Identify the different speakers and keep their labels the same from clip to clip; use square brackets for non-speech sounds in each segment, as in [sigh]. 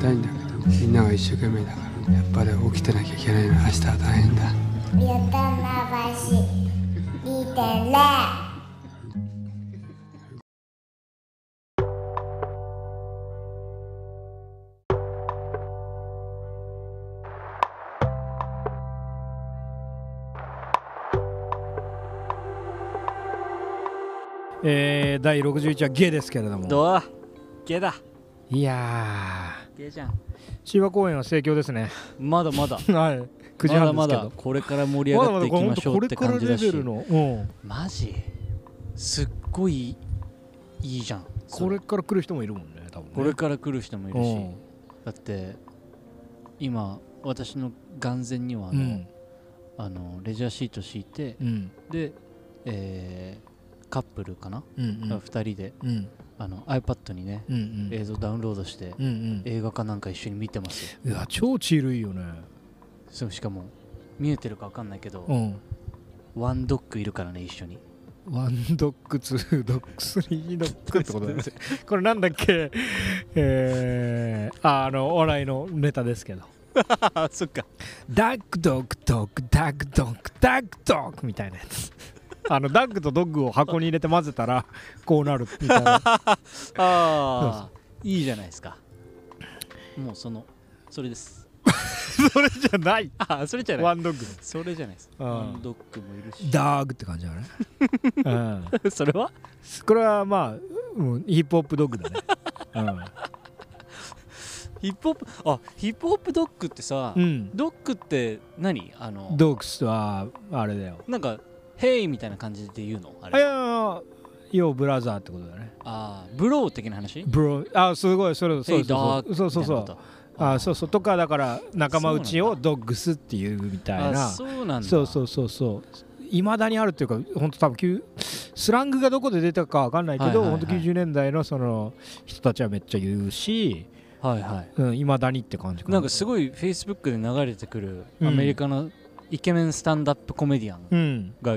Speaker 1: たいんだけどみんなが一生懸命だからやっぱり起きてなきゃいけないの明日は大変だ
Speaker 2: ゆとなばし2.0
Speaker 3: えー、第61話「ゲ」ですけれども
Speaker 4: どうゲだ
Speaker 3: いや
Speaker 4: ゲじゃん
Speaker 3: ー千葉公園は盛況ですね [laughs]
Speaker 4: まだまだ
Speaker 3: はい9時
Speaker 4: まだ
Speaker 3: 半で
Speaker 4: ます
Speaker 3: け
Speaker 4: だ
Speaker 3: ど
Speaker 4: これから盛り上がっていきましょうって感じだし
Speaker 3: の、うん、
Speaker 4: マジすっごいいいじゃんそ
Speaker 3: これから来る人もいるもんね多分ね
Speaker 4: これから来る人もいるし、
Speaker 3: うん
Speaker 4: だって今私の眼前にはあ
Speaker 3: う
Speaker 4: の、
Speaker 3: ん
Speaker 4: あのレジャーシート敷いて
Speaker 3: うん
Speaker 4: で、えーカップルかな、
Speaker 3: うんうん
Speaker 4: 2人で
Speaker 3: うん
Speaker 4: あの iPad にね、
Speaker 3: うんうん
Speaker 4: 映像ダウンロードして、
Speaker 3: うんうん
Speaker 4: 映画かなんか一緒に見てますよ
Speaker 3: いや超チルいよね
Speaker 4: そうしかも見えてるか分かんないけど、
Speaker 3: うん
Speaker 4: ワンドッグいるからね一緒に
Speaker 3: ワンドックツードックスリードックってことですこれなんだっけ [laughs] えー、あのお笑いのネタですけ [laughs] ど
Speaker 4: あそっか
Speaker 3: ダックドックドックダックドックダックドックみたいなや [laughs] つあのダックとドッグを箱に入れて混ぜたらこうなるみたいな
Speaker 4: ああいいじゃないですかもうそのそれです
Speaker 3: それじゃない
Speaker 4: あそれじゃな
Speaker 3: [laughs]
Speaker 4: い
Speaker 3: ワンドッグ
Speaker 4: それじゃないです
Speaker 3: うん
Speaker 4: ワンドッグもいるし
Speaker 3: ダーグって感じだね、うん、
Speaker 4: それは
Speaker 3: これはまあ、うんヒップホップドッグだね、
Speaker 4: ヒップホップあヒップホップドッグってさ、
Speaker 3: うんうん、
Speaker 4: ドッグって何あの
Speaker 3: ドッグスはあれだよ
Speaker 4: なんか「ヘイ!」みたいな感じで言うのあ
Speaker 3: いやい
Speaker 4: れ
Speaker 3: やいやようブラザーってことだね
Speaker 4: あーブロー的な話
Speaker 3: ブロあすごいそれそうそうそうそうそうそう
Speaker 4: そう
Speaker 3: あそうそうとかだから仲間内をドッグスっていうみたいな
Speaker 4: そうなんだ
Speaker 3: そうそうそうそういまだにあるっていうか本当多分旧スラングがどこで出たかわかんないけど、
Speaker 4: はいはいはい
Speaker 3: 本当90年代のその人たちはめっちゃ言うし
Speaker 4: はいはい
Speaker 3: いま、うん、未だにって感じかな
Speaker 4: なんかすごいフェイスブックで流れてくるア
Speaker 3: うん
Speaker 4: メリカのイケメンスタンダップコメディアン
Speaker 3: うん
Speaker 4: が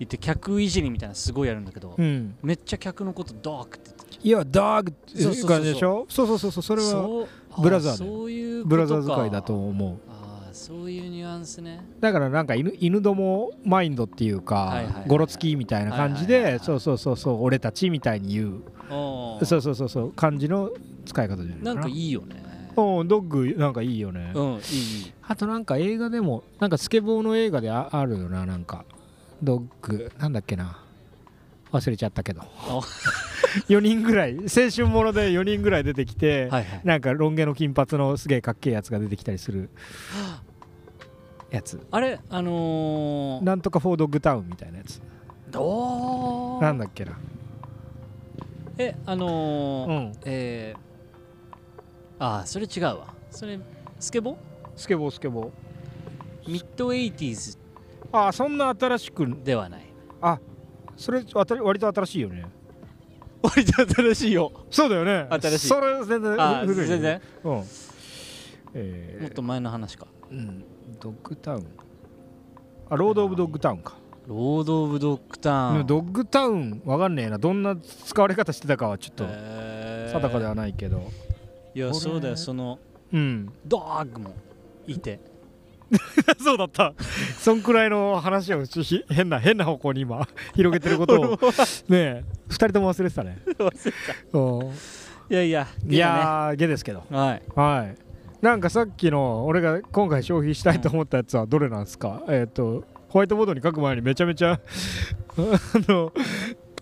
Speaker 4: いて客いじりみたいなのすごいやるんだけど、
Speaker 3: うん
Speaker 4: めっちゃ客のことドッグって言って
Speaker 3: いやダーグって
Speaker 4: そうそうそうそう
Speaker 3: 感じでしょそうそうそうそうそれは
Speaker 4: そうあ
Speaker 3: ブラザーだよ
Speaker 4: そういうこ
Speaker 3: ブ
Speaker 4: とか
Speaker 3: ラザー使いだと思う
Speaker 4: ああそういうニュアンスね
Speaker 3: だからなんか犬犬どもマインドっていう
Speaker 4: はいはい
Speaker 3: か
Speaker 4: はい
Speaker 3: ゴロつきみたいな感じ
Speaker 4: はいはい
Speaker 3: で
Speaker 4: はいはい
Speaker 3: そうそうそうそう俺たちみたいに言
Speaker 4: あ
Speaker 3: う
Speaker 4: あ
Speaker 3: そうそうそうそう感じの使い方じゃない
Speaker 4: なんかい
Speaker 3: い
Speaker 4: いよね
Speaker 3: おドッグなんかいいよね
Speaker 4: うんいいいい
Speaker 3: あとなんか映画でもなんかスケボーの映画でああるよななんかドッグなんだっけな忘れちゃったけど [laughs] 4人ぐらい青春もので4人ぐらい出てきて、
Speaker 4: はいはい
Speaker 3: なんかロン毛の金髪のすげえかっけえやつが出てきたりするやつ
Speaker 4: あれあのー、
Speaker 3: なんとかフォードッグタウンみたいなやつ
Speaker 4: どう
Speaker 3: なんだっけな
Speaker 4: えあの
Speaker 3: う
Speaker 4: ー
Speaker 3: ん
Speaker 4: えー、ああそれ違うわそれスケボー
Speaker 3: スケボースケボー
Speaker 4: ミッドエイティーズ
Speaker 3: ああそんな新しく
Speaker 4: では
Speaker 3: [laughs]
Speaker 4: ない
Speaker 3: それわた割と新しいよね
Speaker 4: 割と新しいよ
Speaker 3: そうだよね
Speaker 4: 新しい
Speaker 3: それ全然
Speaker 4: ああ
Speaker 3: 古いよ
Speaker 4: 全
Speaker 3: ね
Speaker 4: 然
Speaker 3: うんえー
Speaker 4: もっと前の話か
Speaker 3: うん、ドッグタウン。あ、ロード・オブ・ドッグタウンか。
Speaker 4: ロード・オブ・ドッグタ
Speaker 3: で
Speaker 4: ウ
Speaker 3: も
Speaker 4: ン
Speaker 3: ドッグタウン、わかんねえな。どんな使われ方してたかはちょっと
Speaker 4: えー
Speaker 3: 定かではないけど。
Speaker 4: いや
Speaker 3: 俺
Speaker 4: そうだよその
Speaker 3: うん。
Speaker 4: ドッグもいて
Speaker 3: そうだった。そんくらいの話をちひ変な、変な方向に今、 [laughs] 広げてること [laughs] を、ねえ、二人とも忘れてたね。うん
Speaker 4: いやいや
Speaker 3: いやー、ゲですけど。
Speaker 4: ゲだねは
Speaker 3: は
Speaker 4: い
Speaker 3: い。なんかさっきの俺が今回消費したいと思ったやつはどれなんですか、えっ、とホワイトボードに書く前にめちゃめちゃ [laughs] あの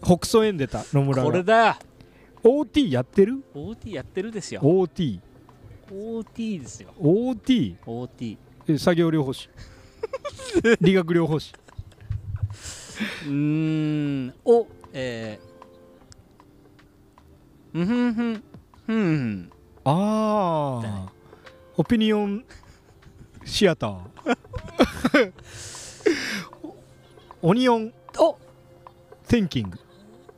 Speaker 3: 北総園出た野村
Speaker 4: これ
Speaker 3: が
Speaker 4: だよ
Speaker 3: OT やってる
Speaker 4: OT やってるですよ
Speaker 3: ?OTOT
Speaker 4: OT ですよ OT
Speaker 3: え作業療法 [laughs] 士理学療法士
Speaker 4: うーんをえーうんふんふんふんふん
Speaker 3: あ
Speaker 4: だ
Speaker 3: あオピニオンシアター [laughs] オニオン
Speaker 4: お
Speaker 3: テンキング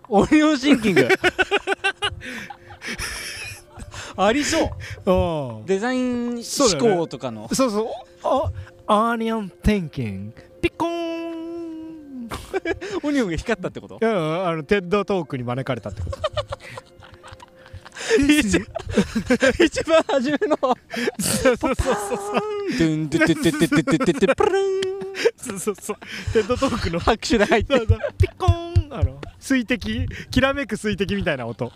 Speaker 4: オニオンシンキン
Speaker 3: [laughs]
Speaker 4: グありそう
Speaker 3: ああ
Speaker 4: デザイン思
Speaker 3: そうだよね
Speaker 4: 考とかの
Speaker 3: そうそう。おあ、アーニオン・テンキング。ピコーン。い
Speaker 4: オニオンが光ったってこと
Speaker 3: や、あの、テッドトークに招かれたってこと。
Speaker 4: 一一番初めの
Speaker 3: そうそうそうそう
Speaker 4: ドゥンドゥテテテテテテテプルン
Speaker 3: そうそうそうテッドトークの
Speaker 4: 拍手で入って
Speaker 3: そうそうピコーンあの水滴きらめく水滴みたいな音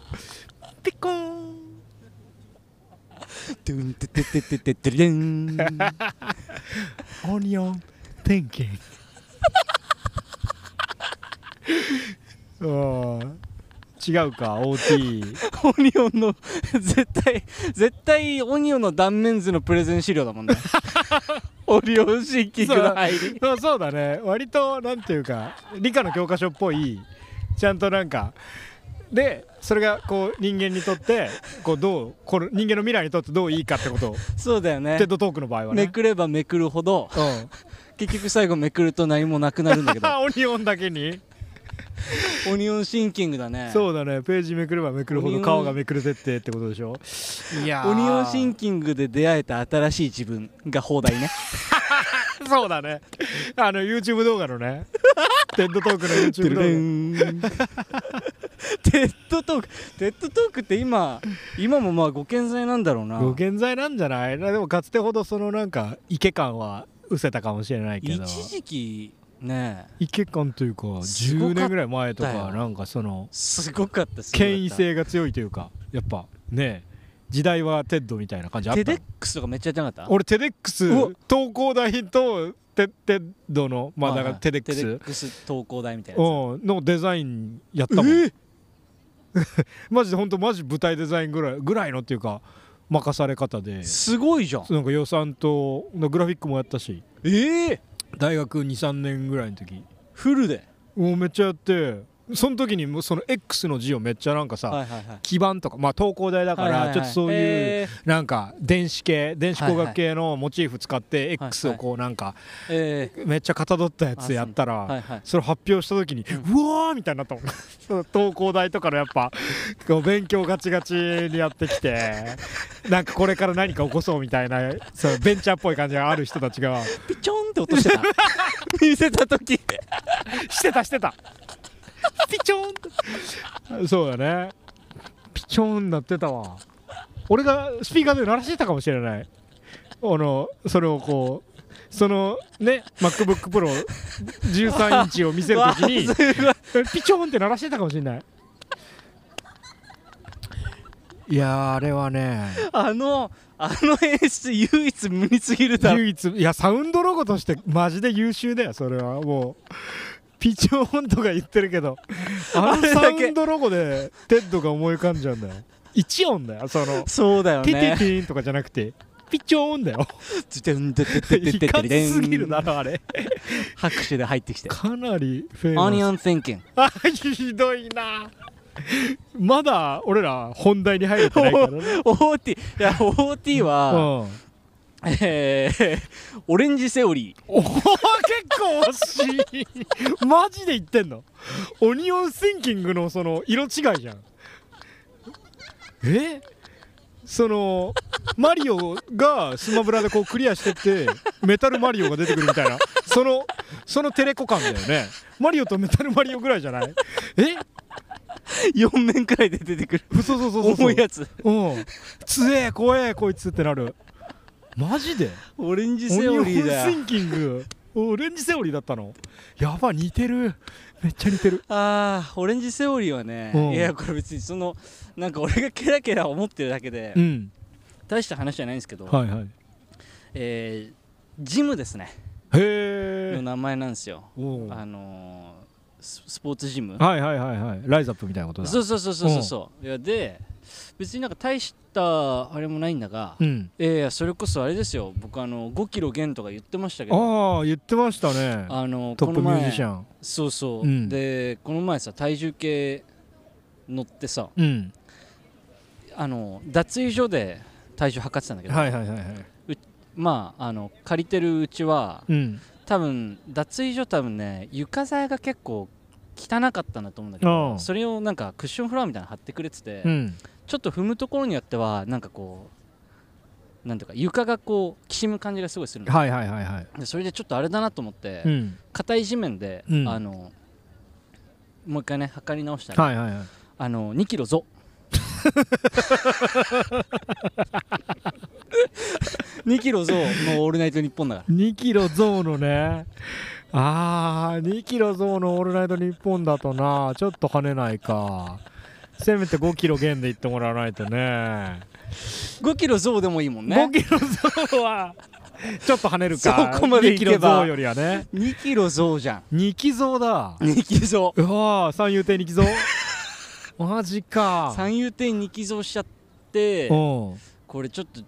Speaker 3: ピコーン
Speaker 4: ドゥンテテテテテテレン
Speaker 3: オニオン天 [laughs] 気そう違うか OT
Speaker 4: オニオンの絶対絶対オニオンの断面図のプレゼン資料だもんねオリオンシンキングの入り
Speaker 3: そうそうだね割となんていうか理科の教科書っぽいちゃんとなんかでそれがこう人間にとってこうどうこの人間の未来にとってどういいかってことを
Speaker 4: そうだよね
Speaker 3: テッドトークの場合は
Speaker 4: め
Speaker 3: ね。
Speaker 4: くればめくるほど
Speaker 3: うん
Speaker 4: 結局最後めくると何もなくなるんだけど
Speaker 3: [laughs] オニオンだけに、
Speaker 4: オニオンシンキングだね
Speaker 3: そうだねページめくればめくるほ
Speaker 4: オニ
Speaker 3: ど
Speaker 4: オン
Speaker 3: 顔がめくれてってってことでしょいやー
Speaker 4: オニオンシンキングで出会えた新しい自分が放題ね
Speaker 3: そうだねあの YouTube 動画の
Speaker 4: [laughs]
Speaker 3: ねテッドトークの
Speaker 4: テ
Speaker 3: YouTube 動画
Speaker 4: ッドトークテッドトークって今今もまあご健在なんだろうな
Speaker 3: ご健在なんじゃないでもかつてほどそのなんか池感は失せたかもしれないけど
Speaker 4: 一時期ね
Speaker 3: 池感というか
Speaker 4: すごか
Speaker 3: 10
Speaker 4: ったよ
Speaker 3: 年ぐらい前とかなんかその
Speaker 4: すごかったすごかった
Speaker 3: 権威性が強いというかやっぱね時代はテッドみたいな感じあった
Speaker 4: テ
Speaker 3: の
Speaker 4: デックスとかめっちゃやってなかった
Speaker 3: 俺テデックス
Speaker 4: うわ
Speaker 3: 東工大とテテッドのまあだからテデック
Speaker 4: テデッ
Speaker 3: ス
Speaker 4: クス投稿台みたいなや
Speaker 3: うんのデザインやったもん [laughs] マジで本当マジ舞台デザインぐらいぐらいのっていうか任され方で
Speaker 4: つすごいじゃん
Speaker 3: なんか予算とグラフィックもやったし
Speaker 4: ええ
Speaker 3: 大学23年ぐらいの時
Speaker 4: フルで
Speaker 3: もうめっちゃやってその時にもうその X の字をめっちゃなんかさ、
Speaker 4: はいはいはい
Speaker 3: 基盤とかまあ東工大だか
Speaker 4: はいはい
Speaker 3: ら
Speaker 4: はい
Speaker 3: ちょっとそういう
Speaker 4: え
Speaker 3: なんか電子系電子工学系のモチーフ使って
Speaker 4: はい
Speaker 3: X をこうなんか
Speaker 4: ーえ
Speaker 3: めっちゃかたどったやつやった
Speaker 4: ーは
Speaker 3: ら
Speaker 4: いはい
Speaker 3: それ発表した時にうわーみたいになったもん [laughs] その東工大とかのやっぱこう勉強ガチガチにやってきてなんかこれから何か起こそうみたいなそのベンチャーっぽい感じがある人たちが
Speaker 4: ピチョンって音してた見せた時
Speaker 3: してたしてたピチョーンとそうだねピチョーンなってたわ俺がスピーカーで鳴らしてたかもしれないあのそれをこうそのね MacBookPro13 インチを見せるとき [laughs] に
Speaker 4: わあすごい
Speaker 3: ピチョーンって鳴らしてたかもしれないいやーあれはね
Speaker 4: あのあの演出唯一無二すぎるだろ
Speaker 3: 唯一いやサウンドロゴとしてマジで優秀だよそれはもうピチョーンとか言ってるけどあ
Speaker 4: あ
Speaker 3: の
Speaker 4: れ
Speaker 3: サ
Speaker 4: だ
Speaker 3: ウ
Speaker 4: け
Speaker 3: ンドロゴでテッドが思い浮かんじゃうんだよ一音だよその
Speaker 4: そうだよ
Speaker 3: ティティ
Speaker 4: ね
Speaker 3: ティーンとかじゃなくてピチョーンだよいかつすぎるだ
Speaker 4: 拍
Speaker 3: ろあれ
Speaker 4: 手で入ってきて
Speaker 3: かなりフェイ
Speaker 4: オニ
Speaker 3: マス
Speaker 4: オン thinking
Speaker 3: あひどいなまだ俺ら本題に入れてないから
Speaker 4: [laughs]
Speaker 3: ね
Speaker 4: OT いや OT
Speaker 3: う
Speaker 4: は
Speaker 3: ん
Speaker 4: えーオレンジセオリー
Speaker 3: おお結構惜しいマジで言ってんのオニオンシンキングのその色違いじゃんえそのマリオがスマブラでこうクリアしてってメタルマリオが出てくるみたいなそのそのテレコ感だよねマリオとメタルマリオぐらいじゃないえ
Speaker 4: 4面くらいで出てくる
Speaker 3: そうそうそうそうそ
Speaker 4: 重
Speaker 3: う
Speaker 4: いやつ
Speaker 3: うん強え怖えこいつってなるマジで
Speaker 4: オレンジ
Speaker 3: オ
Speaker 4: セ
Speaker 3: ニオ
Speaker 4: オ
Speaker 3: ンシ
Speaker 4: リーだよ
Speaker 3: ンキング [laughs] オレンジセオリーだったのやば似てるめっちゃ似てる
Speaker 4: あーオレンジセオリーはね、
Speaker 3: うん
Speaker 4: いやこれ別にそのなんか俺がケラケラ思ってるだけで、
Speaker 3: うん
Speaker 4: 大した話じゃないんですけど、
Speaker 3: はいはいへ
Speaker 4: えージムですねの
Speaker 3: え
Speaker 4: 名前なんですよ
Speaker 3: おう
Speaker 4: あのーススポーツジム
Speaker 3: はいはいはいはいライズアップみたいなことだ
Speaker 4: そうそうそうそうそうそういやで別になんか大したあれもないんだが、
Speaker 3: うん
Speaker 4: えーそれこそあれですよ僕あの5キロ減とか言ってましたけど
Speaker 3: ああ言ってましたね
Speaker 4: あの
Speaker 3: トップ
Speaker 4: こ
Speaker 3: ミ
Speaker 4: の
Speaker 3: ュ
Speaker 4: 前
Speaker 3: ージシャン
Speaker 4: そうそう、
Speaker 3: うん
Speaker 4: でこの前さ体重計乗ってさ
Speaker 3: うん
Speaker 4: あの脱衣所で体重測ってたんだけど、
Speaker 3: はいはいはいはい
Speaker 4: まああの借りてるうちは
Speaker 3: うん
Speaker 4: 多分脱衣所多分ね床材が結構汚かったんだと思うんだけ
Speaker 3: ああ
Speaker 4: どそれをなんかクッションフロアみたいなの貼ってくれてて、
Speaker 3: うん
Speaker 4: ちょっと踏むところによってはなんかこうなんていうか床がこうきしむ感じがすごいするの
Speaker 3: はいはいはいはい
Speaker 4: でそれでちょっとあれだなと思って
Speaker 3: うん
Speaker 4: 硬い地面で、
Speaker 3: うん
Speaker 4: あのもう一回ね測り直したら、
Speaker 3: はいはいはい [laughs]
Speaker 4: あの2キロ増2キロ増の「オールナイトニッポン」だか
Speaker 3: 2キロ増のねあー2キロ増の「オールナイトニッポン」だとなちょっと跳ねないかせめて5キロ減でいってもらわないとね
Speaker 4: ら5キロ増でもいいもんね
Speaker 3: 5キロ増はちょっと跳ねるか
Speaker 4: そこまでいけば
Speaker 3: 2キロ増よりはね
Speaker 4: 2キロ増じゃん
Speaker 3: 2キ増だ
Speaker 4: 2キ増
Speaker 3: うわー三遊亭2キ増
Speaker 4: [laughs]
Speaker 3: マジか
Speaker 4: 三遊亭2キ増しちゃって
Speaker 3: うん
Speaker 4: これちょっと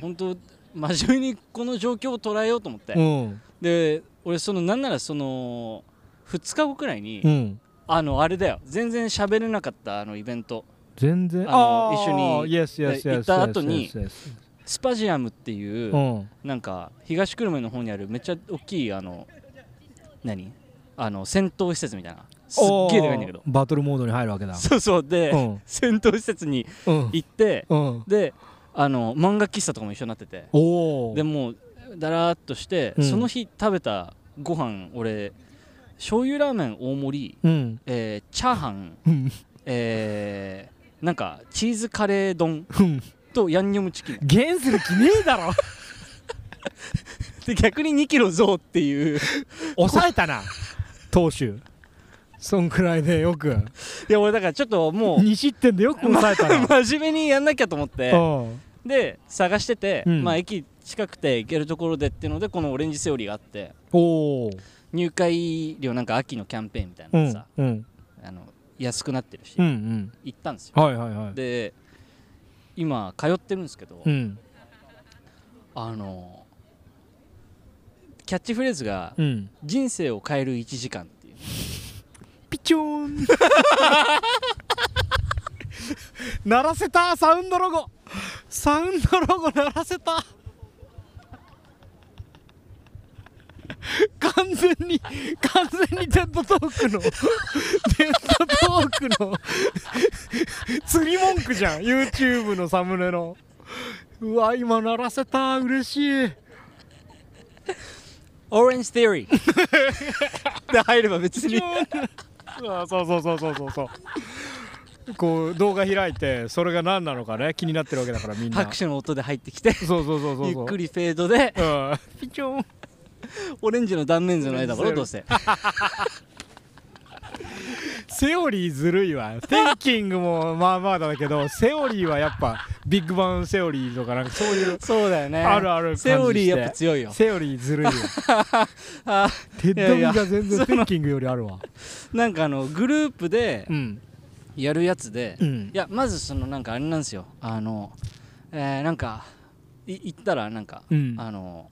Speaker 4: 本当真面目にこの状況を捉えようと思って、
Speaker 3: うん
Speaker 4: で俺そのなんならその2日後くらいに、
Speaker 3: うん
Speaker 4: あのあれだよ全然喋れなかったあのイベント
Speaker 3: 全然
Speaker 4: あの一緒に
Speaker 3: yes, yes, yes,
Speaker 4: 行った後に
Speaker 3: yes, yes, yes,
Speaker 4: スパジアムっていう、
Speaker 3: yes. うん
Speaker 4: なんか東久留米の方にあるめっちゃ大きいあの何あの戦闘施設みたいなすっげえでかいんだけど
Speaker 3: おーバトルモードに入るわけだ
Speaker 4: そうそうで、
Speaker 3: うん
Speaker 4: 戦闘施設に
Speaker 3: うん
Speaker 4: 行って
Speaker 3: うん
Speaker 4: であの漫画喫茶とかも一緒になってて
Speaker 3: おお
Speaker 4: でもうだらーっとして、
Speaker 3: うん
Speaker 4: その日食べたご飯俺醤油ラーメン大盛り、
Speaker 3: うん
Speaker 4: えーチャーハン
Speaker 3: うん
Speaker 4: えー、なんかチーズカレー丼
Speaker 3: うん
Speaker 4: とヤンニョムチキン
Speaker 3: ゲンする気ねえ
Speaker 4: [laughs]
Speaker 3: だろ
Speaker 4: で逆に2キロ増って
Speaker 3: [laughs]
Speaker 4: いう
Speaker 3: 抑えたな投手そんくらいでよく
Speaker 4: いや俺だからちょっともう
Speaker 3: 2失点でよく抑えたな
Speaker 4: 真面目にやんなきゃと思って
Speaker 3: うん
Speaker 4: で探してて、
Speaker 3: うん
Speaker 4: まあ駅近くて行けるところでっていうのでこのオレンジセオリーがあって
Speaker 3: おお
Speaker 4: 入会料なんか秋のキャンペーンみたいな
Speaker 3: う
Speaker 4: の
Speaker 3: ん
Speaker 4: さ、
Speaker 3: うん
Speaker 4: あの安くなってるし、
Speaker 3: うん
Speaker 4: 行ったんですよ
Speaker 3: うんはいはいはい
Speaker 4: で今通ってるんですけど、
Speaker 3: うん
Speaker 4: あのキャッチフレーズが
Speaker 3: うん
Speaker 4: 「人生を変える1時間」っていう
Speaker 3: ピチョーン鳴らせたサウンドロゴサウンドロゴ鳴らせた完全に完全にデッドトークのデッドトークの釣り文句じゃん YouTube のサムネのうわ今鳴らせた嬉しい
Speaker 4: オレンジ・テ
Speaker 3: [laughs]
Speaker 4: リーで入れば別 [laughs] に
Speaker 3: あそうそうそうそうそうそうこう動画開いてそれが何なのかね気になってるわけだからみんな
Speaker 4: 拍手の音で入ってきて
Speaker 3: そうそうそうそうそう
Speaker 4: ゆっくりフェードで
Speaker 3: うんピチョン
Speaker 4: オレンジの断面図の絵だからどうせ
Speaker 3: セオリーずるいわ Thinking もまあまあだけどセオリーはやっぱビッグバンセオリーとかなんかそういう
Speaker 4: そうだよね
Speaker 3: あるある感じして
Speaker 4: セオリーやっぱ強いよ
Speaker 3: セオリーずるい
Speaker 4: [laughs]
Speaker 3: わ
Speaker 4: あ
Speaker 3: 手っ
Speaker 4: いや
Speaker 3: 取
Speaker 4: い
Speaker 3: り
Speaker 4: や
Speaker 3: が全然 Thinking よりあるわ
Speaker 4: なんかあのグループで
Speaker 3: うん
Speaker 4: やるやつで、
Speaker 3: うん
Speaker 4: いやまずそのなんかあれなんですよあのえー、なんかい行ったらなんか、
Speaker 3: うん
Speaker 4: あの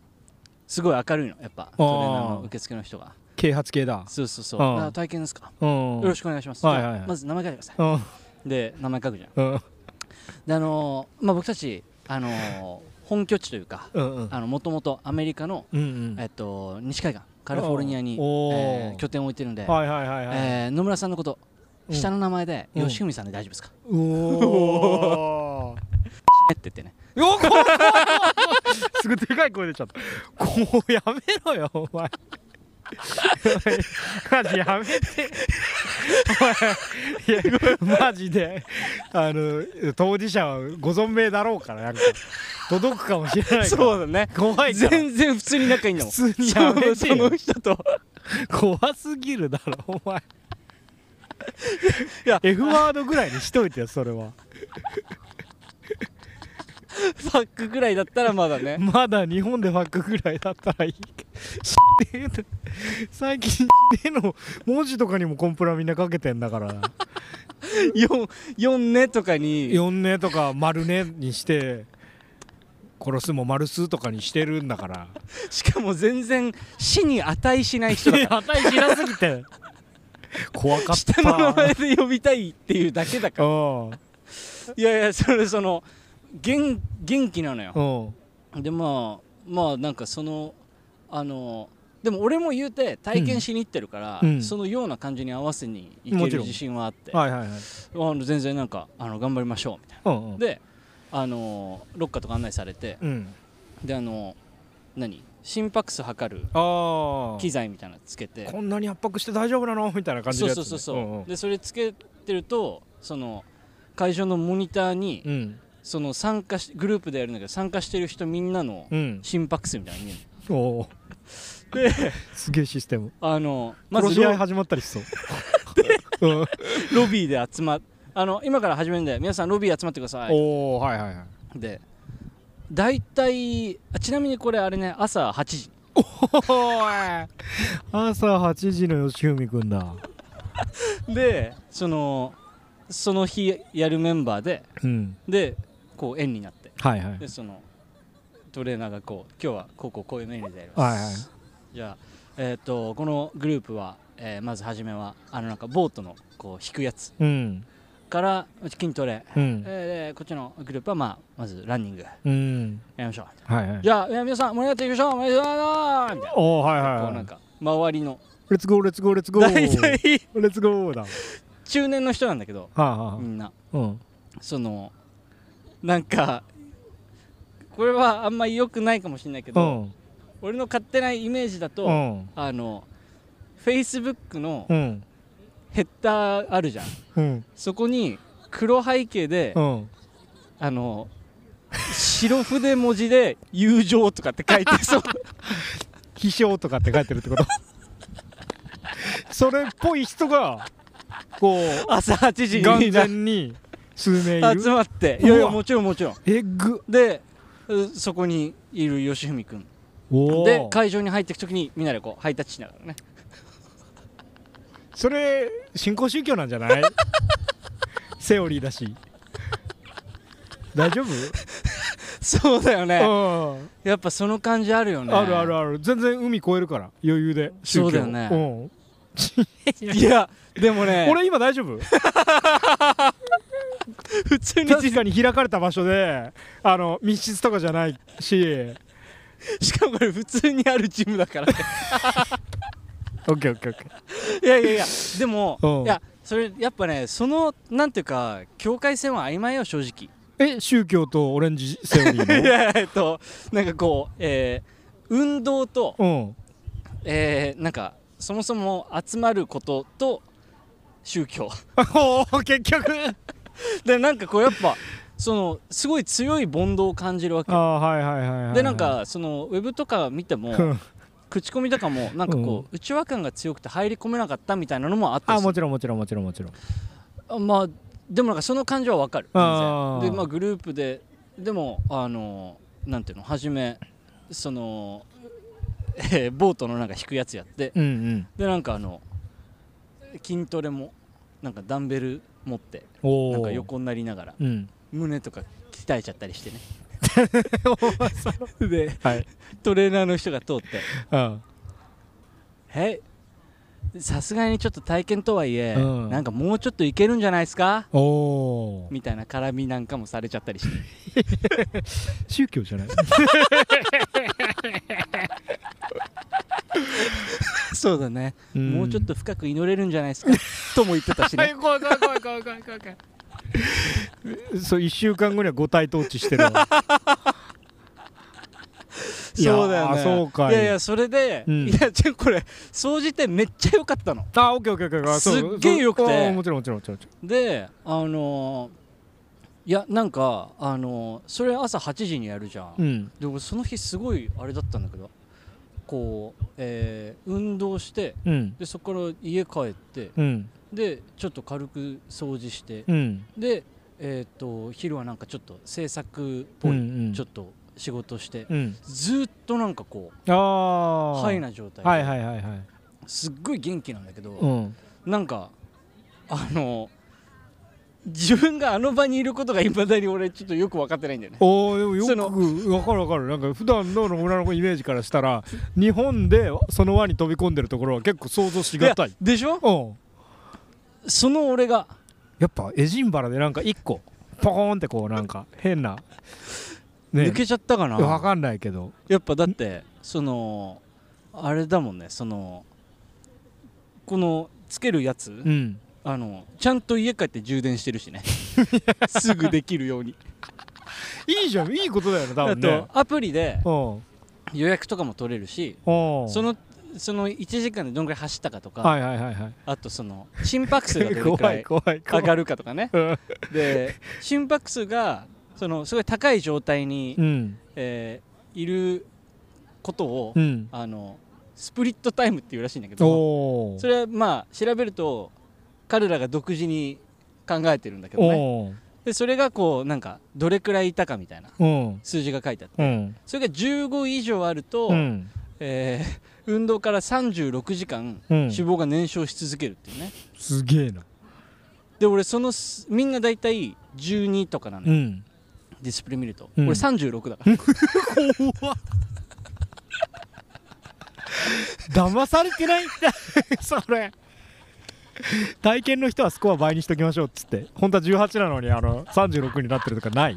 Speaker 4: すごい明るいのやっぱトレーナーの受付の人が
Speaker 3: 啓発系だ
Speaker 4: そうそうそう
Speaker 3: うん
Speaker 4: あ体験ですか
Speaker 3: うん
Speaker 4: よろしくお願いします、
Speaker 3: はいはいはい
Speaker 4: じゃあまず名前書いてくださ
Speaker 3: うん
Speaker 4: いで名前書くじゃん
Speaker 3: うん
Speaker 4: であのーまあ僕たちあのー本拠地というか
Speaker 3: うんうん
Speaker 4: あのもともとアメリカの、
Speaker 3: うんうん
Speaker 4: えっと、西海岸カリフォルニアに、
Speaker 3: おー
Speaker 4: えー拠点を置いてるんで、
Speaker 3: はいはいはいはい
Speaker 4: えー野村さんのこと
Speaker 3: うん
Speaker 4: 下の名前で
Speaker 3: うん
Speaker 4: 吉文さんで大丈夫ですか、
Speaker 3: お [laughs] お
Speaker 4: って言ってね
Speaker 3: うわ怖い怖い怖いすぐでかい声出ちゃったこうやめろよお前マジやめてお前いやマジであの当事者はご存命だろうからなんか届くかもしれないから
Speaker 4: そうだね
Speaker 3: 怖いから
Speaker 4: 全然普通に仲いいんだもん
Speaker 3: 普通にやめてよ
Speaker 4: そうその人と
Speaker 3: 怖すぎるだろお前
Speaker 4: いや
Speaker 3: F ワードぐらいにしといてよそれは
Speaker 4: ファックぐらいだったらまだね
Speaker 3: まだ日本でファックぐらいだったらいいけど知ってえって [laughs] 最近知ってえの文字とかにもコンプラみんなかけてんだ [laughs] から
Speaker 4: 4, 四ねと
Speaker 3: 「
Speaker 4: かに
Speaker 3: 4ね」とか「丸ね」にして「殺す」も「丸す」とかにしてるんだ [laughs] から
Speaker 4: しかも全然死に値しない人だか
Speaker 3: 値知らすぎて [laughs] 怖かっ
Speaker 4: ら
Speaker 3: た
Speaker 4: 下の名前で呼びたいっていうだけだから
Speaker 3: うん
Speaker 4: いやいやそれその元元気なのよ
Speaker 3: うん
Speaker 4: でまあまあなんかそのあのでも俺も言うて体験しに行ってるから、
Speaker 3: うん
Speaker 4: そのような感じに合わせに行
Speaker 3: も
Speaker 4: け
Speaker 3: ち
Speaker 4: る
Speaker 3: ろん
Speaker 4: 自信はあって
Speaker 3: はいはいはい
Speaker 4: あの全然なんかあの頑張りましょうみたい
Speaker 3: うんうん
Speaker 4: なであのロッカーとか案内されて
Speaker 3: うん
Speaker 4: であの何心拍数測る
Speaker 3: ああ
Speaker 4: 機材みたいなのつけて
Speaker 3: こんなに圧迫して大丈夫なのみたいな感じ
Speaker 4: そ
Speaker 3: の
Speaker 4: う
Speaker 3: やつ
Speaker 4: そ
Speaker 3: ね
Speaker 4: うそうそう、
Speaker 3: んん
Speaker 4: でそれつけてるとその会場のモニターに
Speaker 3: うん
Speaker 4: その参加しグループでやるんだけど参加してる人みんなの
Speaker 3: うん
Speaker 4: 心拍数みたいなの見え
Speaker 3: お
Speaker 4: る
Speaker 3: お
Speaker 4: ので
Speaker 3: すげえシステム
Speaker 4: あのま
Speaker 3: 殺
Speaker 4: ず
Speaker 3: し合い
Speaker 4: ロ
Speaker 3: 始まったりしそう
Speaker 4: [laughs]
Speaker 3: うん
Speaker 4: ロビーで集まっあの今から始めるんで皆さんロビー集まってください
Speaker 3: おおはいはいはい
Speaker 4: で大体あちなみにこれあれね朝8時
Speaker 3: 朝8時の吉文くんだ
Speaker 4: でそのその日やるメンバーで
Speaker 3: うん
Speaker 4: でこう円になって
Speaker 3: はいはい
Speaker 4: でそのトレーナーがこう今日はこうこうこういうメニューでやります、
Speaker 3: はいはい
Speaker 4: じゃあ、えー、とこのグループは、えーまず初めはあのなんかボートのこう引くやつ
Speaker 3: うん
Speaker 4: から筋トレ、
Speaker 3: うん
Speaker 4: えーでこっちのグループは、まあ、まずランニングや
Speaker 3: うん
Speaker 4: りましょう
Speaker 3: はいはい
Speaker 4: じゃあ、えー皆さん盛り上がっていきましょう盛り上がっていきましょうみたいな
Speaker 3: おおはい
Speaker 4: こう
Speaker 3: はい
Speaker 4: な
Speaker 3: は
Speaker 4: ん
Speaker 3: い
Speaker 4: か周りの
Speaker 3: レッツゴーレッツゴーレッツゴー
Speaker 4: 大体
Speaker 3: レッツゴーだは
Speaker 4: 中年の人なんだけど
Speaker 3: あは
Speaker 4: みんな
Speaker 3: あうん
Speaker 4: そのなんかこれはあんまり良くないかもしれないけ
Speaker 3: う
Speaker 4: ど、
Speaker 3: ん
Speaker 4: 俺の勝手なイメージだと、
Speaker 3: うん
Speaker 4: あのフェイスブックの
Speaker 3: うん
Speaker 4: ヘッダーあるじゃん
Speaker 3: うん
Speaker 4: そこに黒背景で、
Speaker 3: うん
Speaker 4: あの白筆文字で「友情」とかって書いてそう
Speaker 3: 飛翔とかって書いてるってことそれっぽい人が
Speaker 4: [laughs]
Speaker 3: こう
Speaker 4: [laughs] 朝8時
Speaker 3: 眼
Speaker 4: に
Speaker 3: 前
Speaker 4: な
Speaker 3: に数名い
Speaker 4: 集
Speaker 3: る
Speaker 4: まっていやいうや
Speaker 3: わ
Speaker 4: もちろんもちろん
Speaker 3: えぐ
Speaker 4: でうそこにいる吉文君
Speaker 3: おお
Speaker 4: で会場に入っていく時にみんなでこうハイタッチしながらね
Speaker 3: それ新興宗教なんじゃない [laughs] セオリーだし大丈夫、
Speaker 4: そうだよね
Speaker 3: うん
Speaker 4: やっぱその感じあるよね
Speaker 3: あるあるある全然海越えるから余裕で宗教
Speaker 4: そうだよね
Speaker 3: うん
Speaker 4: いやでも [laughs] ね
Speaker 3: 俺今大丈 [laughs] 夫
Speaker 4: 普通に
Speaker 3: 確かに開かれた場所であの密室とかじゃないし
Speaker 4: しかもこれ普通にあるジムだからね
Speaker 3: オッケーオッケーオッケ
Speaker 4: [laughs] いやいやいやでも
Speaker 3: うん
Speaker 4: いやそれやっぱねそのなんていうか境界線は曖昧よ正直
Speaker 3: ーえ宗教とオレンジセオリー
Speaker 4: いやえっとなんかこう、えー運動と、
Speaker 3: [laughs] の
Speaker 4: えーなんかそもそも集まることと宗
Speaker 3: [laughs]
Speaker 4: 教
Speaker 3: うん結局
Speaker 4: でなんかこうやっぱそのすごい強い煩悩を感じるわけ
Speaker 3: ああはいはいはいはいはい
Speaker 4: でなんかそのウェブとか見ても
Speaker 3: うん
Speaker 4: 口コミとかもなんかこう、うちわ感が強くて入り込めなかったみたいなのもあった
Speaker 3: あ
Speaker 4: りす
Speaker 3: も
Speaker 4: る
Speaker 3: ちろんもちろんもちろんもちろん
Speaker 4: あまあでもなんかその感じはわかる
Speaker 3: あー
Speaker 4: 全然でまあグループででもあのなんていうの初めその、えーボートのなんか引くやつやって
Speaker 3: うんうん
Speaker 4: でなんかあの筋トレもなんかダンベル持って
Speaker 3: おお
Speaker 4: なんか横になりながら
Speaker 3: うん
Speaker 4: 胸とか鍛えちゃったり
Speaker 3: [laughs]
Speaker 4: してねで
Speaker 3: はい
Speaker 4: トレーナーの人が通って
Speaker 3: うん
Speaker 4: えさすがにちょっと体験とはいえ、
Speaker 3: うん
Speaker 4: なんかもうちょっといけるんじゃないですか
Speaker 3: おお
Speaker 4: みたいな絡みなんかもされちゃった
Speaker 3: [laughs]
Speaker 4: りして
Speaker 3: 宗教じゃない
Speaker 4: そうだね、もうちょっと深く祈れるんじゃないですかとも言ってた
Speaker 3: [laughs]
Speaker 4: しね
Speaker 3: 怖い怖い怖い怖い怖い怖い [laughs] そう1週間後には5体統治してるわいや
Speaker 4: [laughs] そうだよね
Speaker 3: あそうかい
Speaker 4: やいやそれで、
Speaker 3: うん
Speaker 4: いやじゃあこれ総じてめっちゃ良かったの
Speaker 3: あオッケーオッケーオッケーそう
Speaker 4: すっげえ良くて
Speaker 3: そうあもちろんもちろんもちろんもち
Speaker 4: であのーいやなんかあのーそれ朝8時にやるじゃん、
Speaker 3: ろんうん
Speaker 4: で俺その日すごいあれだったんだけどこう、えー運動して
Speaker 3: うん
Speaker 4: でそこから家帰って
Speaker 3: うん
Speaker 4: でちょっと軽く掃除して、
Speaker 3: うん
Speaker 4: でえっ、と昼はなんかちょっと制作っ
Speaker 3: う
Speaker 4: ぽい、
Speaker 3: ん
Speaker 4: ちょっと仕事して、
Speaker 3: うん
Speaker 4: ずーっとなんかこ
Speaker 3: あ
Speaker 4: う
Speaker 3: あ
Speaker 4: ハイな状態で、
Speaker 3: はいはいはいはい
Speaker 4: すっごい元気なんだけど、
Speaker 3: うん
Speaker 4: なんかあの自分があの場にいることがいまだに俺ちょっとよく分かってないんだよね
Speaker 3: おおよ
Speaker 4: そ
Speaker 3: く
Speaker 4: の
Speaker 3: わかるわかるなんか普段の野村のイメージからしたら日本でその輪に飛び込んでるところは結構想像しがたい
Speaker 4: やでしょ
Speaker 3: うん
Speaker 4: その俺が
Speaker 3: やっぱエジンバラでなんか一個ポコーンってこうなんか変なね
Speaker 4: 抜けちゃったかな、
Speaker 3: わかんないけど
Speaker 4: やっぱだってそのあれだもんねそのこのつけるやつ、
Speaker 3: うん
Speaker 4: あのちゃんと家帰って充電してる
Speaker 3: [laughs]
Speaker 4: しねすぐできるように
Speaker 3: いいじゃんいいことだよね多
Speaker 4: あ
Speaker 3: 分ね
Speaker 4: とアプリで
Speaker 3: うん
Speaker 4: 予約とかも取れるし
Speaker 3: うん
Speaker 4: そのその1時間でどんぐらい走ったかとか、
Speaker 3: はいはいはいは
Speaker 4: あとその心拍数がど
Speaker 3: い
Speaker 4: れく
Speaker 3: 怖
Speaker 4: ら
Speaker 3: い
Speaker 4: い
Speaker 3: 怖い
Speaker 4: 上
Speaker 3: 怖い
Speaker 4: がるかとかね
Speaker 3: うん
Speaker 4: で心拍数がそのすごい高い状態に、
Speaker 3: うん
Speaker 4: えーいることを、
Speaker 3: うん
Speaker 4: あのスプリットタイムっていうらしいんだけど
Speaker 3: おー
Speaker 4: それはまあ調べると彼らが独自に考えてるんだけどね
Speaker 3: おー
Speaker 4: でそれがこうなんかどれくらいいたかみたいな
Speaker 3: うん
Speaker 4: 数字が書いてあって
Speaker 3: うん
Speaker 4: それが15以上あると、
Speaker 3: うん
Speaker 4: えー運動から36時間
Speaker 3: うん
Speaker 4: 脂肪が燃焼し続けるっていうね、
Speaker 3: すげえな
Speaker 4: で俺そのすみんな大体12とかなのよ、
Speaker 3: うん
Speaker 4: ディスプレイ見ると、
Speaker 3: うん
Speaker 4: 俺36だから
Speaker 3: 騙されてないんだ [laughs] それ体験の人はスコア倍にしときましょうっつって本当は18なのにあの36になってるとかない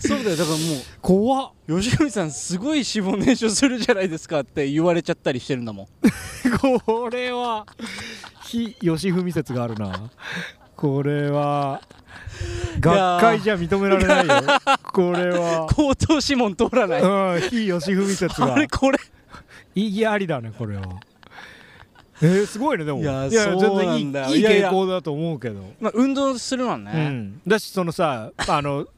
Speaker 4: そうだよだからもう
Speaker 3: 怖っ
Speaker 4: 吉住さんすごい脂肪燃焼するじゃないですかって言われちゃったりしてるんだもん
Speaker 3: [laughs] これは非吉文説があるなこれは学会じゃ認められない
Speaker 4: [laughs]
Speaker 3: よこれは
Speaker 4: 口頭指紋通ら [laughs] ない
Speaker 3: うん非吉文説が
Speaker 4: あれこれ
Speaker 3: 意義ありだねこれはえー、すごいねでも
Speaker 4: いや
Speaker 3: 全
Speaker 4: そう
Speaker 3: 然
Speaker 4: ないんだよ
Speaker 3: いいい
Speaker 4: いやいや
Speaker 3: 傾向だと思うけど
Speaker 4: まあ運動するのはね、
Speaker 3: うん、だしそのさあの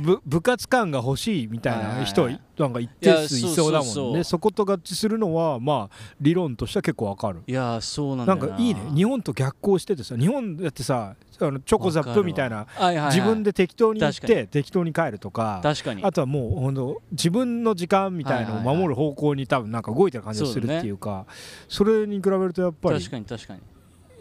Speaker 3: 部部活感が欲しいみたいな人
Speaker 4: はいはい
Speaker 3: なんか一定数い
Speaker 4: いやそう
Speaker 3: そうだもんね
Speaker 4: そ
Speaker 3: そう
Speaker 4: そう
Speaker 3: こと合致するのはまあ理論としては結構わかる
Speaker 4: いやーそうなんだ
Speaker 3: な
Speaker 4: よ
Speaker 3: んかいいね日本と逆行しててさ日本だってさあのチョコザップみたいな、
Speaker 4: はいはいはい
Speaker 3: 自分で適当に行っ
Speaker 4: 確か
Speaker 3: て適当に帰るとか
Speaker 4: 確かに
Speaker 3: あとはもうほんと自分の時間みたいのを守る方向に多分なんか動いてる感じがするっていうか、それに比べるとやっぱり
Speaker 4: 確かに確かに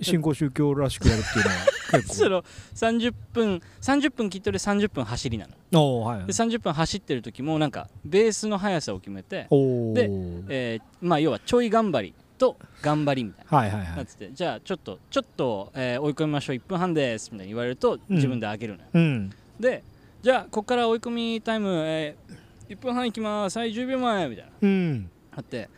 Speaker 3: 新興宗教らしくやるっていうのは結
Speaker 4: [laughs] そ
Speaker 3: 構
Speaker 4: の30分30分筋トレ30分走りなの
Speaker 3: おーはいはい
Speaker 4: で30分走ってる時もなんかベースの速さを決めて、
Speaker 3: お
Speaker 4: で
Speaker 3: ー
Speaker 4: えーまあ要はちょい頑張りと頑張りみたいな
Speaker 3: はいはいは
Speaker 4: ないっ。ててじゃあちょっとちょっと、えー追い込みましょう1分半ですみたいに言われると
Speaker 3: うん
Speaker 4: 自分で上げるのよ、
Speaker 3: うん。
Speaker 4: でじゃあここから追い込みタイム、え1分半いきますはい10秒前みたいな
Speaker 3: うん。
Speaker 4: あって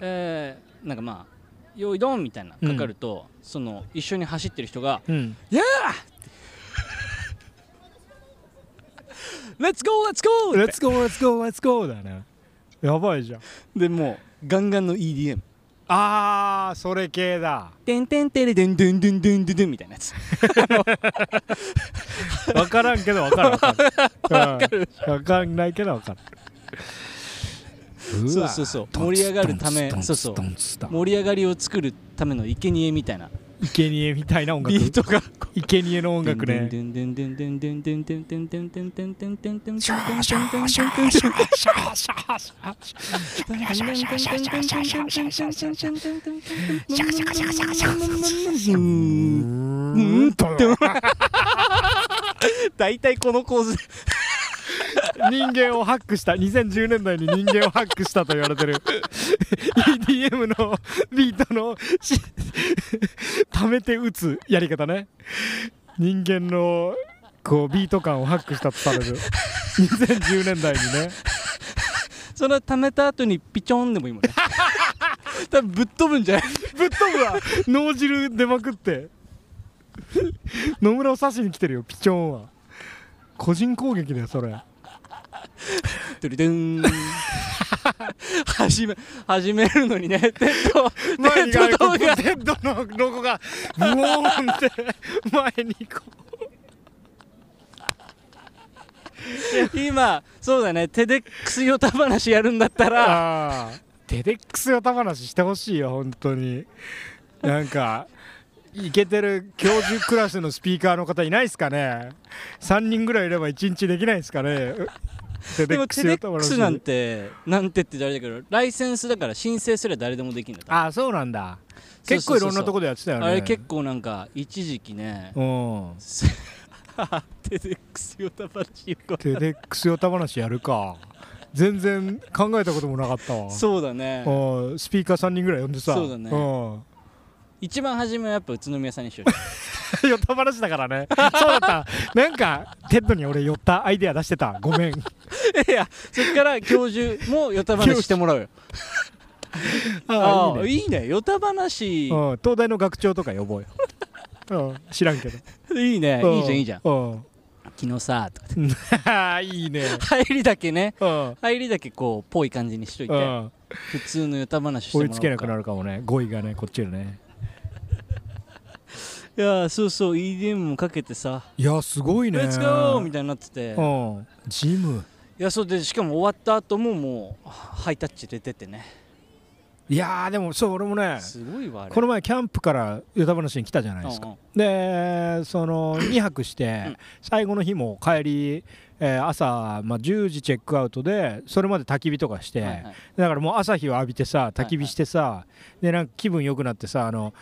Speaker 4: えーなんかまあ用意ドンみたいなかかると、その一緒に走ってる人が
Speaker 3: うん。
Speaker 4: 「レッツゴーレッツゴー!」
Speaker 3: レ
Speaker 4: っ
Speaker 3: ッ
Speaker 4: て
Speaker 3: ツゴーレッツゴーレッツゴーだね。やばいじゃん。
Speaker 4: でもうガンガンの EDM
Speaker 3: あー、それ系だ。
Speaker 4: てんてんてれでんでんでんでんでんでんみたいなやつ
Speaker 3: わからんけどわかるわかる。わかる。わかんないけどわかる。
Speaker 4: そうそうそう盛り上がるためそうそう
Speaker 3: う。
Speaker 4: 盛り上がりを作るための生贄みたいな
Speaker 3: 生贄みたいな音楽
Speaker 4: ビ。ートが
Speaker 3: 生贄の音楽ね。
Speaker 4: 大体この構図
Speaker 3: 人間をハックした2010年代に人間をハックしたと言われてる EDM のビートのし溜めて打つやり方ね人間のこうビート感をハックしたとされ
Speaker 4: [laughs]
Speaker 3: る2010年代にね
Speaker 4: それ貯めた後にピチョンでもいいもんね多分ぶっ飛ぶんじゃない
Speaker 3: ぶっ飛ぶわ脳汁出まくって野村を刺しに来てるよピチョンは個人攻撃だよそれ
Speaker 4: ドゥルドゥン始め始めるのにねテッド
Speaker 3: 前に [laughs]
Speaker 4: テッド動
Speaker 3: こう
Speaker 4: 画
Speaker 3: テッドのロゴがブオーンって [laughs] 前にこう
Speaker 4: 今そうだねテデックスヨタ話やるんだったら
Speaker 3: ああテデックスた話してほしいよ本当になんかイケてる教授クラスのスピーカーの方いないですかね3人ぐらいいれば1日できないですかねテ
Speaker 4: で
Speaker 3: デ
Speaker 4: も
Speaker 3: ック
Speaker 4: テ
Speaker 3: ス
Speaker 4: デッ
Speaker 3: た
Speaker 4: ク
Speaker 3: 話
Speaker 4: スなんてなんてって言われたけどライセンスだから申請すれば誰でもできるんだって
Speaker 3: ああそうなんだ
Speaker 4: そう
Speaker 3: 結構いろん
Speaker 4: そうそう
Speaker 3: なとこでやってたよね
Speaker 4: あれ結構なんか一時期ね
Speaker 3: うん
Speaker 4: [laughs] テデックスヨタ話よく
Speaker 3: テデックスた話やるか全然考えたこともなかったわ
Speaker 4: そうだね
Speaker 3: うんスピーカー3人ぐらい呼んでさ
Speaker 4: そうだね
Speaker 3: ん
Speaker 4: 一番初めはやっぱ宇都宮さんにしよ
Speaker 3: 寄った話だからねそうだったなんかテッドに俺寄ったアイデア出してたごめん
Speaker 4: う [laughs] いやそっから教授もヨタ話してもらうよああ
Speaker 3: いいね
Speaker 4: いいねヨタ話
Speaker 3: うん、東大の学長とか呼ぼうよ、うん、知らんけど
Speaker 4: いいね
Speaker 3: う
Speaker 4: いいじゃんいいじゃん
Speaker 3: うん
Speaker 4: 昨日さとか
Speaker 3: いいね
Speaker 4: 入りだけね
Speaker 3: うん
Speaker 4: 入りだけこうぽい感じにしといて
Speaker 3: うん
Speaker 4: 普通の歌話しても
Speaker 3: 追
Speaker 4: らおう
Speaker 3: いつ
Speaker 4: か
Speaker 3: けなくなるかもね語彙がねこっちのね
Speaker 4: いやーそうそう EDM もかけてさ
Speaker 3: いやすご
Speaker 4: 「
Speaker 3: いね
Speaker 4: Let's go!」みたいになってて
Speaker 3: うんジム
Speaker 4: いやそうでしかも終わった後ももうハイタッチで出てね
Speaker 3: いやーでもそう俺もね
Speaker 4: すごいわあれ
Speaker 3: この前キャンプから歌話に来たじゃないですか、
Speaker 4: うんうん
Speaker 3: でその2泊して、
Speaker 4: うん
Speaker 3: 最後の日も帰り、えー朝、まあ、10時チェックアウトでそれまで焚き火とかして、
Speaker 4: はいはい
Speaker 3: だからもう朝日を浴びてさ焚き火してさ、でなんか気分良くなってさあの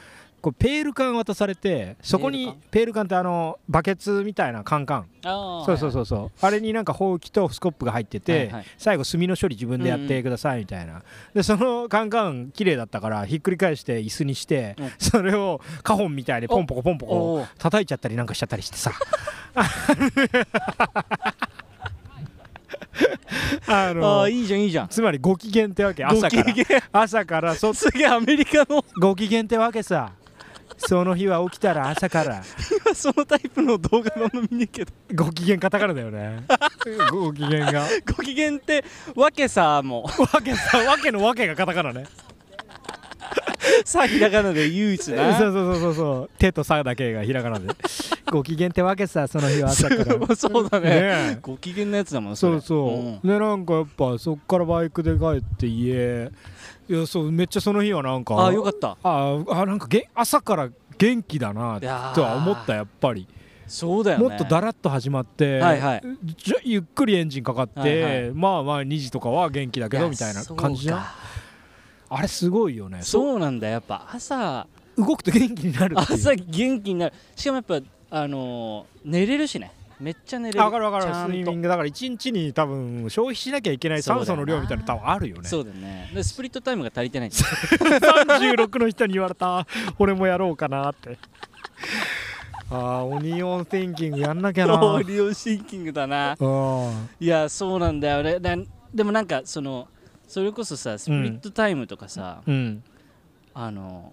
Speaker 3: こうペール缶渡されてそこにペール缶ってあのバケツみたいなカンカン
Speaker 4: あー
Speaker 3: そうそうそうそうあれになんかほうきとスコップが入ってて、
Speaker 4: はいはい
Speaker 3: 最後炭の処理自分でやってくださいみたいな、でそのカンカン綺麗だったからひっくり返して椅子にして、
Speaker 4: うん
Speaker 3: それをカホンみたいにポンポコポンポ
Speaker 4: おお
Speaker 3: コ
Speaker 4: う
Speaker 3: 叩いちゃったりなんかしちゃったりして
Speaker 4: [laughs]
Speaker 3: さあの
Speaker 4: あーいいじゃんいいじゃん
Speaker 3: つまりご機嫌ってわけ朝から
Speaker 4: ご機嫌
Speaker 3: 朝からそ
Speaker 4: すげえアメリカの [laughs]
Speaker 3: ご機嫌ってわけさその日は起きたら朝から
Speaker 4: そのタイプの動画の見ねえけど
Speaker 3: ご機嫌カタカナだよねご機嫌が
Speaker 4: [laughs] ご機嫌ってわけさも [laughs]
Speaker 3: わけさわけのわけがカタカナね
Speaker 4: さひらがなで唯一な
Speaker 3: そうそうそうそうそう手とさだけがひらが [laughs] なでご機嫌ってわけさその日は朝から
Speaker 4: そうだね
Speaker 3: ねえ
Speaker 4: ご機嫌なやつだもん
Speaker 3: そ
Speaker 4: れ
Speaker 3: うそう、
Speaker 4: ん
Speaker 3: でなんかやっぱそっからバイクで帰って家いやそうめっちゃその日はなんか
Speaker 4: あーよかった
Speaker 3: あーあーなんかげ朝から元気だない
Speaker 4: やー
Speaker 3: とは思ったやっぱり、
Speaker 4: そうだよね
Speaker 3: もっとだらっと始まって、
Speaker 4: はいはい
Speaker 3: じゃゆっくりエンジンかかって、
Speaker 4: はいはい
Speaker 3: まあまあ2時とかは元気だけどみたいな感じじゃ
Speaker 4: い
Speaker 3: ん
Speaker 4: や
Speaker 3: あれすごいよね
Speaker 4: そうかそうなんだやっぱ朝
Speaker 3: 動くと元気になるっていう
Speaker 4: 朝元気になるしかもやっぱあのー寝れるしねめっちゃ寝れる
Speaker 3: あわかるわか
Speaker 4: ちゃん
Speaker 3: る
Speaker 4: と
Speaker 3: スイミングだから一日に多分消費しなきゃいけない酸素の量みたいなの多分あるよね
Speaker 4: そうだねでスプリットタイムが足りてないんだよ
Speaker 3: 36の人に言われた俺もやろうかなってあーオニオンティンキングやんなきゃな
Speaker 4: もう [laughs] リオシンキングだな
Speaker 3: うん
Speaker 4: いやそうなんだよねなでもなんかそのそれこそさスプリットタイムとかさ、
Speaker 3: うん
Speaker 4: あの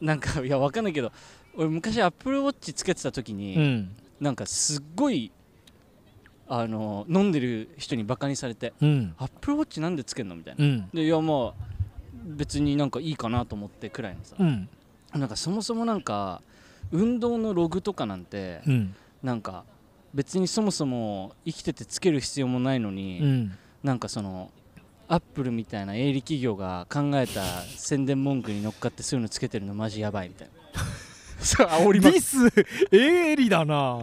Speaker 4: なんかいやわかんないけど俺昔アップルウォッチつけてた時に、
Speaker 3: うん
Speaker 4: なんかすっごいあの飲んでる人にバカにされて
Speaker 3: うん
Speaker 4: アップルウォッチなんでつけんのみたいな、
Speaker 3: うん
Speaker 4: でいやまあ別になんかいいかなと思ってくらいのさ、
Speaker 3: うん
Speaker 4: なんかそもそもなんか運動のログとかなんて、
Speaker 3: うん
Speaker 4: なんか別にそもそも生きててつける必要もないのに、
Speaker 3: うん
Speaker 4: なんかそのアップルみたいな営利企業が考えた宣伝文句に乗っかってそういうのつけてるのマジやばいみたいな
Speaker 3: [laughs]
Speaker 4: そう
Speaker 3: デ
Speaker 4: 煽りま
Speaker 3: ィスエリだな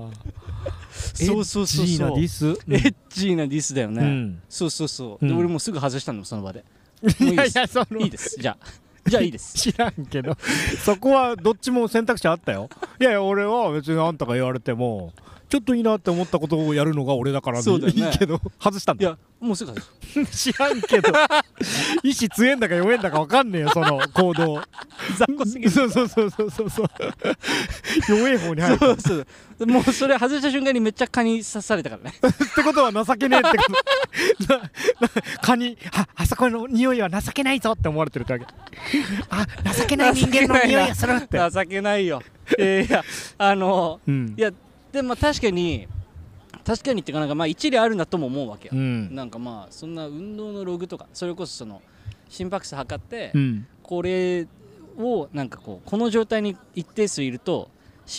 Speaker 4: そうそうそう
Speaker 3: エッジー
Speaker 4: そ
Speaker 3: な
Speaker 4: う
Speaker 3: ディス
Speaker 4: エッチーなディスだよね、
Speaker 3: うん
Speaker 4: そうそうそう、で
Speaker 3: うん
Speaker 4: 俺もうすぐ外したのその場で
Speaker 3: [laughs] い
Speaker 4: もういい
Speaker 3: や
Speaker 4: で
Speaker 3: い
Speaker 4: す
Speaker 3: やその
Speaker 4: いいですじゃあじゃあいいです
Speaker 3: 知らんけどそこはどっちも選択肢あったよいやいや俺は別にあんたが言われてもちょっといいなって思ったことをやるのが俺だから、
Speaker 4: そうだよね
Speaker 3: いいけど外したん
Speaker 4: い
Speaker 3: だ
Speaker 4: やもうすぐ外
Speaker 3: 知
Speaker 4: し
Speaker 3: らんけど意志強えんだか弱えんだか分かんねえよその行動
Speaker 4: 雑魚すぎる
Speaker 3: そうそうそうそうそうそう弱え方に入る
Speaker 4: そうそうでもうそれ外した瞬間にめっちゃ蚊に刺されたから
Speaker 3: [laughs]
Speaker 4: ね
Speaker 3: ってことは情けねえってことなな蚊にああそこの匂いは情けないぞって思われてるってわけあ情けない人間の匂いがするって
Speaker 4: [laughs] 情けないよいやいやあの
Speaker 3: うん
Speaker 4: いやでも確かに確かにっていうかなんかまあ一理あるなとも思うわけよ
Speaker 3: う、ん
Speaker 4: なんかまあそんな運動のログとかそれこそその心拍数測って、
Speaker 3: うん
Speaker 4: これをなんかこうこの状態に一定数いると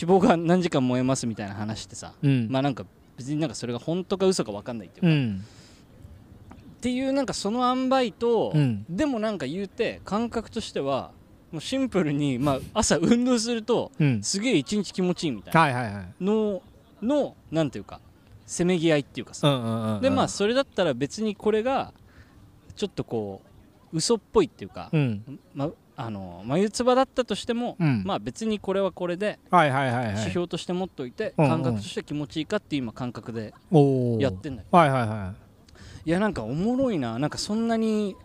Speaker 4: 脂肪が何時間燃えますみたいな話ってさ、
Speaker 3: うん
Speaker 4: まあなんか別になんかそれが本当か嘘か分かんないっていうか、
Speaker 3: うん
Speaker 4: っていうなんかその塩梅と、
Speaker 3: うん
Speaker 4: でもなんか言うて感覚としてはもうシンプルに、まあ、朝運動すると
Speaker 3: うん
Speaker 4: すげえ一日気持ちいいみたいな
Speaker 3: はいはいはい
Speaker 4: ののなんていうかせめぎ合いっていうかさ、
Speaker 3: うんうんうんうん
Speaker 4: でまあそれだったら別にこれがちょっとこう嘘っぽいっていうか、
Speaker 3: うん
Speaker 4: まあの眉唾だったとしても、
Speaker 3: うん
Speaker 4: まあ別にこれはこれで
Speaker 3: はいはいはいは
Speaker 4: 指
Speaker 3: い
Speaker 4: 標として持っといて、
Speaker 3: うんうん
Speaker 4: 感覚として気持ちいいかっていう今感覚で
Speaker 3: おー
Speaker 4: やってんだけど
Speaker 3: はいはいはい
Speaker 4: やなんかおもろいななんかそんなに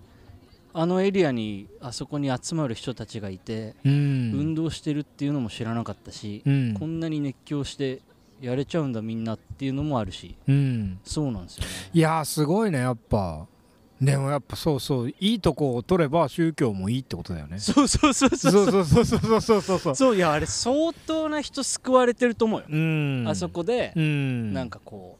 Speaker 4: あのエリアにあそこに集まる人たちがいて、
Speaker 3: いうん
Speaker 4: 運動してるっていうのも知らなかったし、
Speaker 3: うん
Speaker 4: こんなに熱狂してやれちゃうんだみんなっていうのもあるし
Speaker 3: うん
Speaker 4: そうなんですよね
Speaker 3: いやーすごいねやっぱでもやっぱそうそういいとこを取れば宗教もいいってことだよね
Speaker 4: そうそうそう
Speaker 3: そうそうそうそうそうそうそうそう
Speaker 4: そういやあれ相当な人救われてると思うよ、
Speaker 3: うん
Speaker 4: あそこで
Speaker 3: う、ん
Speaker 4: なんかこ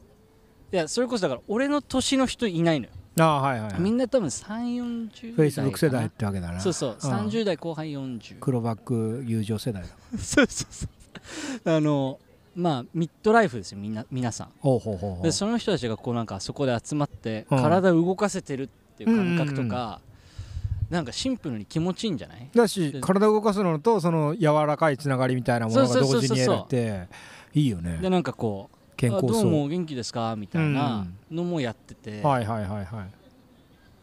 Speaker 4: ういやそれこそだから俺の年の人いないのよ
Speaker 3: ああはいはい、はい、
Speaker 4: み
Speaker 3: フ
Speaker 4: んな多分3 4 0
Speaker 3: ェイスブック世代ってわけだな
Speaker 4: そうそう、
Speaker 3: ん
Speaker 4: 30代後半40
Speaker 3: 黒バック友情世代だ
Speaker 4: そうそうそうあのまあミッドライフですよみんな皆さん
Speaker 3: ほうほうほうほう
Speaker 4: でその人たちがこうなんかそこで集まって
Speaker 3: うん
Speaker 4: 体を動かせてるっていう感覚とか、なんかシンプルに気持ちいいんじゃない
Speaker 3: だし体を動かすのとその柔らかいつながりみたいなものが
Speaker 4: そうそう
Speaker 3: 同
Speaker 4: そうそう
Speaker 3: 時に得られていいよね
Speaker 4: でなんかこう「
Speaker 3: 健
Speaker 4: あ
Speaker 3: 康
Speaker 4: どうも
Speaker 3: そ
Speaker 4: お元気ですか?」みたいなのもやってて、
Speaker 3: うはいはいはいはい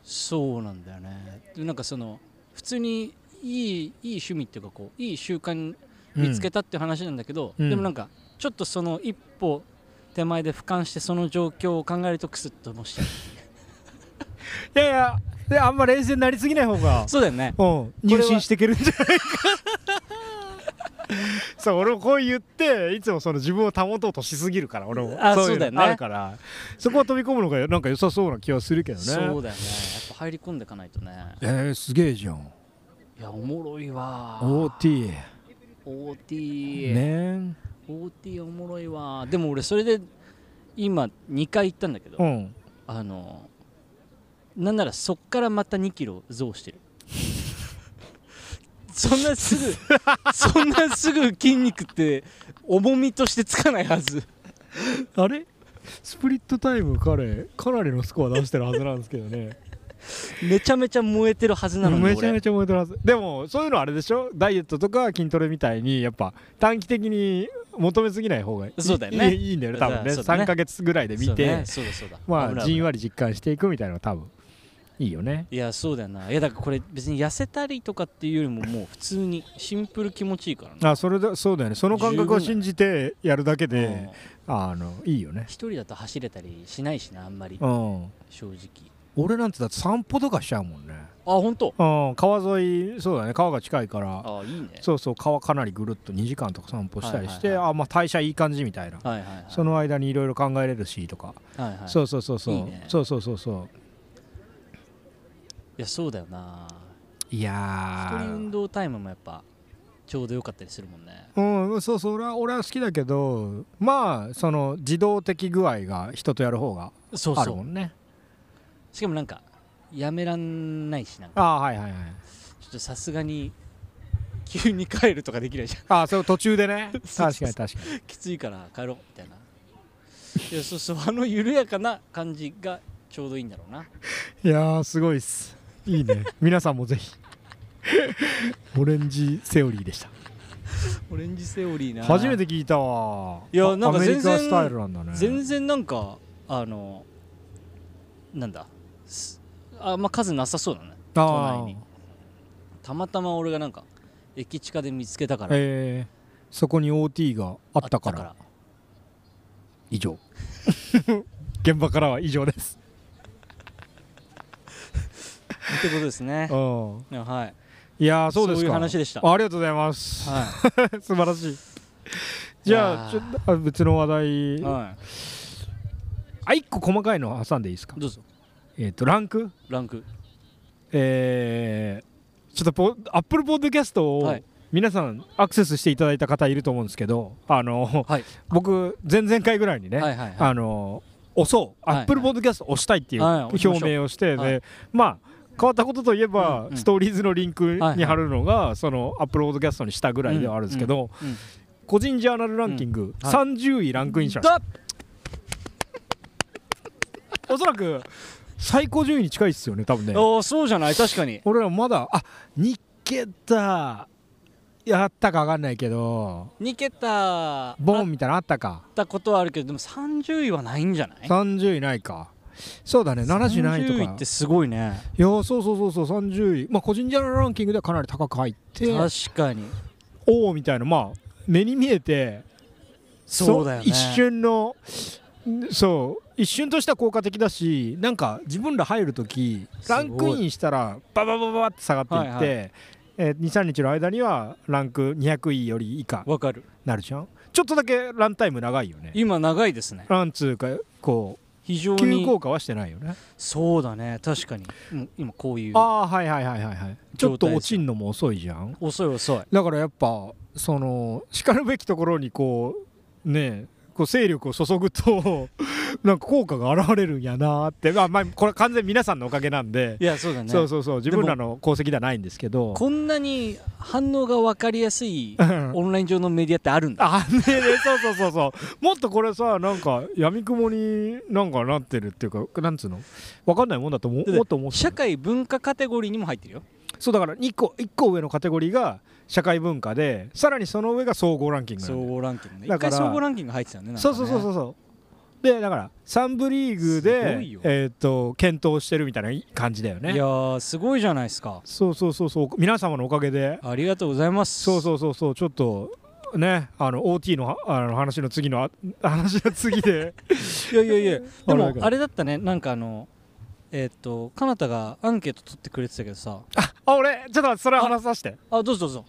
Speaker 4: そうなんだよねでなんかその普通にいいいい趣味っていうかこういい習慣見つけたっていう話なんだけど、
Speaker 3: うん
Speaker 4: でもなんかちょっとその一歩手前で俯瞰してその状況を考えるとクスッともしちゃう
Speaker 3: いやいやであんま冷静になりすぎない方が
Speaker 4: そうだよね
Speaker 3: うん
Speaker 4: れ
Speaker 3: 入
Speaker 4: は
Speaker 3: 信していけるんじゃ [laughs] ないかそう俺もこう言っていつもその自分を保とうとしすぎるから俺も
Speaker 4: あ
Speaker 3: い
Speaker 4: そうだよね
Speaker 3: のあるからそこは飛び込むのがなんか良さそうな気はするけどね
Speaker 4: そうだよねやっぱ入り込んでいかないとね
Speaker 3: えー、すげえじゃん
Speaker 4: いやおもろいわ
Speaker 3: OT
Speaker 4: OT、
Speaker 3: ね
Speaker 4: OT おもろいわでも俺それで今2回行ったんだけど、
Speaker 3: うん
Speaker 4: あのなんならそっからまた2キロ増してる [laughs] そんなす
Speaker 3: [laughs]
Speaker 4: ぐそんなすぐ筋肉って重みとしてつかないはず
Speaker 3: あれスプリットタイム彼かなりのスコア出してるはずなんですけどね
Speaker 4: めちゃめちゃ燃えてるはずなのに
Speaker 3: めちゃめ
Speaker 4: 俺
Speaker 3: ちゃ燃えてるはずでもそういうのあれでしょダイエットとか筋トレみたいにやっぱ短期的に求めすぎない方がいい
Speaker 4: そうだよね
Speaker 3: いいいいんだよね多分ね
Speaker 4: そうだね
Speaker 3: 3ヶ月ぐらいで見
Speaker 4: そう
Speaker 3: て、
Speaker 4: だねそうだそうだ
Speaker 3: ま
Speaker 4: 危
Speaker 3: あ
Speaker 4: ない
Speaker 3: じ
Speaker 4: 危
Speaker 3: ん
Speaker 4: ない
Speaker 3: わり実感していくみたいなのが多分いいよね
Speaker 4: いやそうだよないやだからこれ別に痩せたりとかっていうよりももう普通にシンプル気持ちいいからね
Speaker 3: あそれだそうだよねその感覚を信じてやるだけ
Speaker 4: うん
Speaker 3: であのいいよね
Speaker 4: 一人だと走れたりしないしなあんまり
Speaker 3: うん
Speaker 4: 正直
Speaker 3: 俺なんてだって散歩とかしちゃうもんね
Speaker 4: あ本当
Speaker 3: うん川沿いそうだね川が近いから
Speaker 4: あいいね
Speaker 3: そうそう川かなりぐるっと2時間とか散歩したりして、
Speaker 4: はいはい
Speaker 3: あまあ代謝いい感じみたいな、
Speaker 4: はいはいはい
Speaker 3: その間にいろいろ考えれるしとか、
Speaker 4: はいはい
Speaker 3: そうそうそうそう
Speaker 4: いいね
Speaker 3: そうそうそうそう
Speaker 4: いやそうだよない一
Speaker 3: や
Speaker 4: 人運動タイムもやっぱちょうどよかったりするもんね
Speaker 3: うん、そうそう俺は俺は好きだけどまあその自動的具合が人とやる方が
Speaker 4: そう
Speaker 3: あ
Speaker 4: そ
Speaker 3: るも
Speaker 4: うん
Speaker 3: ね
Speaker 4: しかもなんかやめらんないしなんか
Speaker 3: ああはいはいはい
Speaker 4: ちょっとさすがに急に帰るとかできないじゃ
Speaker 3: ああそれ途中でね
Speaker 4: [laughs] そう
Speaker 3: 確か
Speaker 4: そう
Speaker 3: に確か
Speaker 4: ん [laughs] きついから帰ろうみたいないやそうそうあの緩やかな感じがちょうどいいんだろうな
Speaker 3: にいやーすごいっすいい
Speaker 4: [laughs]
Speaker 3: ね皆さんもぜひオレンジセオリーでした
Speaker 4: オレンジセオリーな
Speaker 3: 初めて聞いたわ
Speaker 4: いや
Speaker 3: あ
Speaker 4: なんか全然
Speaker 3: アメリカスタイルなんだね
Speaker 4: 全然なんかあのなんだすあんま数なさそうだね
Speaker 3: あ
Speaker 4: 都
Speaker 3: あ
Speaker 4: 内にたまたま俺がなんか駅近で見つけたから
Speaker 3: えーそこに OT があったから
Speaker 4: あっ
Speaker 3: 以上 [laughs] 現場からは以上
Speaker 4: [laughs]
Speaker 3: です
Speaker 4: らってことですね
Speaker 3: うん
Speaker 4: いやはい
Speaker 3: いやーそうですか
Speaker 4: そういう話でした
Speaker 3: あありがとうございます、 [laughs]
Speaker 4: は
Speaker 3: 素晴らしいじゃあ
Speaker 4: い
Speaker 3: ち
Speaker 4: や
Speaker 3: ょ
Speaker 4: ー
Speaker 3: っとあ別の話題、
Speaker 4: い、は
Speaker 3: あ一個細かいの挟んでいいですか
Speaker 4: い、どうぞ
Speaker 3: えっ、とランク
Speaker 4: ランク
Speaker 3: えー、ちょっとポアップルポッドキャスト
Speaker 4: は
Speaker 3: を
Speaker 4: い
Speaker 3: 皆さんアクセスしていただいた方いると思うんですけどあの、
Speaker 4: はい
Speaker 3: 僕前々回ぐらいにね、
Speaker 4: はいはいはい
Speaker 3: あの押そう、
Speaker 4: はい
Speaker 3: アップルポッドキャスト押したいっていう
Speaker 4: はい押し
Speaker 3: 表
Speaker 4: ましょう
Speaker 3: 明をして、
Speaker 4: は
Speaker 3: でまあ変わったことといえば、
Speaker 4: うんうん
Speaker 3: ストーリーズのリンク
Speaker 4: はいは
Speaker 3: に
Speaker 4: い
Speaker 3: 貼るのが、そのアップルポッドキャストにしたぐらいではあるんですけど、
Speaker 4: うんうん
Speaker 3: 個人ジャーナルランキング、
Speaker 4: うんはい
Speaker 3: 30位ランクインしました、おそらく最高順位に近いですよね多分ね
Speaker 4: ああそうじゃない確かに
Speaker 3: 俺らまだあ2桁やったか分かんないけど
Speaker 4: 2桁あっ
Speaker 3: ボンみたいなのあったか
Speaker 4: たことはあるけどでも30位はないんじゃない
Speaker 3: 30位ないかそうだね70ないと
Speaker 4: 30
Speaker 3: か
Speaker 4: 位ってすごいね
Speaker 3: いやそうそうそうそう30位まあ個人ジャーナルランキングではかなり高く入って
Speaker 4: 確かに
Speaker 3: おおみたいなまあ目に見えて
Speaker 4: そうだよね
Speaker 3: 一瞬のんそう一瞬としては効果的だしなんか自分ら入る時
Speaker 4: すごい
Speaker 3: ランクインしたらバババババって下がっていって、
Speaker 4: はい
Speaker 3: えー、23日の間にはランク200位より以下
Speaker 4: わかる
Speaker 3: なるじゃんちょっとだけランタイム長いよね
Speaker 4: 今長いですね
Speaker 3: ランツーかこ
Speaker 4: 非常
Speaker 3: う急
Speaker 4: に
Speaker 3: 降下はしてないよね
Speaker 4: そうだね確かにうん今こういう
Speaker 3: ああはいはいはいはいはいちょっと落ちんのも遅いじゃん
Speaker 4: 遅い遅い
Speaker 3: だからやっぱそのしかるべきところにこうねえこう勢力を注ぐと [laughs] なんか効果が現れるんやなーって、まあ、まあこれ完全に皆さんのおかげなんで、
Speaker 4: いやそうだね
Speaker 3: そうそうそう自分らの功績ではないんですけど [laughs]
Speaker 4: こんなに反応が分かりやすい
Speaker 3: うん
Speaker 4: オンライン上のメディアってあるんだ
Speaker 3: あねえねえそうそうそうそうもっとこれさなんかやみくもになんかなってるっていうかなんつうのわかんないもんだと思う
Speaker 4: だって
Speaker 3: もっと思う
Speaker 4: 社会文化カテゴリーにも入ってるよ
Speaker 3: そうだから1個一個上のカテゴリーが社会文化でさらにその上が総合ランキングなんだ
Speaker 4: 総
Speaker 3: よ
Speaker 4: 合ランキングね
Speaker 3: だ
Speaker 4: 一
Speaker 3: から
Speaker 4: 回総合ランキング入ってたよねなんか
Speaker 3: そう
Speaker 4: ね
Speaker 3: そうそうそうそうでだからサンブリーグ
Speaker 4: すご
Speaker 3: で
Speaker 4: いよ
Speaker 3: えーっと検討してるみたいな感じだよ
Speaker 4: い
Speaker 3: ね
Speaker 4: やーすごいじゃないですか
Speaker 3: そうそうそうそう皆様のおかげで
Speaker 4: ありがとうございます
Speaker 3: そうそうそうそうちょっとねあの OT のはあの話の次のあ話の次
Speaker 4: [laughs]
Speaker 3: で
Speaker 4: いやい
Speaker 3: [laughs]
Speaker 4: やいやで
Speaker 3: あれだ
Speaker 4: も
Speaker 3: けど
Speaker 4: あれだったねなんかあのえーっとかなたがアンケート取ってくれてたけどさ
Speaker 3: あ俺ちょっと待ってそれ話させて
Speaker 4: あどうぞどうぞ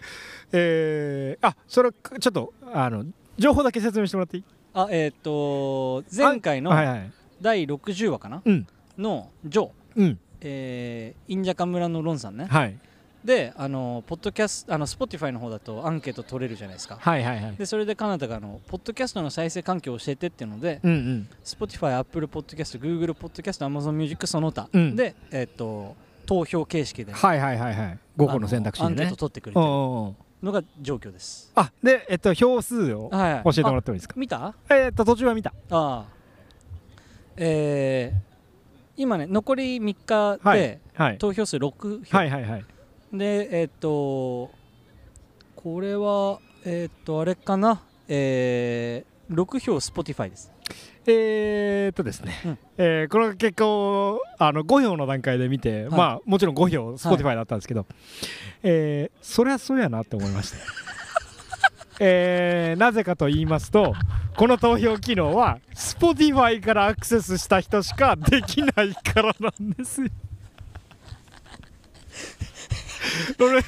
Speaker 3: えー、あそれちょっとあの情報だけ説明してもらっていい
Speaker 4: あえーっと前回の
Speaker 3: はいはい
Speaker 4: 第60話かな
Speaker 3: うん
Speaker 4: のジョー
Speaker 3: うん
Speaker 4: えーインジャカ村のロンさんね
Speaker 3: はい
Speaker 4: であのポッドキャスあの Spotify の方だとアンケート取れるじゃないですか
Speaker 3: はいはいはい
Speaker 4: でそれでカナダがあのポッドキャストの再生環境を教えてっていうので
Speaker 3: うんうん、
Speaker 4: Spotify、Apple Podcast、Google Podcast、Amazon Music その他、
Speaker 3: うん
Speaker 4: で、えーっと投票形式で
Speaker 3: はいはいはいはい5個の選択肢
Speaker 4: あ
Speaker 3: で
Speaker 4: のアンケー
Speaker 3: ね
Speaker 4: ト取ってくれて
Speaker 3: おう
Speaker 4: る
Speaker 3: おうおう
Speaker 4: のが状況です
Speaker 3: あでえっと票数を
Speaker 4: はいはい
Speaker 3: 教えてもらってもいいですか
Speaker 4: あ見たあ
Speaker 3: えーっと途中は見た
Speaker 4: あえー今ね残り3日で、
Speaker 3: はいはい
Speaker 4: 投票数6票、
Speaker 3: はいはいはい
Speaker 4: でえーっとこれはえーっとあれかなえー、6票 Spotify です
Speaker 3: えー、っとですね、
Speaker 4: うん
Speaker 3: えーこの結果をあの5票の段階で見て、
Speaker 4: い
Speaker 3: まあもちろん5票 Spotify だったんですけど、えーそりゃそうやなって思いました、 [laughs] えーなぜかと言いますとこの投票機能は Spotify からアクセスした人しかできないからなんですよ [laughs] 俺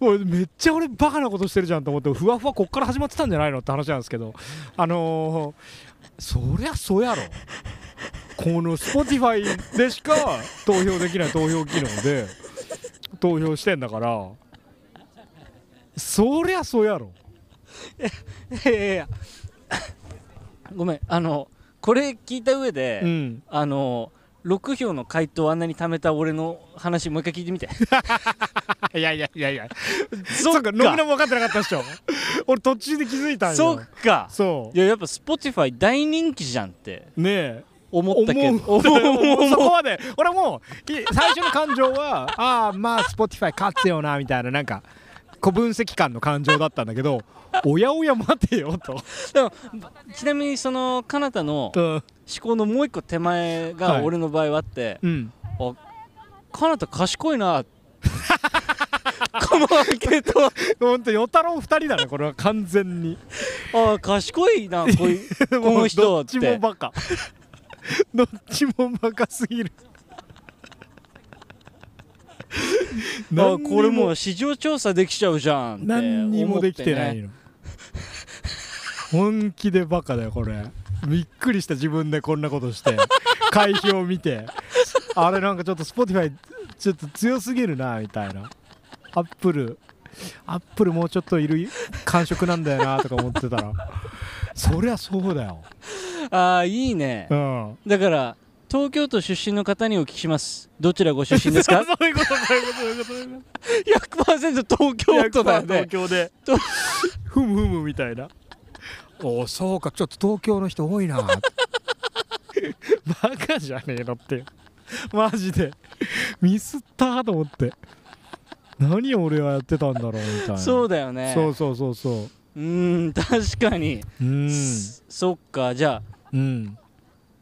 Speaker 3: もうめっちゃ俺バカなことしてるじゃんと思ってふわふわこっから始まってたんじゃないのって話なんですけどあのー、そりゃそうやろこの Spotify でしか投票できない投票機能で投票してんだからそりゃそうやろ
Speaker 4: いやいやいや [laughs] ごめんあのこれ聞いた上で、
Speaker 3: うん
Speaker 4: あの6票の回答をあんなに貯めた俺の話もう一回聞いてみて
Speaker 3: いやいやいやいや
Speaker 4: そ
Speaker 3: [laughs] そ
Speaker 4: っ
Speaker 3: っか
Speaker 4: か
Speaker 3: ノブナも分かってなかったでしょ俺途中で気づいたんよ
Speaker 4: そっか
Speaker 3: そ
Speaker 4: いややっぱ Spotify 大人気じゃんって
Speaker 3: うねえ
Speaker 4: [laughs] 思ったけど
Speaker 3: [laughs] 思うそ [laughs] こまで俺もうい最初の感情は [laughs] ああまあ Spotify 勝つよなみたいななんかこう分析感の感情だったんだけどおやおや待てよと、
Speaker 4: でもちなみにそのかなたの思
Speaker 3: うん
Speaker 4: 考のもう一個手前
Speaker 3: は
Speaker 4: が
Speaker 3: い
Speaker 4: 俺の場合はあって、
Speaker 3: うん、
Speaker 4: かなた賢いな [laughs] このアンケート
Speaker 3: ほんと与太郎2人だねこれは完全に
Speaker 4: ああ賢いなこういう
Speaker 3: こ
Speaker 4: の人は
Speaker 3: どっちもバ
Speaker 4: [laughs]
Speaker 3: カどっちもバカすぎる
Speaker 4: あ
Speaker 3: [laughs] 何に
Speaker 4: これもう市場調査できちゃうじゃんって思って、ね、
Speaker 3: 何にもできてないの、本気でバカだよこれびっくりした自分でこんなこと
Speaker 4: [laughs]
Speaker 3: して開票見てあれなんかちょっと Spotify ちょっと強すぎるなみたいなアップルアップルもうちょっといる感触なんだよなとか思ってたらそりゃそうだよ
Speaker 4: ああいいね
Speaker 3: うん
Speaker 4: だから東京都出身の方にお聞きしますどちらご出身です
Speaker 3: [laughs]
Speaker 4: か
Speaker 3: そういうことそういうことそういうことそういうこ
Speaker 4: 100%東
Speaker 3: と
Speaker 4: 京都だよね
Speaker 3: 東京でふむふむみたいなおそうかちょっと東京の人多いなバカじゃねえのってマジでミスったと思って何を俺はやってたんだろうみたいな
Speaker 4: そうだよね
Speaker 3: そうそうそうそう
Speaker 4: うーん確かに、
Speaker 3: うん
Speaker 4: そそっかじゃあ
Speaker 3: うん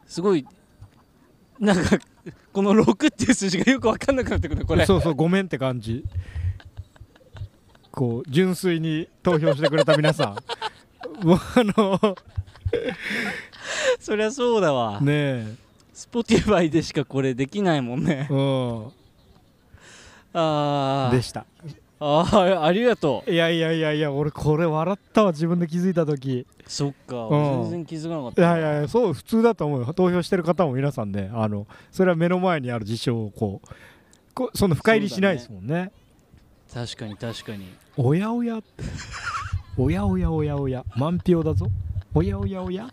Speaker 4: すごいなんかこの6っていう数字がよく分かんなくなってくるねこれ
Speaker 3: そうそうごめんって感じこう純粋に投票してくれた皆さん [laughs] もうあの
Speaker 4: そりゃそうだわ、
Speaker 3: ね
Speaker 4: Spotify でしかこれできないもんね
Speaker 3: えうん
Speaker 4: あ
Speaker 3: で
Speaker 4: ー
Speaker 3: した
Speaker 4: あーありがとう
Speaker 3: いやいやいやいや俺これ笑ったわ自分で気づいた時
Speaker 4: そっか、
Speaker 3: うん
Speaker 4: 全然気づかなかっ
Speaker 3: い
Speaker 4: た
Speaker 3: やいやいやそう普通だと思うよ投票してる方も皆さんねあのそれは目の前にある事象をこうこうその深入りしないですもんね
Speaker 4: 確かに確かに
Speaker 3: おやおやっておやおやおやおや満票だぞおやおや [laughs] おや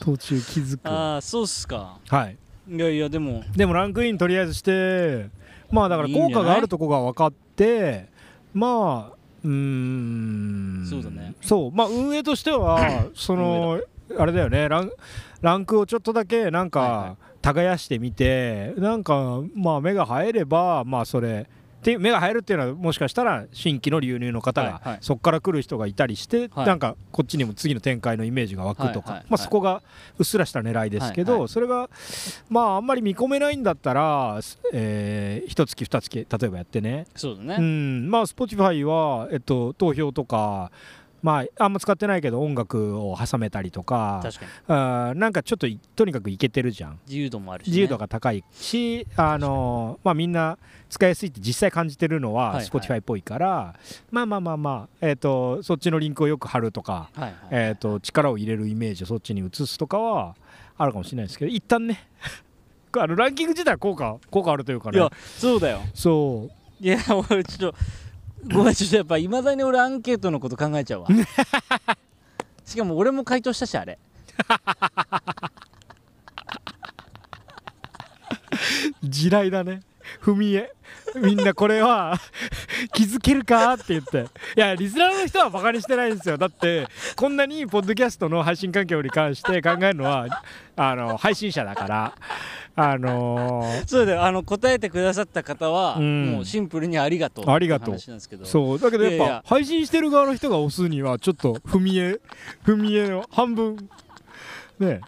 Speaker 3: 途中気づく
Speaker 4: ああそうっすか
Speaker 3: はい
Speaker 4: いやいやでも
Speaker 3: でもランクインとりあえずしてまあだから
Speaker 4: いいん
Speaker 3: 効
Speaker 4: じゃない
Speaker 3: 果があるとこが分かってまあうーん
Speaker 4: そうだね
Speaker 3: そうまあ運営としてはそのあれだよねランランクをちょっとだけなんか、
Speaker 4: はいは
Speaker 3: 耕してみてなんかまあ目が生えればまあそれって目が生えるっていうのはもしかしたら新規の流入の方が、
Speaker 4: はいはい
Speaker 3: そこから来る人がいたりして、
Speaker 4: はい
Speaker 3: なんかこっちにも次の展開のイメージが湧くとか、
Speaker 4: はいはい
Speaker 3: まあ、
Speaker 4: はい
Speaker 3: そこがうっすらした狙いですけど、
Speaker 4: はいは
Speaker 3: それがまああんまり見込めないんだったら、すえー、1月2月例えばやってね
Speaker 4: そうだ
Speaker 3: う
Speaker 4: ね
Speaker 3: んまあ Spotify は、えっと、投票とかまああんま使ってないけど音楽を挟めたりとか
Speaker 4: 確かに
Speaker 3: あーなんかちょっといとにかくいけてるじゃん
Speaker 4: 自由度もあるしね
Speaker 3: 自由度が高いし、あのまあ、みんな使いやすいって実際感じてるの
Speaker 4: はい
Speaker 3: は
Speaker 4: はい
Speaker 3: Spotify っぽいから、まあまあまあまあ、えっとそっちのリンクをよく貼るとか、
Speaker 4: はいはい
Speaker 3: えー、と力を入れるイメージをそっちに移すとかはあるかもしれないですけど一旦ね [laughs] あのランキング自体は効果効果あるというか
Speaker 4: い
Speaker 3: ね
Speaker 4: やそうだよ
Speaker 3: そ
Speaker 4: いや [laughs] 俺ちょっとごめんちょっとやっぱいまだに俺アンケートのこと考えちゃうわしかも俺も回答したしあれ
Speaker 3: う地雷だね踏み絵みんなこれは [laughs] 気づけるかって言っていやリスナーの人はバカにしてないんですよだってこんなにポッドキャストの配信環境に関して考えるのはあの配信者だからあのー
Speaker 4: そうだよあの答えてくださった方は、
Speaker 3: うん
Speaker 4: もうシンプルにありがとう
Speaker 3: ありがとう
Speaker 4: って話なんですけど
Speaker 3: そうだけどやっぱ
Speaker 4: いやいや
Speaker 3: 配信してる側の人が押すにはちょっと踏み絵 [laughs] 踏み絵の半分ねえ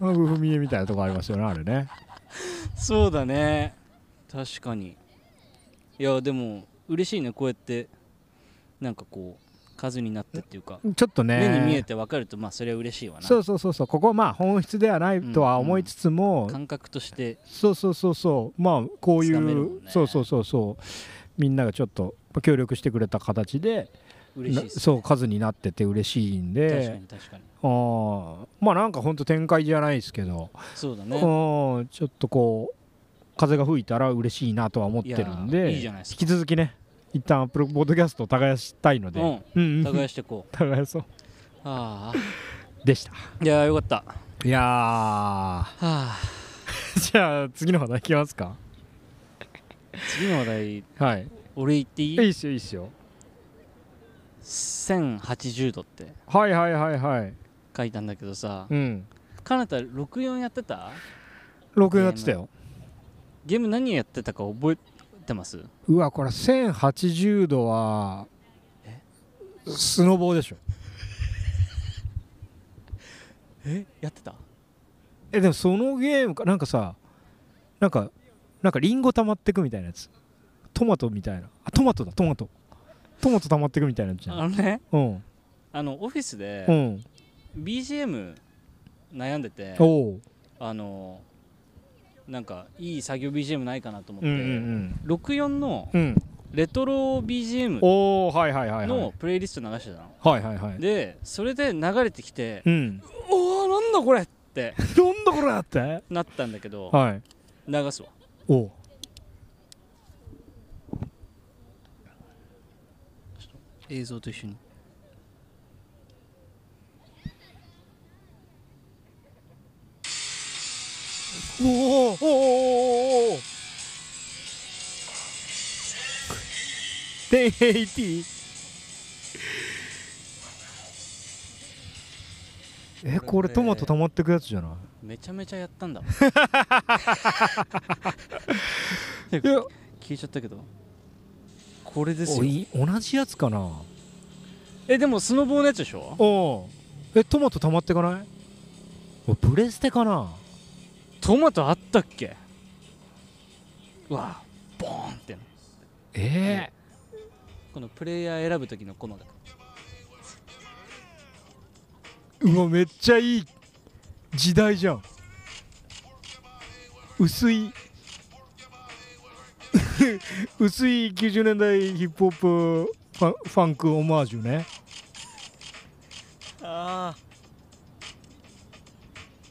Speaker 3: 半分踏み絵みたいなとこありますよねあれね
Speaker 4: そうだね確かにいやでも嬉しいねこうやってなんかこう数になってっていうか、
Speaker 3: ちょっとね
Speaker 4: 目に見えて分かるとまあそれは嬉しいわな
Speaker 3: そうそうそうそうここはまあ本質ではないとは思いつつも、
Speaker 4: 感覚として
Speaker 3: そうそうそうそうまあこうい
Speaker 4: つかめるも、
Speaker 3: うん
Speaker 4: ね
Speaker 3: そうそうそうそうみんながちょっと協力してくれた形で
Speaker 4: 嬉しいです、
Speaker 3: そう数になってて嬉しいん
Speaker 4: 確か
Speaker 3: で
Speaker 4: に確かに
Speaker 3: あーまあなんかほんと展開じゃないですけど
Speaker 4: そうだね
Speaker 3: うんちょっとこう風が吹いたら嬉しいなとは思ってるん
Speaker 4: いや
Speaker 3: で
Speaker 4: いいじゃないですか
Speaker 3: 引き続きね一旦アップルポッドキャストを耕したいので、
Speaker 4: うん
Speaker 3: うんうん
Speaker 4: 耕してこう
Speaker 3: 耕そう
Speaker 4: ああ
Speaker 3: でした
Speaker 4: いやよかったはい
Speaker 3: やー
Speaker 4: あ
Speaker 3: [laughs] じゃあ次の話題いきますか
Speaker 4: 次の話題
Speaker 3: はい
Speaker 4: 俺言って
Speaker 3: いい
Speaker 4: いい
Speaker 3: っすよいいっすよ
Speaker 4: 1080度って
Speaker 3: はいはいはいはい
Speaker 4: 書いたんだけどさ
Speaker 3: うん
Speaker 4: かなた64やってた
Speaker 3: 録音やってたよ
Speaker 4: ゲーム何やってたか覚えてます
Speaker 3: うわこれ1080度はスノボーでしょ
Speaker 4: えやってた
Speaker 3: えでもそのゲームかなんかさなんかなんかリンゴ溜まってくみたいなやつトマトみたいなあトマトだトマトトマト溜まってくみたいなやつじゃん
Speaker 4: あのね
Speaker 3: うん
Speaker 4: あのオフィスで
Speaker 3: うん
Speaker 4: BGM 悩んでて
Speaker 3: おお
Speaker 4: あのなんかいい作業 BGM ないかなと思
Speaker 3: う
Speaker 4: って、
Speaker 3: んうん
Speaker 4: 64の
Speaker 3: うんうん
Speaker 4: レトロ BGM
Speaker 3: おおはいはいはいはい
Speaker 4: のプレイリスト流してたの、
Speaker 3: はいはいはい
Speaker 4: でそれで流れてきて
Speaker 3: うん [laughs]
Speaker 4: 「おおなんだこれ!」って
Speaker 3: なんだこれって
Speaker 4: なったんだけど
Speaker 3: はい
Speaker 4: 流すわ
Speaker 3: おお
Speaker 4: 映像と一緒に
Speaker 3: おおおお1080えこれトマト溜まってくやつじゃない
Speaker 4: めちゃめちゃやったんだ
Speaker 3: いや
Speaker 4: 聞いちゃったけどこれです
Speaker 3: お
Speaker 4: よ
Speaker 3: い同じやつかな
Speaker 4: えでもスノボーのやつでしょ
Speaker 3: おえトマト溜まってかないおプレステかな
Speaker 4: トマトあったっけうわボーンって
Speaker 3: え
Speaker 4: このプレイヤー選ぶ時のこの
Speaker 3: えうわめっちゃいい時代じゃん薄い [laughs] 薄い90年代ヒップホップファンファンクオマージュね
Speaker 4: あ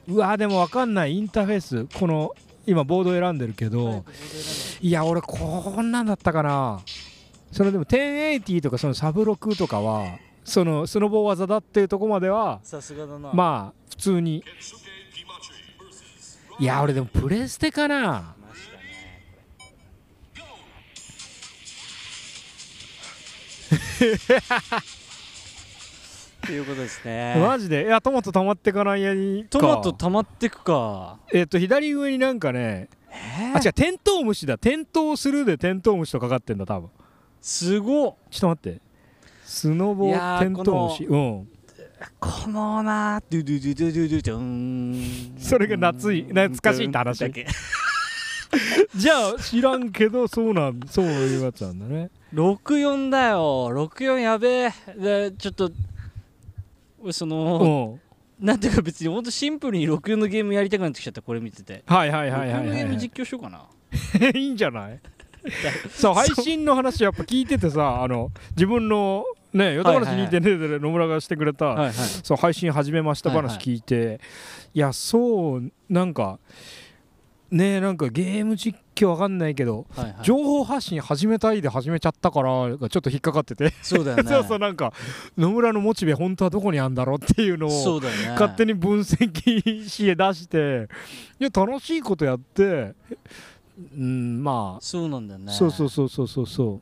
Speaker 3: うわでもわかんないインターフェースこの今ボード選んでるけど、いや俺こんなんだったかなそれでも1080とかそのサブロクとかはそのスノボ技だっていうとこまでは
Speaker 4: さすがだなあ
Speaker 3: まあ普通にいや俺でもプレステかな
Speaker 4: マジだねこれっていうことですね
Speaker 3: マジでいやトマト溜まってかないやに
Speaker 4: トマト
Speaker 3: か
Speaker 4: 溜まってくか
Speaker 3: えっ、と左上になんかねあ違うテントウムシだテントウするでテントウムシとかかってんだ多分
Speaker 4: すごっ
Speaker 3: ちょっと待ってスノ
Speaker 4: い
Speaker 3: ボ
Speaker 4: やー
Speaker 3: テントウムシうん
Speaker 4: このなドゥドゥドゥドゥドゥドゥドゥーン
Speaker 3: それが夏い懐かしいって話
Speaker 4: だけ
Speaker 3: じゃあ知らんけどそうなんそういうやつなんだね
Speaker 4: 64だよ64やべえでちょっと俺その
Speaker 3: うん
Speaker 4: なんていうか別にほんとシンプルに64のゲームやりたくなってきちゃったこれ見てて
Speaker 3: はいはいはいはい
Speaker 4: 64
Speaker 3: は
Speaker 4: のゲ
Speaker 3: い、
Speaker 4: ー
Speaker 3: は
Speaker 4: ム
Speaker 3: い、
Speaker 4: 実況しようかな
Speaker 3: [laughs] いいんじゃ
Speaker 4: [laughs]
Speaker 3: ないそう配信の話やっぱ聞いててさあの自分のねヨタ話2.0で野村がしてくれた、
Speaker 4: はいはい
Speaker 3: そう配信始めました
Speaker 4: はい
Speaker 3: 話
Speaker 4: はい
Speaker 3: 聞いて、いやそうなんかねえなんかゲーム実況わかんないけど、
Speaker 4: はいはい
Speaker 3: 情報発信始めたいで始めちゃったからがちょっと引っかかってて、
Speaker 4: そうだよね
Speaker 3: [laughs] そうそうなんか野村のモチベ本当はどこにあんだろうっていうのを
Speaker 4: そうだよね
Speaker 3: 勝手
Speaker 4: に
Speaker 3: に分析し [laughs] 出していや楽しいことやってうんまあ
Speaker 4: そうなんだよね
Speaker 3: そうそうそうそうそうそう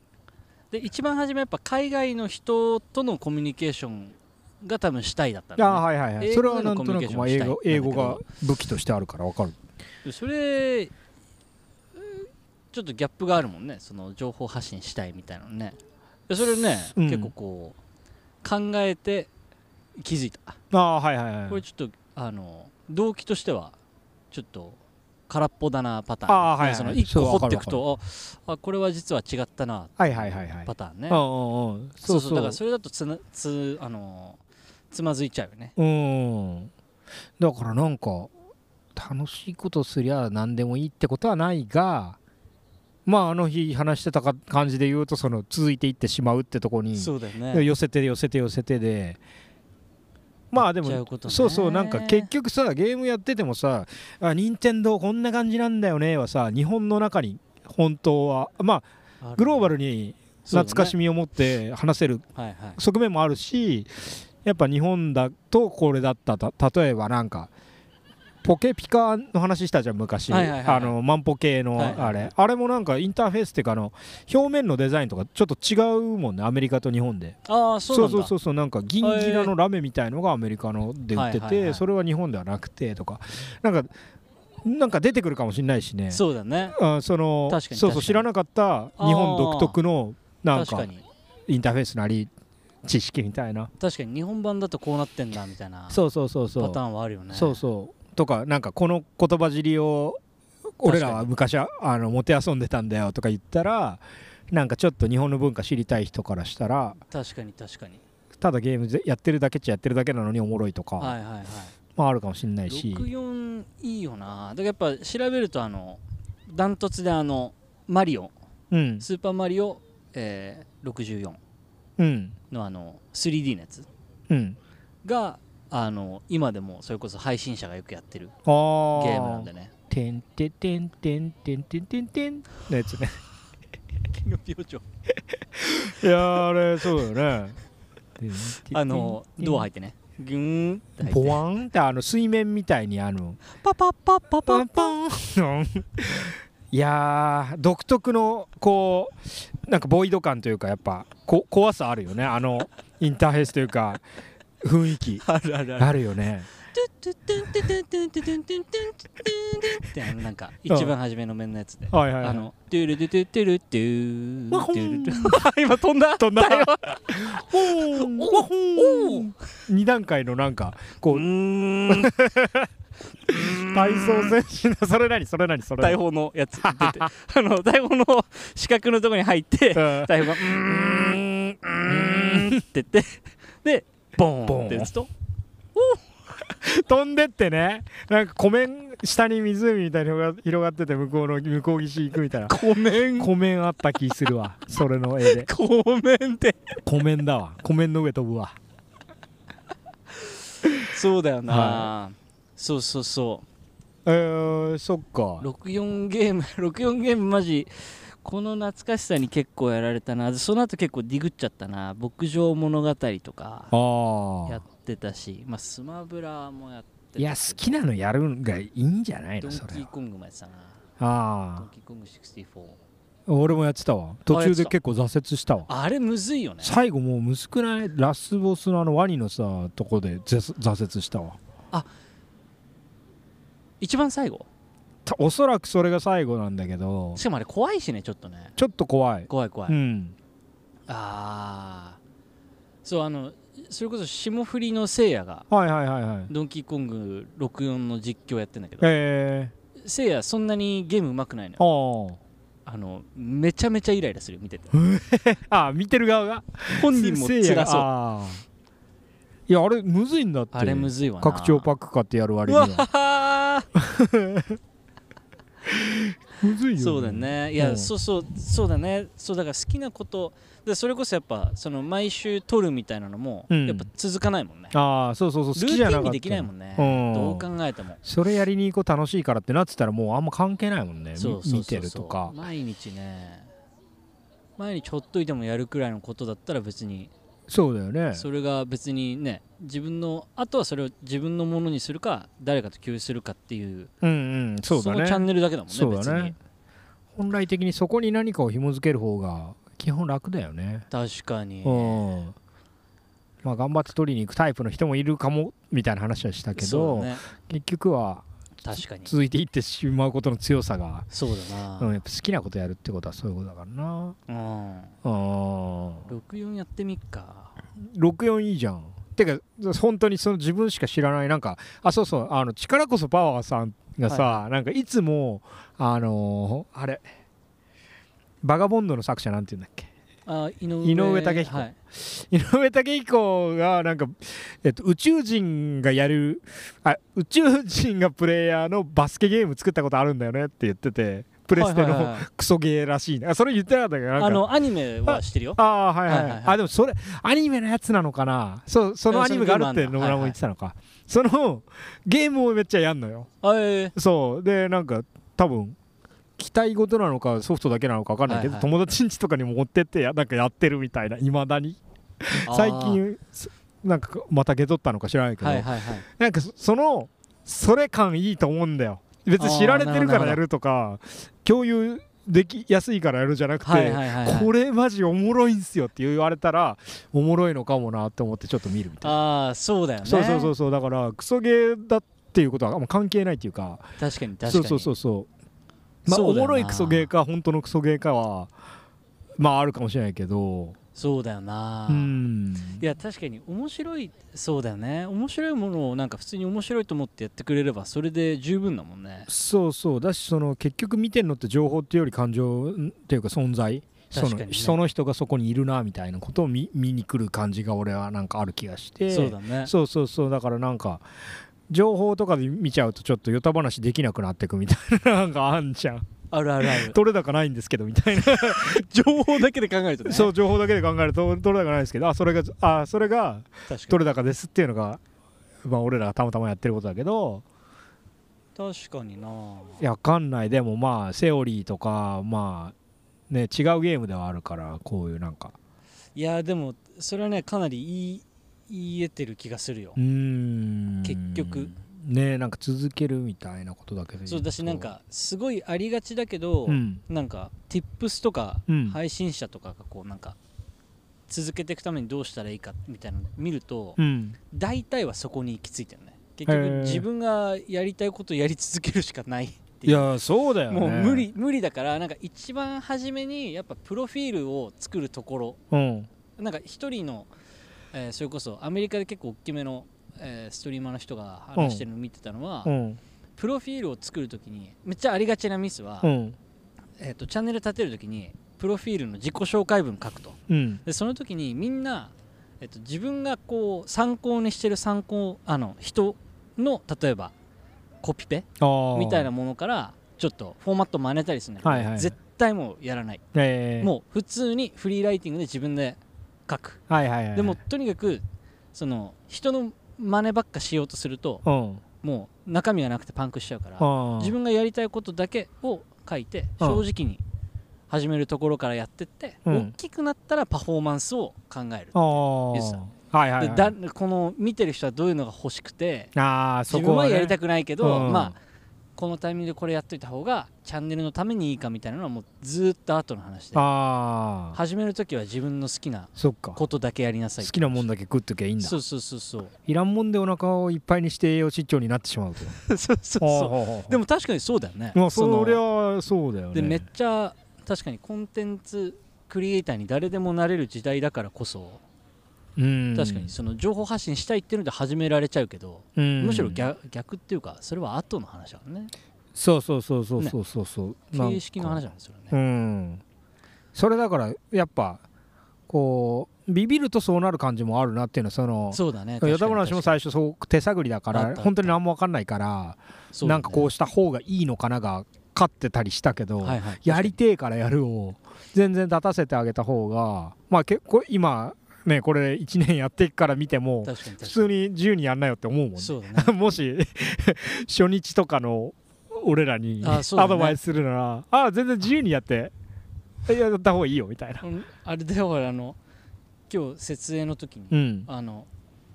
Speaker 4: で一番初めやっぱ海外の人とのコミュニケーションが多分したいだったん
Speaker 3: あ
Speaker 4: だね
Speaker 3: はいはいはい
Speaker 4: 英
Speaker 3: それ
Speaker 4: 語
Speaker 3: は
Speaker 4: で
Speaker 3: な
Speaker 4: の
Speaker 3: ん
Speaker 4: コ
Speaker 3: と
Speaker 4: ミュ
Speaker 3: な
Speaker 4: ニ
Speaker 3: く
Speaker 4: ケーション
Speaker 3: まあ
Speaker 4: し
Speaker 3: 英
Speaker 4: たい
Speaker 3: 語英語が武器としてあるからわかる
Speaker 4: でそれちょっとギャップがあるもんねその情報発信したいみたいなのねでそれね、
Speaker 3: うん
Speaker 4: 結構こう考えて気づいた
Speaker 3: ああはいはいはい
Speaker 4: これちょっとあの動機としてはちょっと空っぽだなパターン
Speaker 3: ああはいはい
Speaker 4: その1
Speaker 3: そう
Speaker 4: 個
Speaker 3: わ
Speaker 4: 掘
Speaker 3: か
Speaker 4: っ
Speaker 3: る
Speaker 4: ていくとああこれは実は違ったな
Speaker 3: はいはいはいはい
Speaker 4: パターンね、
Speaker 3: うんうんうん
Speaker 4: そ
Speaker 3: そうう
Speaker 4: そ
Speaker 3: そうう
Speaker 4: だからそれだとつなつあのつまずいちゃうよね
Speaker 3: うんだからなんか楽しいことすりゃ何でもいいってことはないがまああの日話してたか感じで言うとその続いていってしまうってとこに
Speaker 4: そうだよね
Speaker 3: 寄せて寄せて寄せてでまあでも
Speaker 4: やっちゃうことね
Speaker 3: そうそうなんか結局さゲームやっててもさ「あ任天堂こんな感じなんだよね」はさ日本の中に本当はまあグローバ
Speaker 4: ル
Speaker 3: ルに懐かしみを持って話せる
Speaker 4: はいはい
Speaker 3: 側面もあるしやっぱ日本だとこれだったた例えばなんかポケピカの話したじゃん昔、
Speaker 4: はいはいはいはい
Speaker 3: あの万歩系の
Speaker 4: はいはいはい
Speaker 3: あれ、あれもなんかインターフェースっていうかあの表面のデザインとかちょっと違うもんねアメリカと日本で
Speaker 4: ああそうなんだ
Speaker 3: そうそうそうなんか銀ギラのラメみたいのがアメリカので売ってて、
Speaker 4: はいはいはい
Speaker 3: それは日本ではなくてとかなんかなんか出てくるかもしれないしね
Speaker 4: そうだね
Speaker 3: あその
Speaker 4: 確かに
Speaker 3: そうそ
Speaker 4: 確か
Speaker 3: う
Speaker 4: に
Speaker 3: 知らなかった日本独特のなん
Speaker 4: 確
Speaker 3: か
Speaker 4: かに
Speaker 3: インターフェースなり知識みたいな
Speaker 4: 確かに日本版だとこうなってんだみたいな
Speaker 3: そうそうそうそう
Speaker 4: パターンはあるよね
Speaker 3: そうそうとかなんかこの言葉尻を俺らは昔はあのもて遊んでたんだよとか言ったらなんかちょっと日本の文化知りたい人からしたら
Speaker 4: 確かに確かに
Speaker 3: ただゲームぜやってるだけっちゃやってるだけなのにおもろいとか、
Speaker 4: はいはいはい
Speaker 3: まああるかもしんないし
Speaker 4: 64いいよなだからやっぱ調べるとあのダントツであのマリオ
Speaker 3: うん
Speaker 4: スーパーマリオ、えー64
Speaker 3: うん
Speaker 4: のあの 3D のやつ
Speaker 3: うん
Speaker 4: があの今でもそれこそ配信者がよくやってる
Speaker 3: あ
Speaker 4: ゲ
Speaker 3: ー
Speaker 4: ームなんでね
Speaker 3: てんててんてんてんてんてんてんのやつね
Speaker 4: キングオブヨーチョ
Speaker 3: いやーあれそうだよね
Speaker 4: あのドア入ってねギューンって入って
Speaker 3: ポワンってあの水面みたいにあの
Speaker 4: パパパパパ
Speaker 3: パンパンいやー独特のこうなんかボイド感というかやっぱこ怖さあるよねあのインターフェースというか雰囲気
Speaker 4: あるあるある
Speaker 3: あるよね
Speaker 4: トゥトゥントゥトゥントゥントゥトゥントゥントゥントゥントゥンってあのなんか一番初めの面のやつで
Speaker 3: はいはい、はい、
Speaker 4: あのトゥルトゥトゥトゥルトゥー
Speaker 3: ワホーン
Speaker 4: トゥルトゥ今飛んだ
Speaker 3: 飛んだよほ
Speaker 4: お
Speaker 3: ーわほーん2段階のなんかこ
Speaker 4: う
Speaker 3: う
Speaker 4: ーん
Speaker 3: 体操選手のそれ [laughs] 何それ何それ
Speaker 4: 大
Speaker 3: 何
Speaker 4: 砲のやつ出てあの大砲の四角のとこに入って
Speaker 3: うん
Speaker 4: 大砲がうーんうーんって言ってでボーンって打つと
Speaker 3: 飛んでってねなんか湖面下に湖みたいに広が広がってて向こうの向こう岸行くみたいな
Speaker 4: ごめん
Speaker 3: 湖面あった気するわそれの
Speaker 4: [laughs]
Speaker 3: 絵で
Speaker 4: ごめんって
Speaker 3: 湖面だわ湖面の上飛ぶわ
Speaker 4: そうだよな
Speaker 3: は
Speaker 4: そうそうそう
Speaker 3: えー、そっか
Speaker 4: [laughs] 64ゲーム64ゲームマジこの懐かしさに結構やられたなその後結構ディグっちゃったな牧場物語とか
Speaker 3: あ
Speaker 4: や
Speaker 3: あ
Speaker 4: ってたし、まあ、スマブラもやってた
Speaker 3: い
Speaker 4: し
Speaker 3: や好きなのやるんがいいんじゃない
Speaker 4: ド
Speaker 3: の
Speaker 4: ン
Speaker 3: そ
Speaker 4: キ
Speaker 3: れ
Speaker 4: ー
Speaker 3: は
Speaker 4: コングもやってたなド
Speaker 3: あ
Speaker 4: ンキーコング64
Speaker 3: あ俺もやってたわ途中で結構挫折したわ
Speaker 4: あれむずいよね
Speaker 3: 最後もうむずくないラスボスのあのワニのさとこでぜ挫折したわ
Speaker 4: 一番最後
Speaker 3: たおそらくそれが最後なんだけど
Speaker 4: しかもあれ怖いしねちょっとね
Speaker 3: ちょっと怖い
Speaker 4: 怖い怖い、
Speaker 3: うん
Speaker 4: ああそうあのそれこそ霜降りのせいやが
Speaker 3: はいはいはいはい
Speaker 4: ドンキーコング64の実況やってんだけど
Speaker 3: え
Speaker 4: せいやそんなにゲームうまくないのよ
Speaker 3: ー、あ
Speaker 4: あのめちゃめちゃイライラするよ見てて
Speaker 3: ああ見てる側が
Speaker 4: 本人も
Speaker 3: せいやが
Speaker 4: 辛そう
Speaker 3: あーいやあれむずいんだって
Speaker 4: あれむずいわな
Speaker 3: 拡張パック買ってやる割
Speaker 4: う
Speaker 3: に
Speaker 4: わ
Speaker 3: は
Speaker 4: は
Speaker 3: むずいよ、
Speaker 4: そうだねいうや
Speaker 3: ん
Speaker 4: そうそうそうだねそうだから好きなことでそれこそやっぱその毎週撮るみたいなのも
Speaker 3: うん
Speaker 4: やっぱ続かないもんね
Speaker 3: ああそうそうそう好
Speaker 4: ルー
Speaker 3: き
Speaker 4: テ
Speaker 3: じゃ
Speaker 4: ィ
Speaker 3: な
Speaker 4: ン
Speaker 3: かっ
Speaker 4: に
Speaker 3: た
Speaker 4: できないもんね
Speaker 3: うん
Speaker 4: どう考えても
Speaker 3: それやりに行こう楽しいからってなってたらもうあんま関係ないもんねみ
Speaker 4: そうそうそうそう
Speaker 3: 見てるとか
Speaker 4: 毎日ね毎日ほっといてもやるくらいのことだったら別に
Speaker 3: そうだよね
Speaker 4: それが別にね自分のあとはそれを自分のものにするか誰かと共有するかっていう
Speaker 3: うんうんそうだ
Speaker 4: の
Speaker 3: ね
Speaker 4: チャンネルだけだもんね
Speaker 3: そうだね
Speaker 4: 別に
Speaker 3: 本来的にそこに何かを紐付ける方が基本楽だよね
Speaker 4: 確かに
Speaker 3: うんまあ頑張って取りに行くタイプの人もいるかもみたいな話はしたけ
Speaker 4: そう
Speaker 3: ど、
Speaker 4: だね
Speaker 3: 結局は
Speaker 4: 確かに
Speaker 3: 続いていってしまうことの強さが、
Speaker 4: そうだな
Speaker 3: うん、やっぱ好きなことやるってことはそういうことだからな
Speaker 4: うん
Speaker 3: うん
Speaker 4: 64やってみっか
Speaker 3: 64いいじゃんてか本当にその自分しか知らないなんかあそうそうあの力こそパワーさんがさ、なんかいつもあのーあれバガボンドの作者なんて言うんだっけ
Speaker 4: あ井上
Speaker 3: 井上武彦
Speaker 4: はい
Speaker 3: 井上武彦がなんか、えっと、宇宙人がやるあ宇宙人がプレイヤーのバスケゲーム作ったことあるんだよねって言っててプレステ
Speaker 4: はいはいは
Speaker 3: の
Speaker 4: い
Speaker 3: クソゲーらしいねあそれ言ってなかったっけどなんか
Speaker 4: あのアニメはしてるよ
Speaker 3: ああはいはい,、
Speaker 4: はいはいはい
Speaker 3: あでもそれアニメのやつなのかなそうそのアニメがあるって
Speaker 4: そのゲ
Speaker 3: 野
Speaker 4: ームあんだ
Speaker 3: 村も言ってたのか、そのゲームをめっちゃやんのよ
Speaker 4: あえー
Speaker 3: そうでなんか多分期待事なのかソフトだけなのか分かんないけど、
Speaker 4: はいはい
Speaker 3: 友達ん家とかにも持ってってやなんかやってるみたいないまだに
Speaker 4: あー
Speaker 3: 最近すなんかまたゲ取ったのか知らないけど、
Speaker 4: はいはいはい
Speaker 3: なんかそそのそれ感いいと思うんだよ別に知られてるからやるとか共有できやすいからやるじゃなくて、
Speaker 4: はいはいはいはい
Speaker 3: これマジおもろいんすよって言われたらおもろいのかもなって思ってちょっと見るみたい
Speaker 4: ああそうだよ
Speaker 3: な、
Speaker 4: ね
Speaker 3: そうそうそうそうだからクソゲーだっていうことはあんま関係ないっていうか
Speaker 4: 確かに確か
Speaker 3: そう
Speaker 4: に
Speaker 3: そうそうそうまあ
Speaker 4: そう
Speaker 3: お
Speaker 4: だよな
Speaker 3: もろいクソゲーか本当のクソゲーかはまああるかもしれないけど
Speaker 4: そうだよな
Speaker 3: うん
Speaker 4: いや確かに面白いそうだよね面白いものをなんか普通に面白いと思ってやってくれればそれで十分だもんね
Speaker 3: そうそうだしその結局見てんのって情報っていうより感情んっていうか存在そ
Speaker 4: 確
Speaker 3: の
Speaker 4: かにね
Speaker 3: その人がそこにいるなみたいなことを見見に来る感じが俺はなんかある気がして
Speaker 4: そうだね
Speaker 3: そうそうそうだからなんか情報とかで見ちゃうとちょっとヨタ話できなくなってくみたいななんかあんじゃ
Speaker 4: [laughs]
Speaker 3: ん
Speaker 4: あるあるある
Speaker 3: 取れ高ないんですけどみたい
Speaker 4: [laughs]
Speaker 3: な
Speaker 4: 情報だけで考えるとね
Speaker 3: そう情報だけで考えると取れ高ないですけどあそれがあそれが
Speaker 4: 確か
Speaker 3: 取
Speaker 4: に
Speaker 3: れ高ですっていうのがまあ俺らがたまたまやってることだけど
Speaker 4: 確かにない
Speaker 3: やわかんないでもまあセオリーとかまあね違うゲームではあるからこういうなんか
Speaker 4: いやでもそれはねかなり言い言えてる気がするよ
Speaker 3: うーん
Speaker 4: 結局
Speaker 3: ねなんか続けるみたいなことだけで言と
Speaker 4: そうだしなんかすごいありがちだけど、
Speaker 3: うん
Speaker 4: なんか Tips とか
Speaker 3: うん
Speaker 4: 配信者とかがこうなんか続けていくためにどうしたらいいかみたいなの見ると
Speaker 3: うん
Speaker 4: 大体はそこに行き着いてるね結
Speaker 3: へ
Speaker 4: 局
Speaker 3: ー
Speaker 4: 自分がやりたいことをやり続けるしかないって
Speaker 3: い
Speaker 4: いう
Speaker 3: やそうだよね
Speaker 4: もう無理無理だからなんか一番初めにやっぱプロフィールを作るところ
Speaker 3: うん
Speaker 4: なんか一人の、えーそれこそアメリカで結構大きめの、えーストリーマーの人が話してるのを見てたのは、
Speaker 3: うん
Speaker 4: プロフィールを作るときにめっちゃありがちなミスは、
Speaker 3: うん
Speaker 4: えー、とチャンネル立てるときにプロフィールの自己紹介文書くと
Speaker 3: うん
Speaker 4: でその時にみんな、えっと、自分がこう参考にしてる参考あの人の例えばコピペ
Speaker 3: あー
Speaker 4: みたいなものからちょっとフォーマット真似たりするんだけど、
Speaker 3: はいはい
Speaker 4: 絶対もうやらない、
Speaker 3: えー
Speaker 4: もう普通にフリーライティングで自分で書く、
Speaker 3: はいはいはい
Speaker 4: でもとにかくその人の真似ばっかしようとすると
Speaker 3: うん
Speaker 4: もう中身がなくてパンクしちゃうから
Speaker 3: あー
Speaker 4: 自分がやりたいことだけを書いて
Speaker 3: うん
Speaker 4: 正直に始めるところからやってって、
Speaker 3: うん
Speaker 4: 大きくなったらパフォーマンスを考える
Speaker 3: あ
Speaker 4: いいっすよ
Speaker 3: あはいはい、
Speaker 4: で
Speaker 3: は
Speaker 4: だ
Speaker 3: い、
Speaker 4: この見てる人はどういうのが欲しくて
Speaker 3: ああそ
Speaker 4: 自
Speaker 3: こ
Speaker 4: 分
Speaker 3: は、
Speaker 4: は
Speaker 3: ね、
Speaker 4: やりたくないけど、
Speaker 3: うん
Speaker 4: まあこのタイミングでこれやっといた方がチャンネルのためにいいかみたいなのはもうずーっと後の話で
Speaker 3: ああ
Speaker 4: 始める時は自分の好きな
Speaker 3: そっか好
Speaker 4: ことだけやりなさい
Speaker 3: きなもん
Speaker 4: だ
Speaker 3: だけ食っときゃいいんだ
Speaker 4: そうそうそうそう
Speaker 3: いらんもんでお腹をいっぱいにして栄養失調になってしまうと
Speaker 4: [laughs] そうそうそう
Speaker 3: [laughs] そ
Speaker 4: でも確かにそうだよね
Speaker 3: まあ
Speaker 4: の
Speaker 3: そりゃそうだよね
Speaker 4: でめっちゃ確かにコンテンツクリエイターに誰でもなれる時代だからこそ
Speaker 3: うん
Speaker 4: 確かにその情報発信したいっていうので始められちゃうけど、
Speaker 3: うん
Speaker 4: むしろ逆逆っていうかそれは後の話だもんね
Speaker 3: そうそうそうそうそうそうそう
Speaker 4: 形式の話
Speaker 3: な
Speaker 4: なんんですよ
Speaker 3: かう
Speaker 4: ね
Speaker 3: んそれだからやっぱこうビビるとそうなる感じもあるなっていうのはその
Speaker 4: そうだね
Speaker 3: 与田話も
Speaker 4: さ
Speaker 3: 最初そう手探りだか
Speaker 4: あったあ
Speaker 3: ら
Speaker 4: った
Speaker 3: 本当に何も分かんないからなんかこうした方がいいのかなが勝ってたりしたけど、
Speaker 4: はいはい
Speaker 3: やりてえからやるを全然立たせてあげた方がまあ結構今ねこれ1年やっていくから見ても
Speaker 4: 確かに確か
Speaker 3: 普
Speaker 4: に
Speaker 3: 通に自由にやんなよって思うもんね
Speaker 4: そうだね
Speaker 3: [laughs] もし初日とかの俺らに
Speaker 4: あそうだ
Speaker 3: ア
Speaker 4: ね
Speaker 3: ドバイスするならあ全然自由にやってやった方がいいよみたいな
Speaker 4: うんあれだよ俺あの今日設営の時に、
Speaker 3: うん
Speaker 4: あの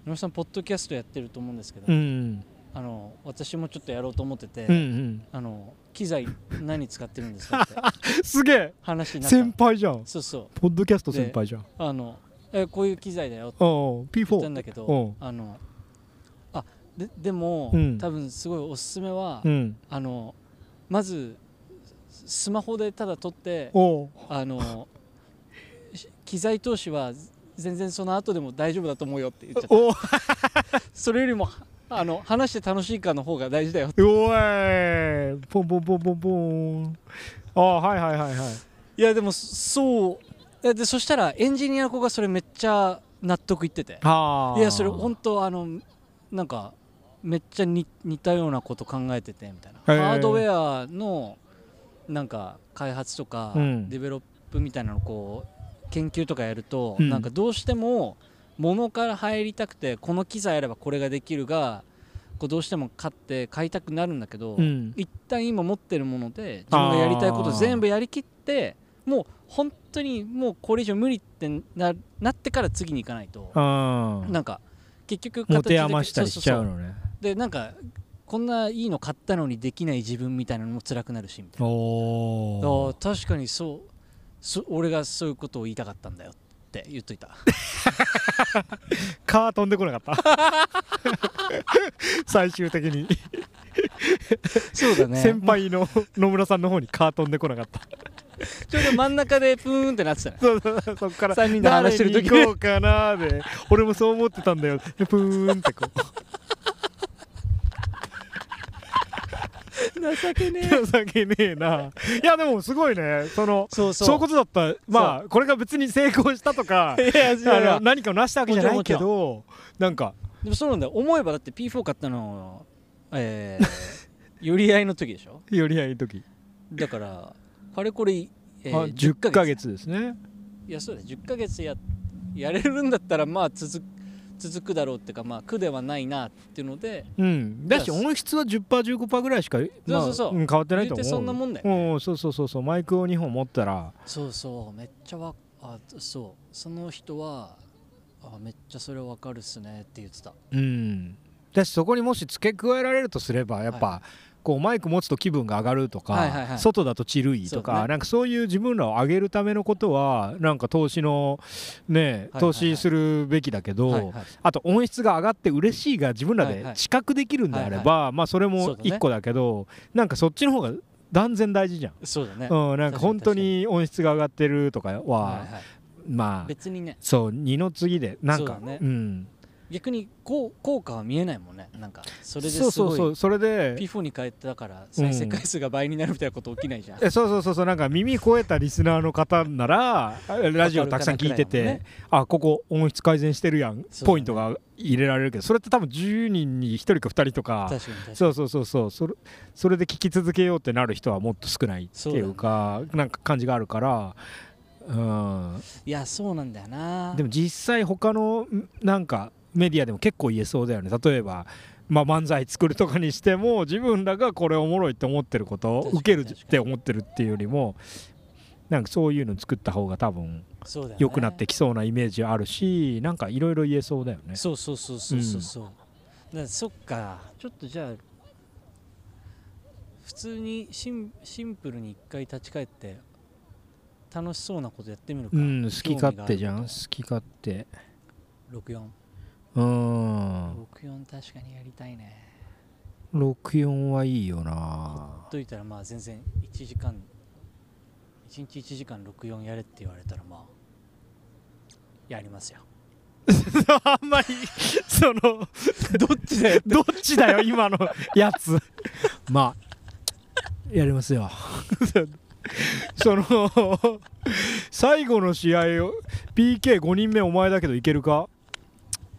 Speaker 4: 野呂さんポッドキャストやってると思うんですけど、
Speaker 3: うん
Speaker 4: あの私もちょっとやろうと思ってて、
Speaker 3: うんうん
Speaker 4: あの機材何使ってるんですかって
Speaker 3: すげえ
Speaker 4: 話になった
Speaker 3: 先輩じゃん
Speaker 4: そうそう
Speaker 3: ポッドキャスト先輩じゃん
Speaker 4: あのえこういう機材だよって
Speaker 3: おう
Speaker 4: 言ったん
Speaker 3: P4
Speaker 4: だけ
Speaker 3: おう
Speaker 4: どあのあででも、
Speaker 3: うん
Speaker 4: 多分すごいおすすめは、
Speaker 3: うん
Speaker 4: あのまずススマホでただ撮って
Speaker 3: おう
Speaker 4: あのし機材投資は全然その後でも大丈夫だと思うよって言っちゃっ
Speaker 3: おう
Speaker 4: たそれよりもあの話して楽しいかの方が大事だよ
Speaker 3: おいポンポンポンポンポンああはいはいはいはい
Speaker 4: いやでもそうえでそしたらエンジニアの子がそれめっちゃ納得いってて
Speaker 3: ああ
Speaker 4: いやそれ本当あのなんかめっちゃに似たようなこと考えててみたいな
Speaker 3: へー
Speaker 4: ハードウェアのなんか開発とか
Speaker 3: うん
Speaker 4: デベロップみたいなのこう研究とかやると、
Speaker 3: うん
Speaker 4: なんかどうしても物から入りたくてこの機材あればこれができるがこうどうしても買って買いたくなるんだけど、
Speaker 3: うん
Speaker 4: 一旦今持ってるもので自分がやりたいこと全部やりきってもう本当にもうこれ以上無理ってななってから次に行かないと
Speaker 3: うん
Speaker 4: なんか結局
Speaker 3: 持て余したりしちゃう
Speaker 4: そうそう
Speaker 3: のね
Speaker 4: そうでなんかこんないいの買ったのにできない自分みたいなのも辛くなるしみたいなあ
Speaker 3: おお
Speaker 4: ー確かにそうそ俺がそういうことを言いたかったんだよって言っとい [laughs] た
Speaker 3: カー飛んでこなかった [laughs] 最終的に
Speaker 4: そうだ
Speaker 3: 先輩の野村さんの方にカー飛んでこなか
Speaker 4: [laughs]
Speaker 3: った
Speaker 4: ちょうど真ん中でプーンってなってたね
Speaker 3: そうそうそうそっから
Speaker 4: 3人で話してる時
Speaker 3: 誰に行こうかなーで俺もそう思ってたんだよでプーンってこう [laughs]
Speaker 4: 情けね
Speaker 3: 情けねえないやでもすごいねその
Speaker 4: そうそう
Speaker 3: そういうことだったまあこれが別に成功したとか
Speaker 4: [laughs] いやいやい
Speaker 3: あの
Speaker 4: や
Speaker 3: 何かを成したわけじゃないけどなんか
Speaker 4: でもそうなんだよ思えばだって P4 買ったのえ [laughs] ー寄り合いの時でしょ
Speaker 3: 寄り合いの時、
Speaker 4: だからあれこれ、えー
Speaker 3: あ10ヶ月ですね
Speaker 4: いやそうだよ10ヶ月ややれるんだったらまあ続く続くだろうっていうかまあ苦ではないなっていうので
Speaker 3: うんだし
Speaker 4: いや
Speaker 3: 音質は 10%15% ぐらいしかまあ
Speaker 4: そうそうそうん
Speaker 3: 変わってないと思う
Speaker 4: 言うてそんなもんだよ
Speaker 3: うんそうそうそうそうマイクを2本持ったら
Speaker 4: そうそうめっちゃわあそうその人はあめっちゃそれわかるっすねって言ってた
Speaker 3: うんだしそこにもし付け加えられるとすればやっぱ、こうマイク持つと気分が上がるとか、
Speaker 4: はいはいはい
Speaker 3: 外だとチルいと
Speaker 4: そ
Speaker 3: か、
Speaker 4: うね
Speaker 3: なんかそういう自分らを上げるためのことはなんか投資のね
Speaker 4: はい
Speaker 3: 投資するべきだけど、
Speaker 4: はいはい
Speaker 3: あと音質が上がって嬉しいが自分ら
Speaker 4: はいは
Speaker 3: で
Speaker 4: い
Speaker 3: 知覚できるんであれば、まあそれ
Speaker 4: そう
Speaker 3: も
Speaker 4: だね
Speaker 3: 一個だけどなんかそっちの方が断然大事じゃん。
Speaker 4: そうだねは
Speaker 3: うん、なんか本当に音質が上がってるとかは、
Speaker 4: いは
Speaker 3: ま
Speaker 4: い
Speaker 3: あ
Speaker 4: 別にね
Speaker 3: そう二の次でなん
Speaker 4: そ
Speaker 3: か
Speaker 4: うだね
Speaker 3: ん、
Speaker 4: 逆にこう効果は見えないもんねなんかそれです
Speaker 3: そうそう
Speaker 4: ご
Speaker 3: そ
Speaker 4: いう
Speaker 3: それで
Speaker 4: P4 に変えたから再生回数が倍になるみたいなこと起きないじゃん
Speaker 3: えそうそうそうそうなんか耳超えたリスナーの方ならラジオたくさん聞いてて、
Speaker 4: わかるかなくらいだもんね
Speaker 3: あここ音質改善してるやん、
Speaker 4: そうだね
Speaker 3: ポイントが入れられるけどそれって多分10人に1人か2人とか
Speaker 4: 確かに確かに
Speaker 3: そうそうそうそうそれそれで聞き続けようってなる人はもっと少ないっていうかなんか感じがあるから。うん、
Speaker 4: いやそうなんだよな
Speaker 3: でも実際他のんなんかメディアでも結構言えそうだよね例えば、まあ、漫才作るとかにしても自分らがこれおもろいって思ってること
Speaker 4: 確かに
Speaker 3: 受けるっ
Speaker 4: 確か
Speaker 3: て思ってるっていうよりもなんかそういうの作った方が多分
Speaker 4: そうだよね
Speaker 3: 良くなってきそうなイメージあるしなんかいろいろ言えそうだよね
Speaker 4: そうそうそうそうそうそう、だからそっかちょっとじゃあ普通にシンシンプルに一回立ち返って楽しそうなことやってみるか、
Speaker 3: うん好き勝手じゃん
Speaker 4: 興
Speaker 3: 好き勝手
Speaker 4: 味がある
Speaker 3: うん
Speaker 4: 6464確かにやりたいね
Speaker 3: 64はいいよな
Speaker 4: と言ったらまあ全然1時間1日1時間64やれって言われたらまあやりますよ
Speaker 3: あんまりその
Speaker 4: どっちだよ
Speaker 3: どっちだよ今のやつまあやりますよ [laughs] その最後の試合を PK5 人目お前だけどいけるか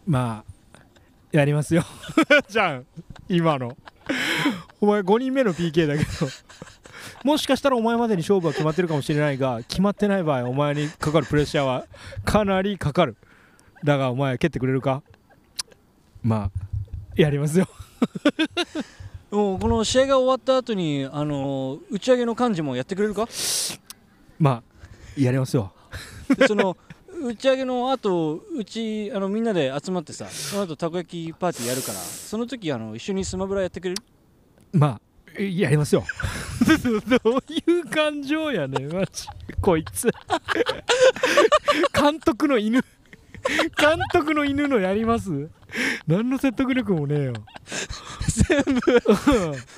Speaker 3: まあやりますよ [laughs] じゃん今のお前5人目の PK だけどもしかしたらお前までに勝負は決まってるかもしれないが決まってない場合お前にかかるプレッシャーはかなりかかるだがお前は蹴ってくれるかまあやりますよ
Speaker 4: もうこの試合が終わった後にあのー打ち上げの幹事もやってくれるか
Speaker 3: まあやりますよ
Speaker 4: でその打ち上げの後うちあのみんなで集まってさその後たこ焼きパーティーやるからその時あの一緒にスマブラやってくれる
Speaker 3: まあやりますよ [laughs] どういう感情やねんマジこいつ [laughs] 監督の犬監督の犬のやります何の説得力もねえよ
Speaker 4: 全部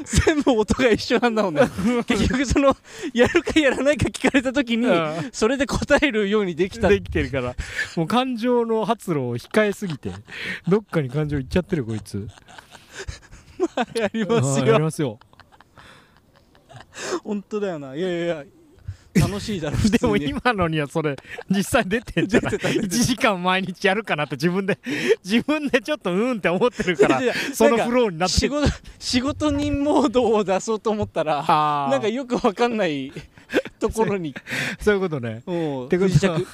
Speaker 4: 全部音が一緒なんだもんね [laughs] 結局そのやるかやらないか聞かれた時に
Speaker 3: うん
Speaker 4: それで答えるようにできた
Speaker 3: できてるからもう感情の発露を控えすぎてどっかに感情いっちゃってるこいつ
Speaker 4: やります
Speaker 3: あやり
Speaker 4: よ
Speaker 3: ますよ
Speaker 4: 本当だよないやいやいや楽しいだろ
Speaker 3: でも
Speaker 4: 普通に
Speaker 3: 今のにはそれ実際出てんじゃない
Speaker 4: 出てた出てた
Speaker 3: 1時間毎日やるかなって自分で自分でちょっとうんって思ってるから
Speaker 4: いやいや
Speaker 3: その
Speaker 4: なんか
Speaker 3: フローになって
Speaker 4: 仕
Speaker 3: る
Speaker 4: 事仕事人モードを出そうと思ったら
Speaker 3: あ
Speaker 4: なんかよくわかんないところに
Speaker 3: そういうことね
Speaker 4: もう
Speaker 3: てこと
Speaker 4: 不時着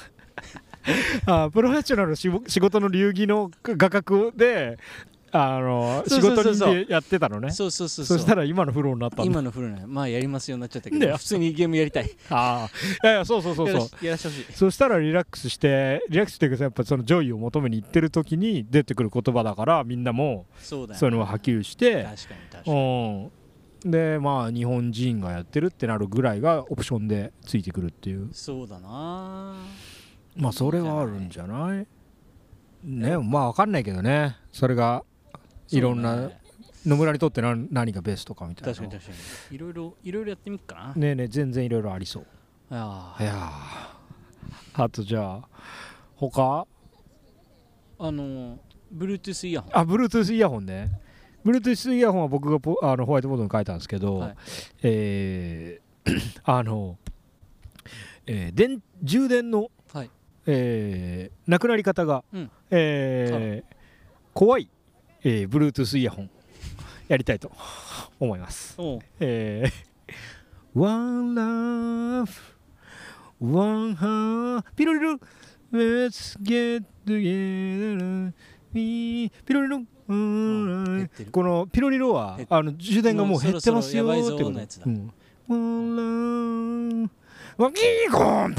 Speaker 3: あープロフェッショナルのし仕事の流儀の画角であの仕
Speaker 4: そうそうそ
Speaker 3: 事
Speaker 4: うそう
Speaker 3: 人でやってたのねそ
Speaker 4: そうそうそうそう
Speaker 3: したら今のフローになったんだ
Speaker 4: 今のフルなまあやりますよになっちゃったけ
Speaker 3: ね
Speaker 4: ど普通にゲームやりたい
Speaker 3: ああいやいやそうそうそう
Speaker 4: や
Speaker 3: そ
Speaker 4: ら
Speaker 3: う
Speaker 4: しやらしてほしい
Speaker 3: そしたらリラックスしてリラックスっていうかやっぱその上位を求めに行ってる時に出てくる言葉だからみんなも
Speaker 4: そうだよ
Speaker 3: そういうのを波及して
Speaker 4: 確かに確かに
Speaker 3: うん、でまあ日本人がやってるってなるぐらいがオプションでついてくるっていう
Speaker 4: そうだな
Speaker 3: まあそれはあるんじゃないねまあわかんないけどねそれがいろん
Speaker 4: そう
Speaker 3: な
Speaker 4: ね
Speaker 3: 野村にとって何何がベストかみたいな
Speaker 4: 確かに確かにいろいろいろいろやってみっかな
Speaker 3: ねえねえ全然いろいろありそう
Speaker 4: あ
Speaker 3: いやーあとじゃあ他
Speaker 4: ーあの Bluetooth イヤホン
Speaker 3: あ Bluetooth イヤホンね Bluetooth イヤホンは僕がポあのホワイトボードに書いたんですけど、
Speaker 4: はい
Speaker 3: えー [clears throat] あの、えー電充電の、
Speaker 4: はい
Speaker 3: えーなくなり方が、
Speaker 4: うん
Speaker 3: えー怖い、えー Bluetooth イヤホンやりたいと思います。
Speaker 4: おう
Speaker 3: えー、One Love One Heart ピロリロ Let's get together 음, We ピロリロうーん
Speaker 4: 減ってる
Speaker 3: このピロリロは
Speaker 4: 減っ
Speaker 3: あの充電がもう減ってますよ
Speaker 4: もう
Speaker 3: ー
Speaker 4: そ
Speaker 3: っ
Speaker 4: ろ
Speaker 3: てこ
Speaker 4: そろやばいぞーのやつだ
Speaker 3: とうん。One Love ワキーコン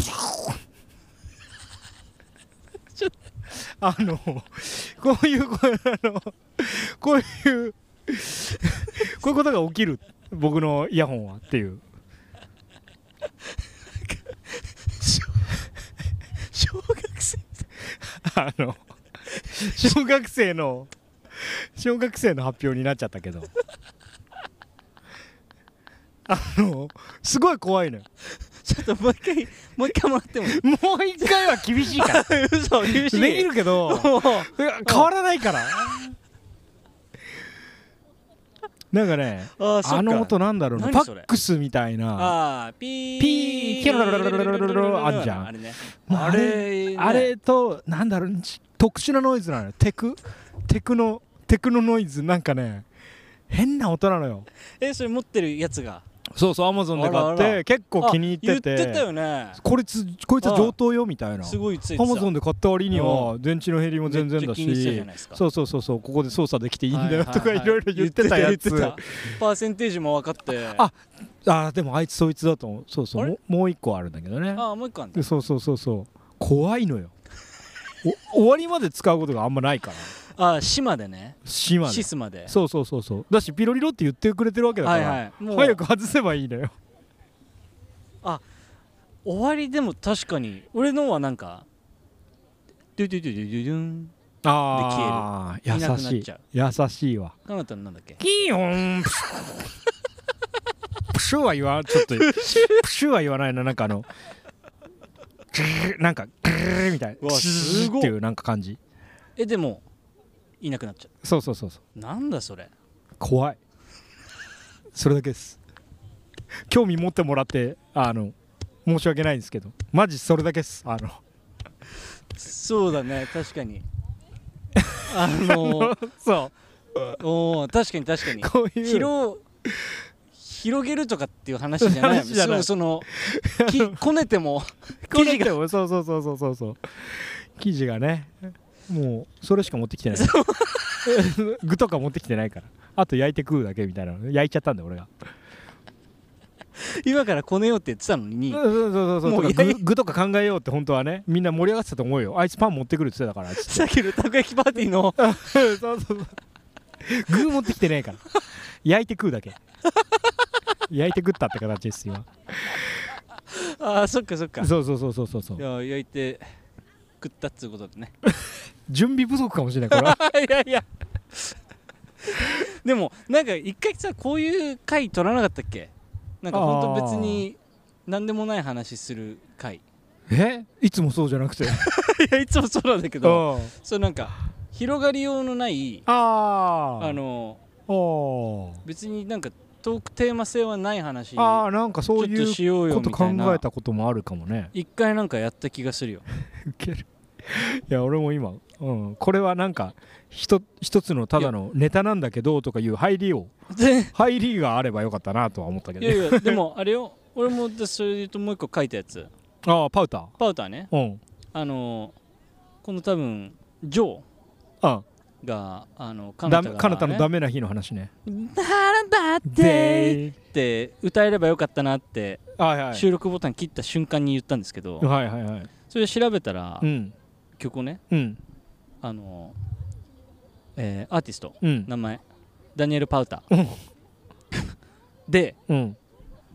Speaker 3: あのこういうこうあのこういうこういうことが起きる僕のイヤホンはっていう
Speaker 4: 小学生
Speaker 3: あの小学生の小学生の発表になっちゃったけどあのすごい怖いのよ
Speaker 4: ちょっともう一回もう一回もらってもいい
Speaker 3: もう一回は厳しいから
Speaker 4: 嘘
Speaker 3: [laughs] で
Speaker 4: 厳しい
Speaker 3: きるけど
Speaker 4: もう
Speaker 3: 変わらないからなんかね
Speaker 4: ああそっか
Speaker 3: あの音なんだろうなパ
Speaker 4: 何それ
Speaker 3: ックスみたいな
Speaker 4: ああピー
Speaker 3: ピーキャララララララララあんじゃん
Speaker 4: あれね
Speaker 3: まあ
Speaker 4: あれね
Speaker 3: あれとなんだろうち特殊なノイズなのよテクテクのテクノノイズなんかね変な音なのよ
Speaker 4: えそれ持ってるやつが
Speaker 3: そうそうアマゾンで買っ
Speaker 4: あらあ
Speaker 3: て
Speaker 4: ら
Speaker 3: 結構気に入って
Speaker 4: あ言ってた
Speaker 3: て
Speaker 4: よね
Speaker 3: こいつこいつ上等よみたいな
Speaker 4: すごいついて
Speaker 3: ア
Speaker 4: た
Speaker 3: マゾンで買った割には電池の減りも全然だ
Speaker 4: めっちゃ気にしてたじ
Speaker 3: し
Speaker 4: ゃないですか
Speaker 3: そうそうそうそうここで操作できていいんだよと
Speaker 4: は
Speaker 3: か
Speaker 4: はいは
Speaker 3: ろいろ言ってたやつ
Speaker 4: 言ってたパーセンテージも分かって
Speaker 3: あああでもあいつそいつだと思うそうそ
Speaker 4: あ
Speaker 3: う
Speaker 4: れ
Speaker 3: ももう一個あるんだけどね
Speaker 4: ああもう一個あんだ
Speaker 3: でそうそうそうそう怖いのよお終わりまで使うことがあんまないから
Speaker 4: ああ島でね
Speaker 3: 島
Speaker 4: シ
Speaker 3: で
Speaker 4: スまで
Speaker 3: そうそうそうそうだしピロリロって言ってくれてるわけだか
Speaker 4: はい
Speaker 3: ら、
Speaker 4: はいもう
Speaker 3: 早く外せばいいのよ
Speaker 4: 終わりでも確かに俺のはなんかドゥドゥドゥドゥドゥドゥン
Speaker 3: ああ
Speaker 4: で消える
Speaker 3: 優し
Speaker 4: いなくなっち
Speaker 3: い優しいわ
Speaker 4: かなたのなんだっけ
Speaker 3: キーンプシュプシュは言わちょっとプシュは言わないななんかあのグーなんかグーみたいうな
Speaker 4: わ
Speaker 3: シ
Speaker 4: す
Speaker 3: ュー
Speaker 4: ご
Speaker 3: っ
Speaker 4: い
Speaker 3: ていうなんか感じ
Speaker 4: えでもいなくなっちゃ
Speaker 3: そうそうそうそう
Speaker 4: うなんだそれ
Speaker 3: 怖いそれだけです興味持ってもらってあの申し訳ないんですけどマジそれだけですあの
Speaker 4: そうだね確
Speaker 3: [laughs]
Speaker 4: かにあの
Speaker 3: そ
Speaker 4: おー確かに確かに
Speaker 3: うこういう
Speaker 4: 広広げるとかっていう話じゃない
Speaker 3: 話じゃない
Speaker 4: そうそのきこね
Speaker 3: [laughs]
Speaker 4: ても
Speaker 3: 記
Speaker 4: 生
Speaker 3: 事
Speaker 4: 地
Speaker 3: がそうそうそうそうそうそう記事がねもうそれしか持ってきてない [laughs] 具とか持ってきてないからあと焼いて食うだけみたいなの焼いちゃったんだよ俺が
Speaker 4: 今からこねようって言ってたのに
Speaker 3: そうそうそうそう
Speaker 4: もう
Speaker 3: とか
Speaker 4: 焼い
Speaker 3: 具具とか考えようって本当はねみんな盛り上がってたと思うよあいつパン持ってくるって言ってたからつって
Speaker 4: さっきのたこ焼きパーティーの
Speaker 3: [laughs] そうそうそう具持ってきてないから焼いて食うだけ焼いて食ったって形です今
Speaker 4: あーそっかそっか
Speaker 3: そうそうそうそうそうそう
Speaker 4: いや焼いて食ったっつうことでね
Speaker 3: 準備不足かも [laughs] しれないこ
Speaker 4: [laughs]
Speaker 3: れは
Speaker 4: いやいやでもなんか一回さこういう回取らなかったっけなんかほんと別に何でもない話する回い
Speaker 3: えいつもそうじゃなくて
Speaker 4: やいつもそうなんだけど
Speaker 3: あ
Speaker 4: そうなんか広がりようのない
Speaker 3: あ
Speaker 4: あの
Speaker 3: あ
Speaker 4: 別になんかトークテーマ性はない話ち
Speaker 3: ああ
Speaker 4: ょ
Speaker 3: あなんかそう
Speaker 4: っ
Speaker 3: い
Speaker 4: と
Speaker 3: う
Speaker 4: しようよ
Speaker 3: こ
Speaker 4: み
Speaker 3: と
Speaker 4: た
Speaker 3: 考
Speaker 4: い
Speaker 3: え
Speaker 4: な
Speaker 3: たこともあるかもね
Speaker 4: 一回なんかやった気がするよ [laughs]
Speaker 3: ウケるいや俺も今、うん、これはなんかひと一つのただのネタなんだけどとかいう入りを
Speaker 4: で
Speaker 3: 入りがあればよかったなとは思ったけ
Speaker 4: い
Speaker 3: ど、
Speaker 4: や
Speaker 3: ね、
Speaker 4: いやでもあれよ俺もでそれで言うともう一個書いたやつ
Speaker 3: ああパウター
Speaker 4: パウターね
Speaker 3: うん
Speaker 4: あのこの多分ジョ
Speaker 3: あ
Speaker 4: ーがあの
Speaker 3: あ
Speaker 4: カ
Speaker 3: ダ
Speaker 4: ナ
Speaker 3: メ
Speaker 4: タ
Speaker 3: カナタのダメ
Speaker 4: メ
Speaker 3: な日の話ね
Speaker 4: だってって歌えればよかったなって
Speaker 3: はいはい
Speaker 4: 収録ボタン切った瞬間に言ったんですけど
Speaker 3: はいはいはい
Speaker 4: それで調べたら
Speaker 3: うん
Speaker 4: 曲をね
Speaker 3: うん
Speaker 4: あのえーアーティスト
Speaker 3: うん
Speaker 4: 名前ダニエル・パウタ
Speaker 3: うん
Speaker 4: ー [laughs] で
Speaker 3: うん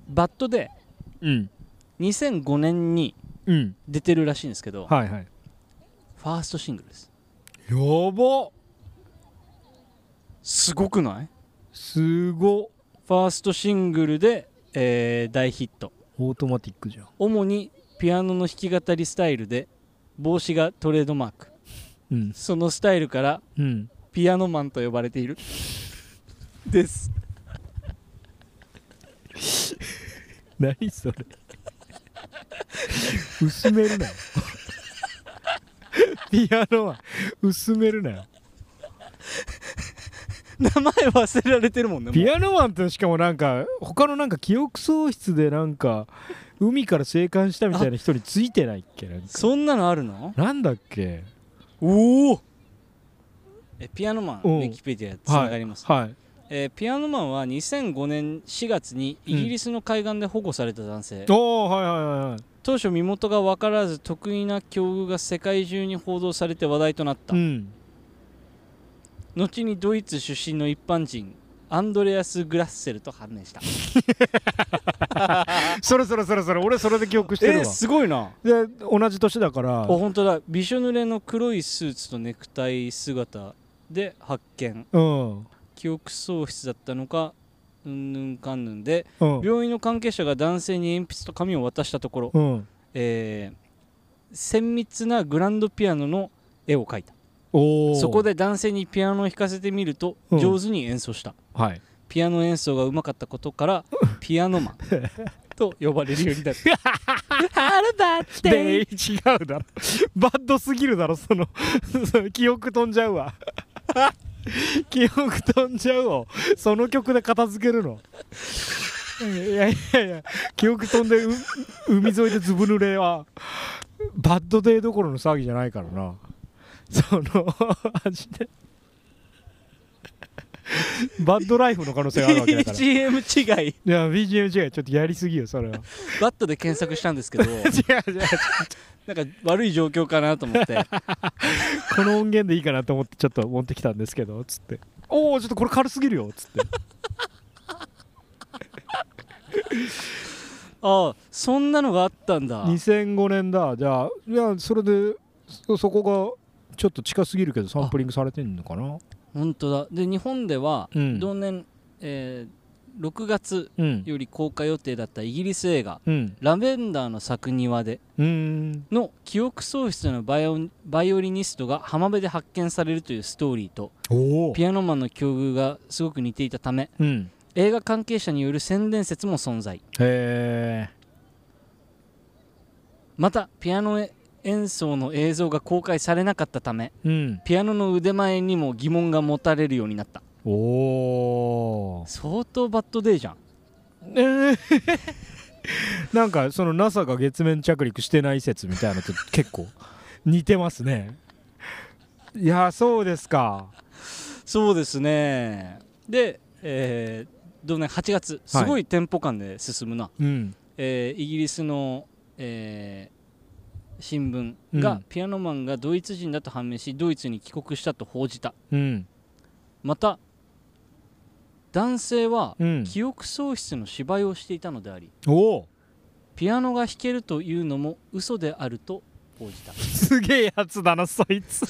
Speaker 4: バットで
Speaker 3: うん
Speaker 4: 2005年に
Speaker 3: うん
Speaker 4: 出てるらしいんですけど、
Speaker 3: はいはい
Speaker 4: ファーストシングルです
Speaker 3: やば
Speaker 4: すごくない
Speaker 3: すご
Speaker 4: ファーストシングルで、えー大ヒット
Speaker 3: オートマティックじゃん
Speaker 4: 主にピアノの弾き語りスタイルで帽子がトレードマーク
Speaker 3: うん
Speaker 4: そのスタイルから
Speaker 3: うん
Speaker 4: ピアノマンと呼ばれているです
Speaker 3: 何それ薄めるなよピアノは薄めるなよ
Speaker 4: 名前忘れられてるもんねもう
Speaker 3: ピアノマンってしかもなんか他のなんか記憶喪失でなんか海から生還したみたいな人についてないっけなんか
Speaker 4: そんなのあるの
Speaker 3: なんだっけ
Speaker 4: おおえピアノマンウ
Speaker 3: うん
Speaker 4: ィキペディアつながります、
Speaker 3: はい
Speaker 4: えーピアノマンは2005年4月にイギリスの海岸で保護された男性、
Speaker 3: おおはいはいはいはい
Speaker 4: 当初身元が分からず得意な境遇が世界中に報道されて話題となった、
Speaker 3: うん
Speaker 4: 後にドイツ出身の一般人アンドレアス・グラッセルと判明した
Speaker 3: それそれそれそれ俺それで記憶してるわ、
Speaker 4: ごいな
Speaker 3: で同じ年だから
Speaker 4: あ本当だびしょ濡れの黒いスーツとネクタイ姿で発見
Speaker 3: うんうん
Speaker 4: 記憶喪失だったのかうんぬんかんぬんで病院の関係者が男性に鉛筆と紙を渡したところ、
Speaker 3: うん
Speaker 4: えー綿密なグランドピアノの絵を描いた
Speaker 3: おお
Speaker 4: そこで男性にピアノを弾かせてみると
Speaker 3: うん
Speaker 4: 上手に演奏した、
Speaker 3: はい
Speaker 4: ピアノ演奏がうまかったことからピアノマンと呼ばれるようになったあれだっ
Speaker 3: で違うだろバッドすぎるだろその [laughs] その記憶飛んじゃうわ [laughs] 記憶飛んじゃうをその曲で片付けるのいやいやいや記憶飛んでう海沿いでずぶ濡れはバッドデーどころの騒ぎじゃないからなそのマジでバッドライフの可能性があるわけだから [laughs] い
Speaker 4: BGM 違い
Speaker 3: や BGM 違いちょっとやりすぎよそれは
Speaker 4: バットで検索したんですけど
Speaker 3: 違う違う
Speaker 4: なんか悪い状況かなと思って
Speaker 3: この音源でいいかなと思ってちょっと持ってきたんですけどつって「おおちょっとこれ軽すぎるよ」つ [laughs] って
Speaker 4: ああそんなのがあったんだ
Speaker 3: 2005年だじゃあいやそれでそそこがちょっと近すぎるけどサンプリングされてんのかな
Speaker 4: 本当だで日本では
Speaker 3: うん
Speaker 4: 同年、えー6月
Speaker 3: うん
Speaker 4: より公開予定だったイギリス映画
Speaker 3: うん
Speaker 4: 「ラベンダーの咲く庭で
Speaker 3: うーん」
Speaker 4: の記憶喪失のバイオバイオリニストが浜辺で発見されるというストーリーと
Speaker 3: おお
Speaker 4: ピアノマンの境遇がすごく似ていたため
Speaker 3: うん
Speaker 4: 映画関係者による宣伝説も存在
Speaker 3: へえ
Speaker 4: またピアノ演奏の映像が公開されなかったため
Speaker 3: うん
Speaker 4: ピアノの腕前にも疑問が持たれるようになった
Speaker 3: お [laughs] お
Speaker 4: 相当バッドデイじゃん
Speaker 3: えーなんかその NASA が月面着陸してない説みたいなのと結構似てますねいやそうですか
Speaker 4: そうですねで、えー同年8月すごいテンポ感で進むな、
Speaker 3: うん
Speaker 4: えーイギリスの、えー新聞
Speaker 3: う
Speaker 4: が
Speaker 3: ん
Speaker 4: ピアノマンがドイツ人だと判明しドイツに帰国したと報じた
Speaker 3: うん
Speaker 4: また男性は
Speaker 3: うん
Speaker 4: 記憶喪失の芝居をしていたのであり
Speaker 3: おお
Speaker 4: ピアノが弾けるというのも嘘であると報じた
Speaker 3: すげえやつだなそいつ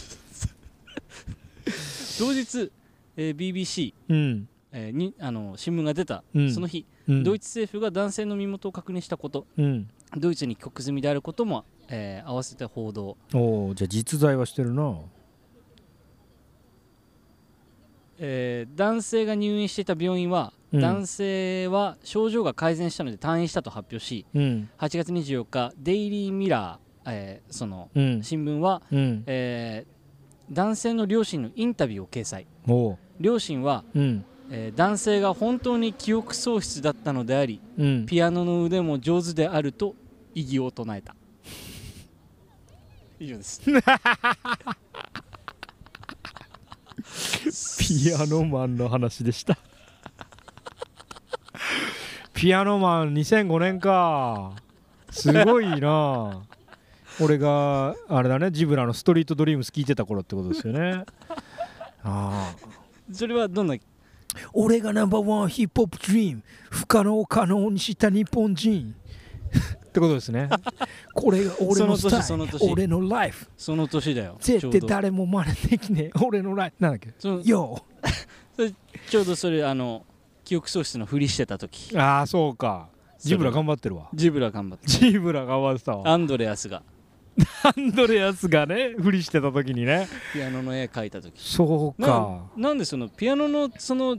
Speaker 4: 同日、えー BBC、
Speaker 3: うん
Speaker 4: えーにあの新聞が出た、
Speaker 3: うん
Speaker 4: その日、
Speaker 3: うん
Speaker 4: ドイツ政府が男性の身元を確認したこと
Speaker 3: うん
Speaker 4: ドイツに帰国済みであることも、えー合わせて報道、
Speaker 3: おおじゃあ実在はしてるな
Speaker 4: えー男性が入院していた病院は、
Speaker 3: うん
Speaker 4: 男性は症状が改善したので退院したと発表し
Speaker 3: うん
Speaker 4: 8月24日デイリー・ミラー、えーその
Speaker 3: うん
Speaker 4: 新聞は、
Speaker 3: うん
Speaker 4: えー男性の両親のインタビューを掲載
Speaker 3: おお
Speaker 4: 両親は、
Speaker 3: うん
Speaker 4: えー男性が本当に記憶喪失だったのであり
Speaker 3: うん
Speaker 4: ピアノの腕も上手であると意義を唱
Speaker 3: [laughs]
Speaker 4: えた以上です
Speaker 3: ピアノマンの話でした [laughs] ピアノマン2005年かすごいな俺があれだねジブラの「ストリートドリームス」聴いてた頃ってことですよねああ
Speaker 4: それはどんな
Speaker 3: 俺がナンバーワンヒップホップドリーム不可能を可能にした日本人 [laughs] ってことですねこれが俺のスタイル
Speaker 4: その年その年
Speaker 3: 俺のライフ
Speaker 4: その年だよ
Speaker 3: 絶対
Speaker 4: ちょうど
Speaker 3: 誰も真似できねえ俺のライフなんだっけ
Speaker 4: その
Speaker 3: よ
Speaker 4: ちょうどそれあの記憶喪失のふりしてた時
Speaker 3: ああそうかジブラ頑張ってるわ
Speaker 4: ジブラ頑張って
Speaker 3: ジブラ頑張ってたわ
Speaker 4: アンドレアスが
Speaker 3: アンドレアスがねふりしてた時にね
Speaker 4: ピアノの絵描いた時
Speaker 3: そうか
Speaker 4: ななんでそのピアノのその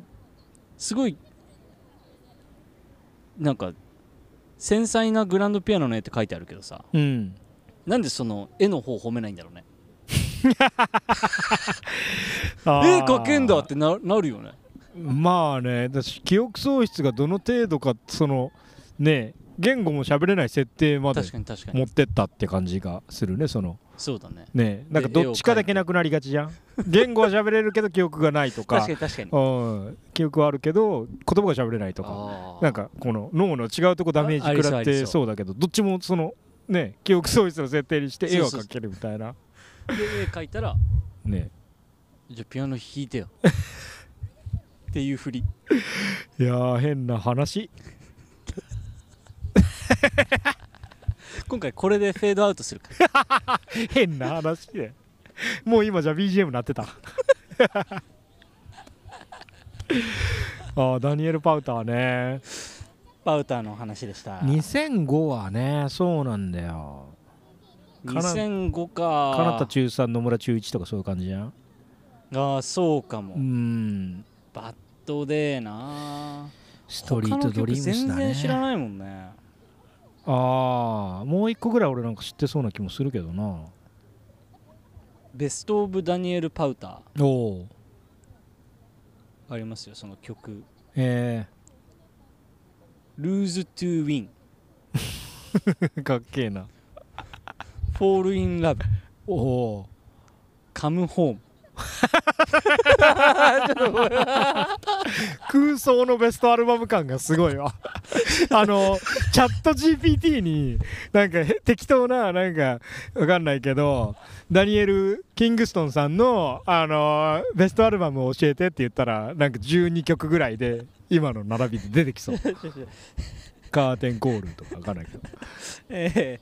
Speaker 4: すごいなんか繊細なグランドピアノの絵って書いてあるけどさ
Speaker 3: うん
Speaker 4: なんでその絵の方を褒めないんだろうね
Speaker 3: あー
Speaker 4: 絵描けんだってななるよね
Speaker 3: まあねだし記憶喪失がどの程度かそのね言語も喋れない設定まで
Speaker 4: 確かに確かに
Speaker 3: 持ってったって感じがするねその
Speaker 4: そうだね
Speaker 3: ねなんかどっちかだけなくなりがちじゃん言語は喋れるけど記憶がないとか
Speaker 4: [laughs] 確かに確かに
Speaker 3: うん記憶はあるけど言葉が喋れないとか
Speaker 4: あー
Speaker 3: なんかこの脳の違うとこダメージ
Speaker 4: あありそ
Speaker 3: 食
Speaker 4: う
Speaker 3: らっ
Speaker 4: ありそ
Speaker 3: て
Speaker 4: う
Speaker 3: そうだけどどっちもそのね記憶喪失の設定にして絵を
Speaker 4: そうそ
Speaker 3: 描
Speaker 4: う
Speaker 3: けるみたいな
Speaker 4: で絵描いたら
Speaker 3: ね
Speaker 4: じゃあピアノ弾いてよっていうふり
Speaker 3: いやー変な
Speaker 4: [laughs]
Speaker 3: 話
Speaker 4: 今回これでフェードアウトするか
Speaker 3: 変な話でもう今じゃあ BGM なって
Speaker 4: [laughs]
Speaker 3: たあーダニエル・パウターね
Speaker 4: パウターのお話でした
Speaker 3: 2005はねそうなんだよかな
Speaker 4: 2005か
Speaker 3: かなた中3野村中1とかそういう感じじゃん
Speaker 4: ああそうかも、
Speaker 3: うーん
Speaker 4: バッドデーな
Speaker 3: ストリートドリームス
Speaker 4: 他
Speaker 3: だ
Speaker 4: の曲全然知ら
Speaker 3: ね
Speaker 4: ないもんね
Speaker 3: ああもう一個ぐらい俺なんか知ってそうな気もするけどな
Speaker 4: ベスト・オブ・ダニエル・パウタ
Speaker 3: おお
Speaker 4: ーありますよその曲
Speaker 3: え
Speaker 4: 「Lose to Win」
Speaker 3: ー、かっけえな
Speaker 4: 「Fall in Love」
Speaker 3: おお
Speaker 4: 「Come Home
Speaker 3: 空想のベストアルバム感がすご [laughs] いわあのチャット GPT になんかへ適当ななんかわかんないけどダニエル・キングストンさんの、あのベストアルバムを教えてって言ったらなんか12曲ぐらいで今の並びで出てきそう [laughs] カーテンコールとかわかんないけど
Speaker 4: え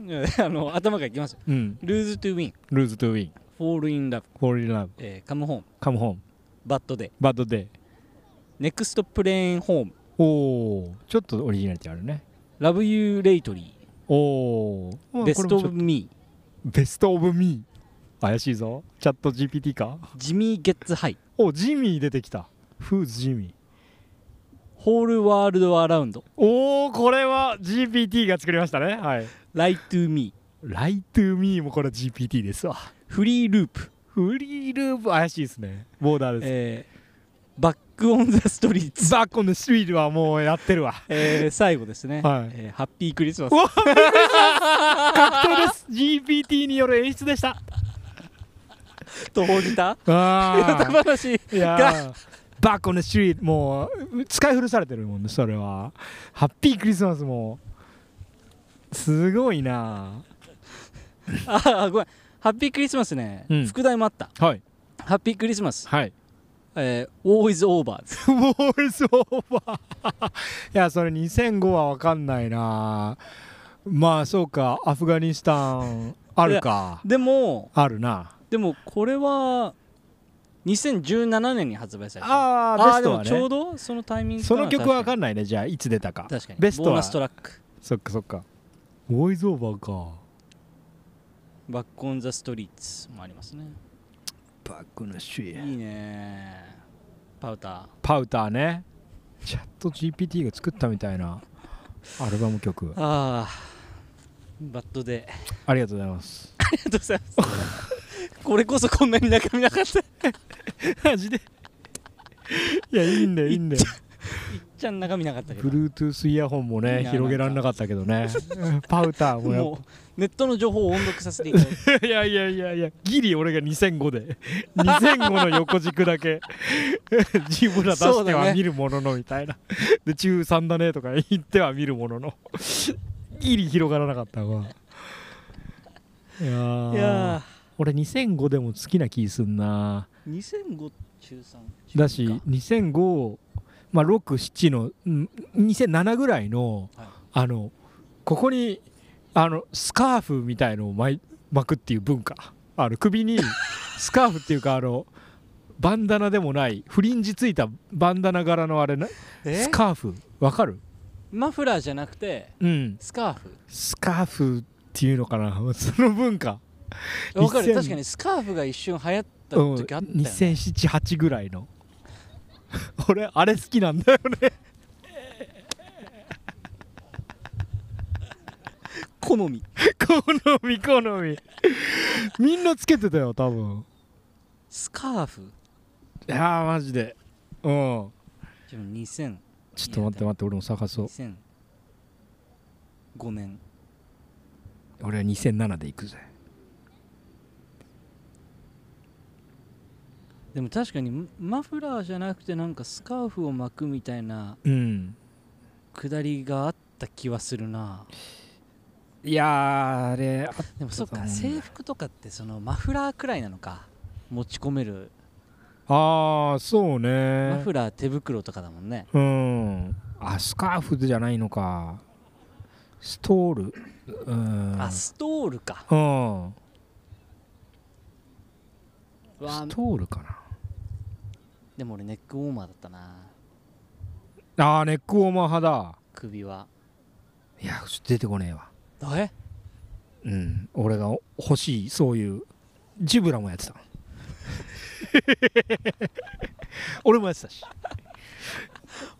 Speaker 4: ー、 [laughs] あの頭からいきますよ
Speaker 3: うん
Speaker 4: 「Lose to Win」
Speaker 3: 「Lose to Win」
Speaker 4: 「Fall in Love
Speaker 3: 「Fall in Love」」
Speaker 4: えー「Come Home
Speaker 3: 「Come Home」
Speaker 4: 「Bad Day」
Speaker 3: 「Bad Day
Speaker 4: 「Next Plane Home」
Speaker 3: おおーちょっとオリジナリティあるね
Speaker 4: 「Love You Lately」
Speaker 3: おお、
Speaker 4: 「Best
Speaker 3: ちょ
Speaker 4: of
Speaker 3: っと
Speaker 4: Me」
Speaker 3: ベストオブミー怪しいぞチャット GPT か
Speaker 4: 「Jimmy Gets High」
Speaker 3: おジミー出てきた Who's ジミー
Speaker 4: 「Whole World Around」
Speaker 3: おおこれは GPT が作りましたねはい
Speaker 4: 「Lie to Me」
Speaker 3: Lie to me もこれは GPT ですわ
Speaker 4: 「フリーループ
Speaker 3: フリーループ怪しいですねボーダー」です、
Speaker 4: えー「バック・オン・ザ・ストリート」
Speaker 3: バックオンのスピードはもうやってるわ [laughs]
Speaker 4: えー最後ですね、
Speaker 3: はい
Speaker 4: えーハッピークリスマス
Speaker 3: う」わ確定です GPT による演出でした
Speaker 4: と報じた
Speaker 3: あ
Speaker 4: 頭なし
Speaker 3: [laughs] いやバックオンのスピードもう使い古されてるもんねそれはハッピークリスマスもすごいな
Speaker 4: あーごめんハッピークリスマスね、
Speaker 3: うん
Speaker 4: 副題もあった
Speaker 3: はい
Speaker 4: ハッピークリスマス、
Speaker 3: はい
Speaker 4: えー、Always Over
Speaker 3: ボールズオーバーいやそれ2005は分かんないなまあそうかアフガニスタンあるか
Speaker 4: でも
Speaker 3: あるな
Speaker 4: でもこれは2017年に発売された
Speaker 3: あ
Speaker 4: あーでもち
Speaker 3: ちょ
Speaker 4: ょ
Speaker 3: う
Speaker 4: うどそのタイミン
Speaker 3: ど
Speaker 4: グ
Speaker 3: その曲は分か
Speaker 4: ん
Speaker 3: んないねじゃあいつ出たか
Speaker 4: 確かに
Speaker 3: ベスト
Speaker 4: ボー
Speaker 3: は
Speaker 4: ナストラック
Speaker 3: そっかそっかボーイズオーバーか
Speaker 4: バック・オン・ザ・ストリートもありますね
Speaker 3: バックのシ
Speaker 4: いいねパウタ
Speaker 3: パウターねチャット GPT が作ったみたいなアルバム曲
Speaker 4: ーあーバッドで [laughs]
Speaker 3: ありがとうございます
Speaker 4: ありがとうございます。これこそこんなに中身なかった。
Speaker 3: マジで [laughs] いやいいんだよいいんだよ
Speaker 4: ちゃん中身なかったけど。
Speaker 3: Bluetooth イヤホンも
Speaker 4: いい
Speaker 3: ね
Speaker 4: な
Speaker 3: 広げられなかったけどね [laughs] パウターもやっ
Speaker 4: もうネットの情報を音読させていただ
Speaker 3: [laughs]
Speaker 4: いて。
Speaker 3: ぱいやいやいやいやギリ俺が2005で [laughs] 2005の横軸だけ [laughs] 自分ら出
Speaker 4: そ
Speaker 3: し
Speaker 4: う
Speaker 3: て
Speaker 4: だ
Speaker 3: は
Speaker 4: ね
Speaker 3: 見るもののみたいな、で中3だねとか言っては見るもののギリ広がらなかったわいやー
Speaker 4: いや
Speaker 3: 俺2005でも好きな気すんな
Speaker 4: ー、2005中3。
Speaker 3: だし2005まあ67のん2007ぐらいの、
Speaker 4: はい
Speaker 3: あのここにあのスカーフみたいのを巻い巻くっていう文化あの首
Speaker 4: [laughs]
Speaker 3: にスカーフっていうかあのバンダナでもないフリンジついたバンダナ柄のあれな
Speaker 4: え
Speaker 3: スカーフわかる
Speaker 4: マフラーじゃなくて
Speaker 3: うん
Speaker 4: スカーフ。
Speaker 3: スカーフっていうのかな [laughs] その文化
Speaker 4: わかる。
Speaker 3: 2000
Speaker 4: 確かにスカーフが一瞬流行った
Speaker 3: うん
Speaker 4: 時あったよ、ね。
Speaker 3: 2007-8ぐらいの [laughs] 俺あれ好きなんだよね
Speaker 4: 好み。
Speaker 3: 好み好みみんなつけてたよ多分
Speaker 4: スカーフ。
Speaker 3: いやーマジでうん
Speaker 4: でも2000、
Speaker 3: ちょっと待って待って俺も探そう
Speaker 4: 2005年。
Speaker 3: 俺は2007で行くぜ
Speaker 4: でも確かにマフラーじゃなくてなんかスカーフを巻くみたいな
Speaker 3: うん
Speaker 4: 下りがあった気はするな。
Speaker 3: いやーあれあ
Speaker 4: でもそっ
Speaker 3: と
Speaker 4: か
Speaker 3: 思うんだよ
Speaker 4: 制服とかってそのマフラーくらいなのか持ち込める
Speaker 3: あーそう
Speaker 4: マ
Speaker 3: ね
Speaker 4: フラー手袋とかだもんね
Speaker 3: うんあスカーフじゃないのかストールうん
Speaker 4: あストールか
Speaker 3: うん
Speaker 4: わ
Speaker 3: ストールか
Speaker 4: でも俺ネックウォーマーだったな
Speaker 3: なあーネックウォーマー派だ
Speaker 4: 首はい
Speaker 3: やちょっと出てこねえわ
Speaker 4: え
Speaker 3: うん、俺が欲しいそういうジブラもやってた [laughs] 俺もやってたし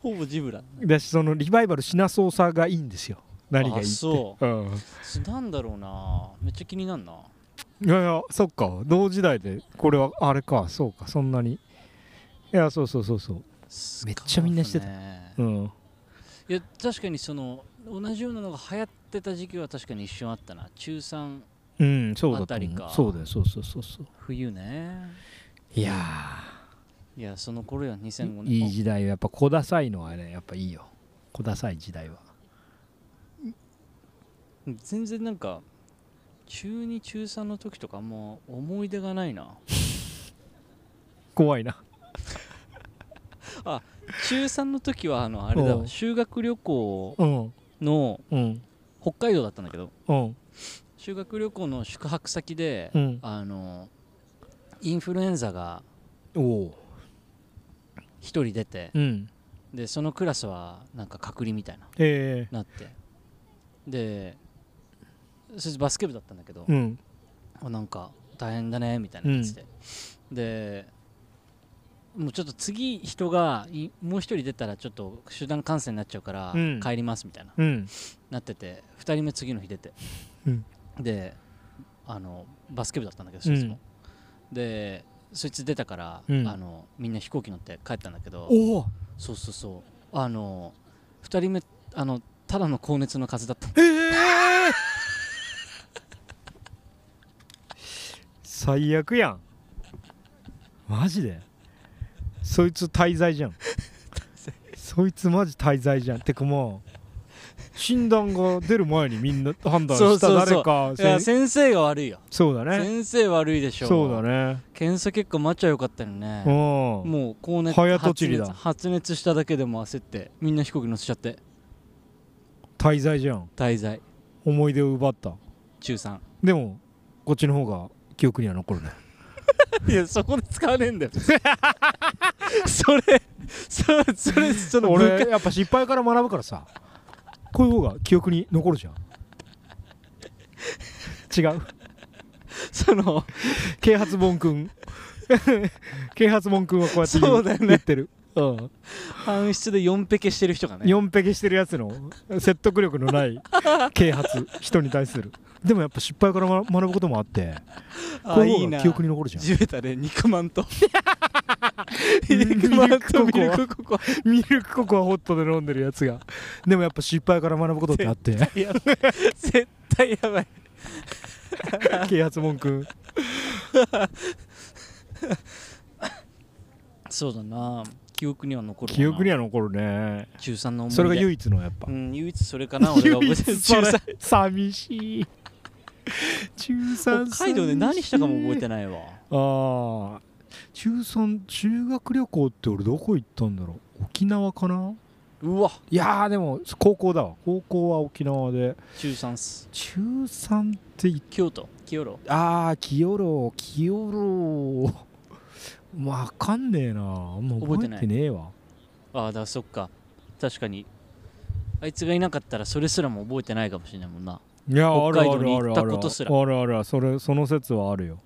Speaker 4: ほぼジブラ
Speaker 3: だしそのリバイバルしなそうさがいいんですよ何がいいって、
Speaker 4: あそう
Speaker 3: ん、
Speaker 4: そなんだろうなめっちゃ気になんない
Speaker 3: やいやそっか同時代でこれはあれかそうかそんなにいやそうそうそうそめっちゃみんなしてた
Speaker 4: た
Speaker 3: ううん
Speaker 4: いや確かにその同じようなのが流行ってた時期は確かに一瞬あったな中3
Speaker 3: うんそうだ
Speaker 4: あ
Speaker 3: と
Speaker 4: たり
Speaker 3: 思
Speaker 4: か
Speaker 3: うそうだよそうそうそうそう
Speaker 4: 冬ね
Speaker 3: いいや
Speaker 4: いやその頃よ2005
Speaker 3: ー
Speaker 4: 年
Speaker 3: いい時代はやっぱ小ダサいのはねやっぱいいよ小ダサい時代は
Speaker 4: あ全然なんか中2中3の時とかあんま思い出がな
Speaker 3: [laughs]
Speaker 4: いな
Speaker 3: 怖いな
Speaker 4: 中3の時はあのあれだ
Speaker 3: お
Speaker 4: わ
Speaker 3: う
Speaker 4: 修学旅行
Speaker 3: うん
Speaker 4: の
Speaker 3: うん
Speaker 4: 北海道だったんだけど
Speaker 3: うん
Speaker 4: 修学旅行の宿泊先で、
Speaker 3: うん
Speaker 4: あのインフルエンザが
Speaker 3: おお
Speaker 4: 1人出て
Speaker 3: うん
Speaker 4: でそのクラスはなんか隔離みたいな
Speaker 3: え
Speaker 4: なってでそれでバスケ部だったんだけど
Speaker 3: え、うん
Speaker 4: あなんか大変だねみたいな感じで、でもうちょっと次人がいもう一人出たらちょっと集団感染になっちゃうから
Speaker 3: うん
Speaker 4: 帰りますみたいな、
Speaker 3: うん
Speaker 4: なってて2人目次の日出て、
Speaker 3: うん
Speaker 4: であのバスケ部だったんだけどそいつも、でそいつ出たから、
Speaker 3: うん
Speaker 4: あのみんな飛行機乗って帰ったんだけど
Speaker 3: おお
Speaker 4: そうそうそうあの2人目あのただの高熱の風邪だった
Speaker 3: ええ最悪やんマジでそいつ滞在じ
Speaker 4: [laughs]
Speaker 3: ゃんそいつマジ滞在じゃんてかもう診断が出る前にみんな判断
Speaker 4: そう
Speaker 3: した
Speaker 4: そうそ
Speaker 3: 誰
Speaker 4: う
Speaker 3: か
Speaker 4: いや
Speaker 3: せん
Speaker 4: 先生が悪いよ
Speaker 3: そうだね
Speaker 4: 先生悪いでしょ
Speaker 3: そうだね
Speaker 4: 検査結果待っちゃよかったよね
Speaker 3: うん
Speaker 4: もう高熱
Speaker 3: 早とちりだ
Speaker 4: 発熱発熱しただけでも焦ってみんな飛行機乗せちゃって
Speaker 3: 滞在じゃん
Speaker 4: 滞在
Speaker 3: 思い出を奪った
Speaker 4: 中3
Speaker 3: でもこっちの方が記憶には残るね
Speaker 4: [laughs] いやそこで使わねえんだよ [laughs] それそれそれその文
Speaker 3: 俺
Speaker 4: 化
Speaker 3: やっぱ失敗から学ぶからさこういう方が記憶に残るじゃん違う
Speaker 4: その
Speaker 3: 啓発本くん [laughs] 啓発本くんはこうやって言
Speaker 4: そうだよね
Speaker 3: 言ってるうん
Speaker 4: 半室で4ペケしてる人がね
Speaker 3: 4ペケしてるやつの説得力のない [laughs] 啓発人に対するでもやっぱ失敗からま学ぶこともあってこ
Speaker 4: あ
Speaker 3: う
Speaker 4: い
Speaker 3: い
Speaker 4: いう
Speaker 3: 方
Speaker 4: な
Speaker 3: が記憶に残るじゃん
Speaker 4: 地べたで肉ま
Speaker 3: [laughs]
Speaker 4: んと肉まんとミルクココア
Speaker 3: ミルクココアホットで飲んでるやつがでもやっぱ失敗から学ぶことってあって
Speaker 4: やばい絶対やばい
Speaker 3: [laughs] 啓発文句
Speaker 4: そうだな記憶には残る
Speaker 3: 記憶には残るね
Speaker 4: 中3の思い出
Speaker 3: それが唯一のやっぱ
Speaker 4: うん唯一それかな俺が覚え
Speaker 3: [laughs]
Speaker 4: て [laughs] る中3
Speaker 3: 寂しい中3
Speaker 4: 北海道で何したかも覚えて
Speaker 3: ない
Speaker 4: ないわ
Speaker 3: ああ中3修学旅行って俺どこ行ったんだろう沖縄かな
Speaker 4: うわ
Speaker 3: いやーでも高校だわ高校は沖縄で
Speaker 4: 中3っす
Speaker 3: 中3ってい
Speaker 4: 京都清ロ
Speaker 3: ああ清郎清郎わかんねえなあんま覚えてねえわ
Speaker 4: ああだからそっか確かにあいつがいなかったらそれすらも覚えてないかもしれないもんない
Speaker 3: やある
Speaker 4: 北
Speaker 3: ある
Speaker 4: 海道に
Speaker 3: あ
Speaker 4: 行
Speaker 3: る
Speaker 4: ったことすら
Speaker 3: あるあるそれその説はあるよ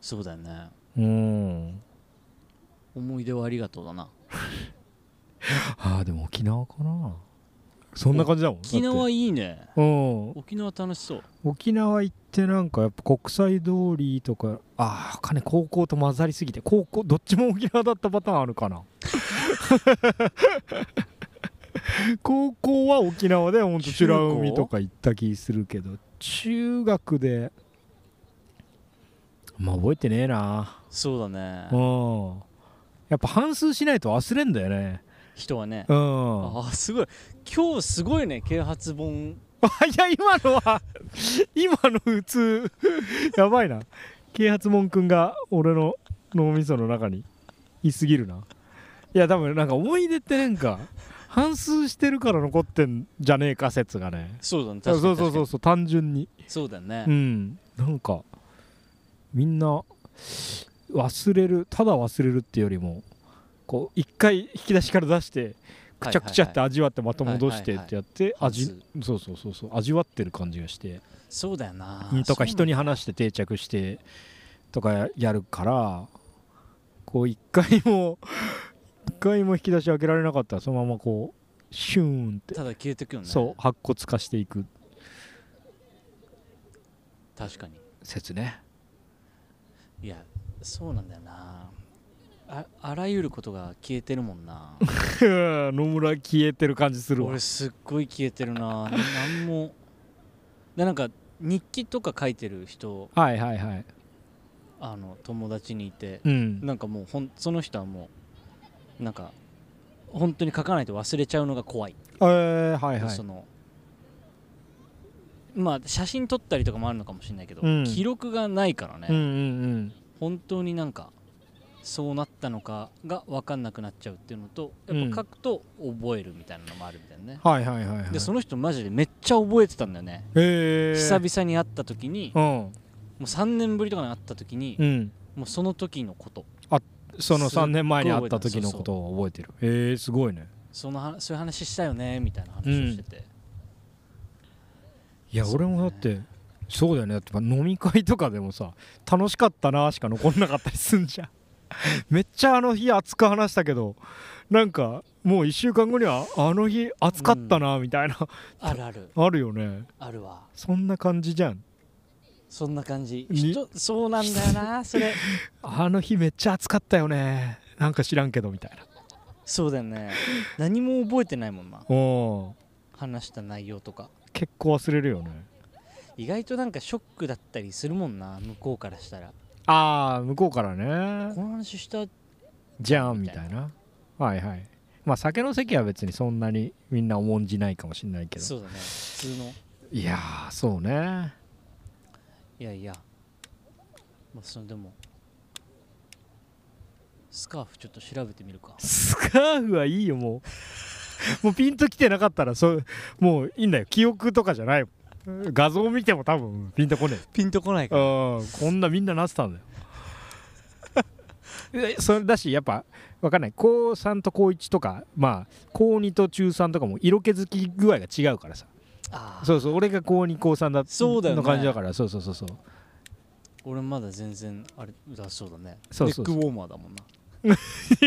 Speaker 4: そうだよね
Speaker 3: うん
Speaker 4: 思い出をありがとうだな
Speaker 3: ああでも沖縄かなそんな感じだもん
Speaker 4: 沖
Speaker 3: だっ
Speaker 4: 縄
Speaker 3: て
Speaker 4: いいね
Speaker 3: うん
Speaker 4: 沖縄楽しそう
Speaker 3: 沖縄行ってなんかやっぱ国際通りとかああかね高校と混ざりすぎて高校どっちも沖縄だったパターンあるかな [laughs] 高校は沖縄でほんと美
Speaker 4: 中
Speaker 3: ら
Speaker 4: 高
Speaker 3: 海とか行った気するけど中学でまあ覚えてねえな
Speaker 4: そうだね
Speaker 3: うんやっぱ半数しないと忘れんだよね
Speaker 4: 人はね
Speaker 3: うん
Speaker 4: ああすごい今日すごいね啓発本
Speaker 3: あいや今のは [laughs] 今の普通 [laughs] やばいな啓発文くんが俺の脳みその中にいすぎるないや多分なんか思い出ってなんか反数してるから残ってんじゃねえか説がね
Speaker 4: そうだね
Speaker 3: そう
Speaker 4: 確か
Speaker 3: そ
Speaker 4: に
Speaker 3: うそうそう
Speaker 4: 確か
Speaker 3: 単純に
Speaker 4: にそうだね
Speaker 3: うんなんかみんな忘れるただ忘れるってよりもこう一回引き出しから出してくちゃくちゃって味わってまた戻してってやって
Speaker 4: はいはい
Speaker 3: 味そうそうそうそう味わってる感じがして
Speaker 4: そうだよな
Speaker 3: とか人に
Speaker 4: そうなんだ
Speaker 3: 話して定着してとかやるからこう一回も [laughs] 一回も引き出し開けられなかったらそのままこうシューンって
Speaker 4: ただ消えてくよね
Speaker 3: そう白骨化していく
Speaker 4: 確かに
Speaker 3: 説
Speaker 4: [laughs]
Speaker 3: ね
Speaker 4: いやそうなんだよなああらゆることが消えてるも
Speaker 3: [laughs]
Speaker 4: んな
Speaker 3: 野村消えてる感じするわ
Speaker 4: 俺すっごい消えてるな何もでなんか日記とか書いてる人
Speaker 3: はいはいはい
Speaker 4: あの友達にいて
Speaker 3: うん
Speaker 4: なんかもうほんその人はもうなんか本当に書かないと忘れちゃうのが怖い、
Speaker 3: えー、はいはい
Speaker 4: そのまあ写真撮ったりとかもあるのかもしれないけど、
Speaker 3: うん
Speaker 4: 記録がないからね、
Speaker 3: うんうんうん
Speaker 4: 本当になんかそうなったのかが分かんなくなっちゃうっていうのとやっぱ書くと覚えるみたいなのもあるみたいなね、
Speaker 3: はいはいはいはい
Speaker 4: でその人マジでめっちゃ覚えてたんだよね、
Speaker 3: えー、
Speaker 4: 久々に会った時にも
Speaker 3: 々
Speaker 4: う3年ぶりとかに会った時に
Speaker 3: うん、うん、
Speaker 4: もうその時のこと
Speaker 3: その
Speaker 4: すっ
Speaker 3: 3
Speaker 4: ごい
Speaker 3: 年前に会った時のことを覚えてるえー、すごいね
Speaker 4: その話そういう話したよねみたいな話をしてて、
Speaker 3: いや
Speaker 4: そう
Speaker 3: 俺
Speaker 4: ね
Speaker 3: もだってそうだよねだって飲み会とかでもさ楽しかったなしか残んなかったりすんじゃん [laughs] めっちゃあの日熱く話したけどなんかもう1週間後にはあの日熱かったなみたいな、
Speaker 4: あるある
Speaker 3: あるよね
Speaker 4: あるわ
Speaker 3: そんな感じじゃん
Speaker 4: そんな感じ
Speaker 3: に
Speaker 4: 人そうなんだよな
Speaker 3: [laughs]
Speaker 4: それ
Speaker 3: あの日めっちゃ暑かったよねなんか知らんけどみたいな
Speaker 4: そうだよね何も覚えてないもんな
Speaker 3: お
Speaker 4: 話した内容とか
Speaker 3: 結構忘れるよね
Speaker 4: 意外となんかショックだったりするもんな向こうからしたら
Speaker 3: ああ向こうから
Speaker 4: こ
Speaker 3: ね
Speaker 4: の話した
Speaker 3: じゃんみたいなはいはいまあ酒の席は別にそんなにみんな重んじないかもしれないけど
Speaker 4: そうだね普通の
Speaker 3: いやーそうね
Speaker 4: いやいやまあそのでもスカーフちょっと調べてみるか
Speaker 3: スカーフはいいよもうもうピンときてなかったらそうもういいんだよ記憶とかじゃないもん画像見ても多分ピンとこねえ
Speaker 4: ピンとこない
Speaker 3: うんこんなみんななってたんだよ [laughs] えそれだしやっぱわかんない高3と高1とかまあ高2と中3とかも色気づき具合が違うからさ
Speaker 4: ああ
Speaker 3: そうそう俺が高2高3だ
Speaker 4: そうだよ
Speaker 3: の
Speaker 4: ね
Speaker 3: 感じだからそうそうそうそう
Speaker 4: 俺まだ全然あれだそうだね
Speaker 3: そうそうそう
Speaker 4: ネックウォーマーだもんない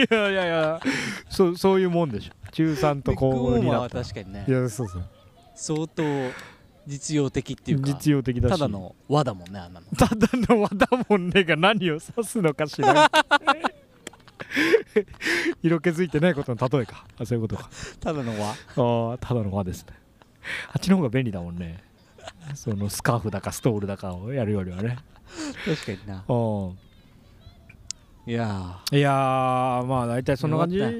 Speaker 3: やいやいやそうそういうもんでしょ中3と
Speaker 4: ネック
Speaker 3: 高
Speaker 4: ウォ
Speaker 3: 2
Speaker 4: ーマー
Speaker 3: だ
Speaker 4: は
Speaker 3: ったら
Speaker 4: 確かにね
Speaker 3: いやそうそう
Speaker 4: 相当実用的っていうか
Speaker 3: 実用的だした
Speaker 4: だの和だもんね
Speaker 3: [laughs]
Speaker 4: あんなの
Speaker 3: ただの和田もんねが何を指すのかしらん [laughs] けど色気づいてないことの例えかあそういうことか
Speaker 4: ただの和
Speaker 3: ああただの輪ですねあっちの方が便利だもんねそのスカーフだかストールだかをやるよりはね
Speaker 4: 確か
Speaker 3: [laughs]
Speaker 4: にな
Speaker 3: う
Speaker 4: いや
Speaker 3: んいやーまあ大体そんな感じ
Speaker 4: よかっ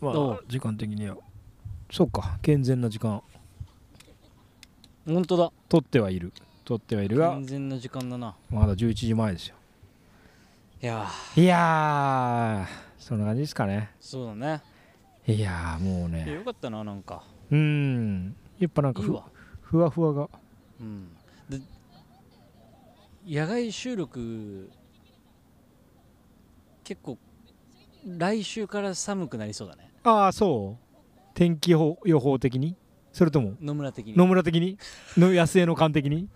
Speaker 3: ま
Speaker 4: ど
Speaker 3: あ時間的にはそうか健全な時間
Speaker 4: ー本当だ
Speaker 3: 取ってはいる取ってはいるが
Speaker 4: 完全な時間だな
Speaker 3: まだ11時前ですよ
Speaker 4: いやー
Speaker 3: いやーそんな感じですかね
Speaker 4: そうだね
Speaker 3: いやーもう
Speaker 4: いや
Speaker 3: ね
Speaker 4: よかったななんか
Speaker 3: うーんやっぱなんか
Speaker 4: いい
Speaker 3: ふ
Speaker 4: わ
Speaker 3: ふわふわが
Speaker 4: うんで野外収録結構来週から寒くなりそうだね
Speaker 3: ああそう天気予報予報的にそれとも
Speaker 4: 野村的
Speaker 3: 野
Speaker 4: に
Speaker 3: 村的にの安江の勘的に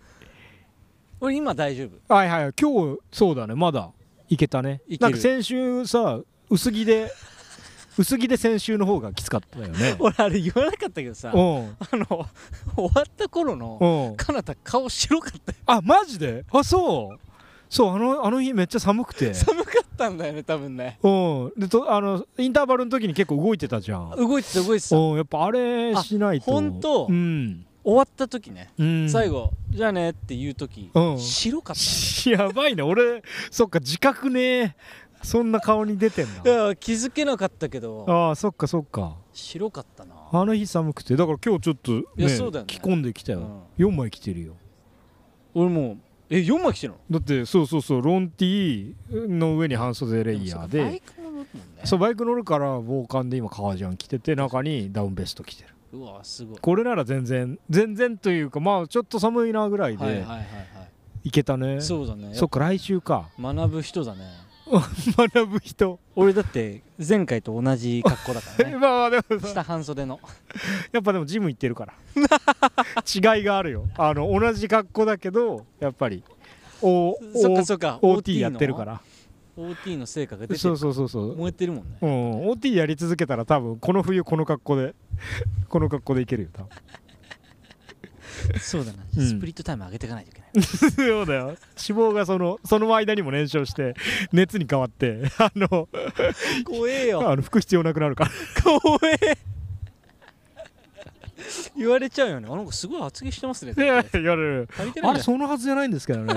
Speaker 4: 俺今大丈夫
Speaker 3: はいはい今日そうだねまだいけたね
Speaker 4: いけ
Speaker 3: な
Speaker 4: る
Speaker 3: んか先週さ薄着
Speaker 4: [laughs]
Speaker 3: で薄着で先週の方がきつかったよね
Speaker 4: [laughs] 俺あれ言わなかったけどさあ
Speaker 3: うん
Speaker 4: の [laughs] 終わった頃の
Speaker 3: うん
Speaker 4: かなた顔白かったよ
Speaker 3: あマジであそうそうあのあの日めっちゃ寒くて
Speaker 4: [laughs] 寒かったんだよね多分ね
Speaker 3: うんでとあのインターバルの時に結構動いてたじゃん
Speaker 4: 動いてた動いてた終
Speaker 3: うんやっぱあれしないと
Speaker 4: あほんと
Speaker 3: うん、
Speaker 4: わった時ね
Speaker 3: うん、
Speaker 4: 最後じゃあねっていう時
Speaker 3: うん
Speaker 4: 白かっ
Speaker 3: やばいね俺そっか自覚ねそんな顔に出てん
Speaker 4: た
Speaker 3: ない
Speaker 4: や気づけなかったけど
Speaker 3: ああそっかそっか
Speaker 4: 白かったな
Speaker 3: あの日寒くてだから今日ちょっと、ね、
Speaker 4: いやそうだよね
Speaker 3: 着込んできたよ、
Speaker 4: うん
Speaker 3: 4枚着てるよ
Speaker 4: 俺もうえ4枚着てるの
Speaker 3: だってそうそうそうロンティーの上に半袖レイヤーで
Speaker 4: もそうかバイクも乗るもんね
Speaker 3: そうバイク乗るから防寒で今革ジャン着てて中にダウンベスト着てる
Speaker 4: うわすごい
Speaker 3: これなら全然全然というかまあちょっと寒いなぐらい
Speaker 4: はいはい
Speaker 3: で
Speaker 4: はいはい
Speaker 3: けたね、
Speaker 4: いそうだね
Speaker 3: そっか来週か [laughs]
Speaker 4: 学ぶ人だね
Speaker 3: 学ぶ人
Speaker 4: 俺だって前回と同じ格好だから
Speaker 3: [laughs]
Speaker 4: [laughs]
Speaker 3: まあま
Speaker 4: ね
Speaker 3: あでも
Speaker 4: 下半袖の
Speaker 3: やっぱでもジム行ってるから [laughs] 違いがあるよあの同じ格好だけどやっぱりおお
Speaker 4: そっかそっか
Speaker 3: OT やってるから
Speaker 4: OT の成果が出て
Speaker 3: そう
Speaker 4: る
Speaker 3: そうそうそう、
Speaker 4: 燃えてるもんね
Speaker 3: うん、OT やり続けたら多分この冬この格好で [laughs] この格好でいけるよ多分
Speaker 4: そうだな
Speaker 3: うん
Speaker 4: スプリットタイム上げていかないといけない
Speaker 3: [laughs] そうだよ脂肪がそのその間にも燃焼して熱に変わって [laughs] あの
Speaker 4: [laughs] 怖えよ
Speaker 3: あの服必要なくなるから
Speaker 4: 怖え [laughs] 言われちゃうよねあなんか
Speaker 3: [laughs]
Speaker 4: すごい厚着してますね
Speaker 3: いやいやいやいや
Speaker 4: 足りてない
Speaker 3: あ
Speaker 4: ん
Speaker 3: れ [laughs]
Speaker 4: だ
Speaker 3: そのはずじゃないんですけどね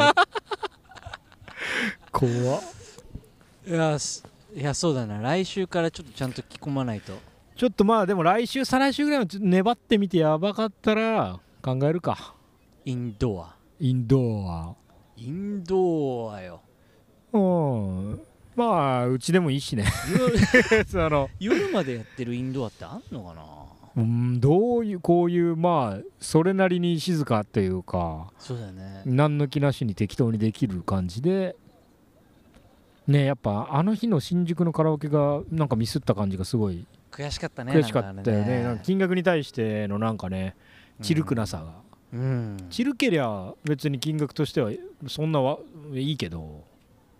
Speaker 3: 怖っ
Speaker 4: いやすいやそうだな来週からちょっとちゃんと着込まないと
Speaker 3: ちょっとまあでも来週再来週ぐらいはちょっと粘ってみてやばかったら考えるか
Speaker 4: インドア
Speaker 3: インドア
Speaker 4: インドアよ
Speaker 3: うんまあうちでもいい [laughs] しねその
Speaker 4: 夜までやってるインドアってあんのかな
Speaker 3: うんどういうこういうまあそれなりに静かというか
Speaker 4: そうだよね
Speaker 3: 何の気なしに適当にできる感じでねやっぱあの日の新宿のカラオケがなんかミスった感じがすごい
Speaker 4: 悔しかったね
Speaker 3: 悔しかったよね
Speaker 4: な
Speaker 3: なん
Speaker 4: ん
Speaker 3: か
Speaker 4: か
Speaker 3: 金額に対してのなんかねチルくなさが、
Speaker 4: うん
Speaker 3: チルけりゃ別に金額としてはそんなはいいけど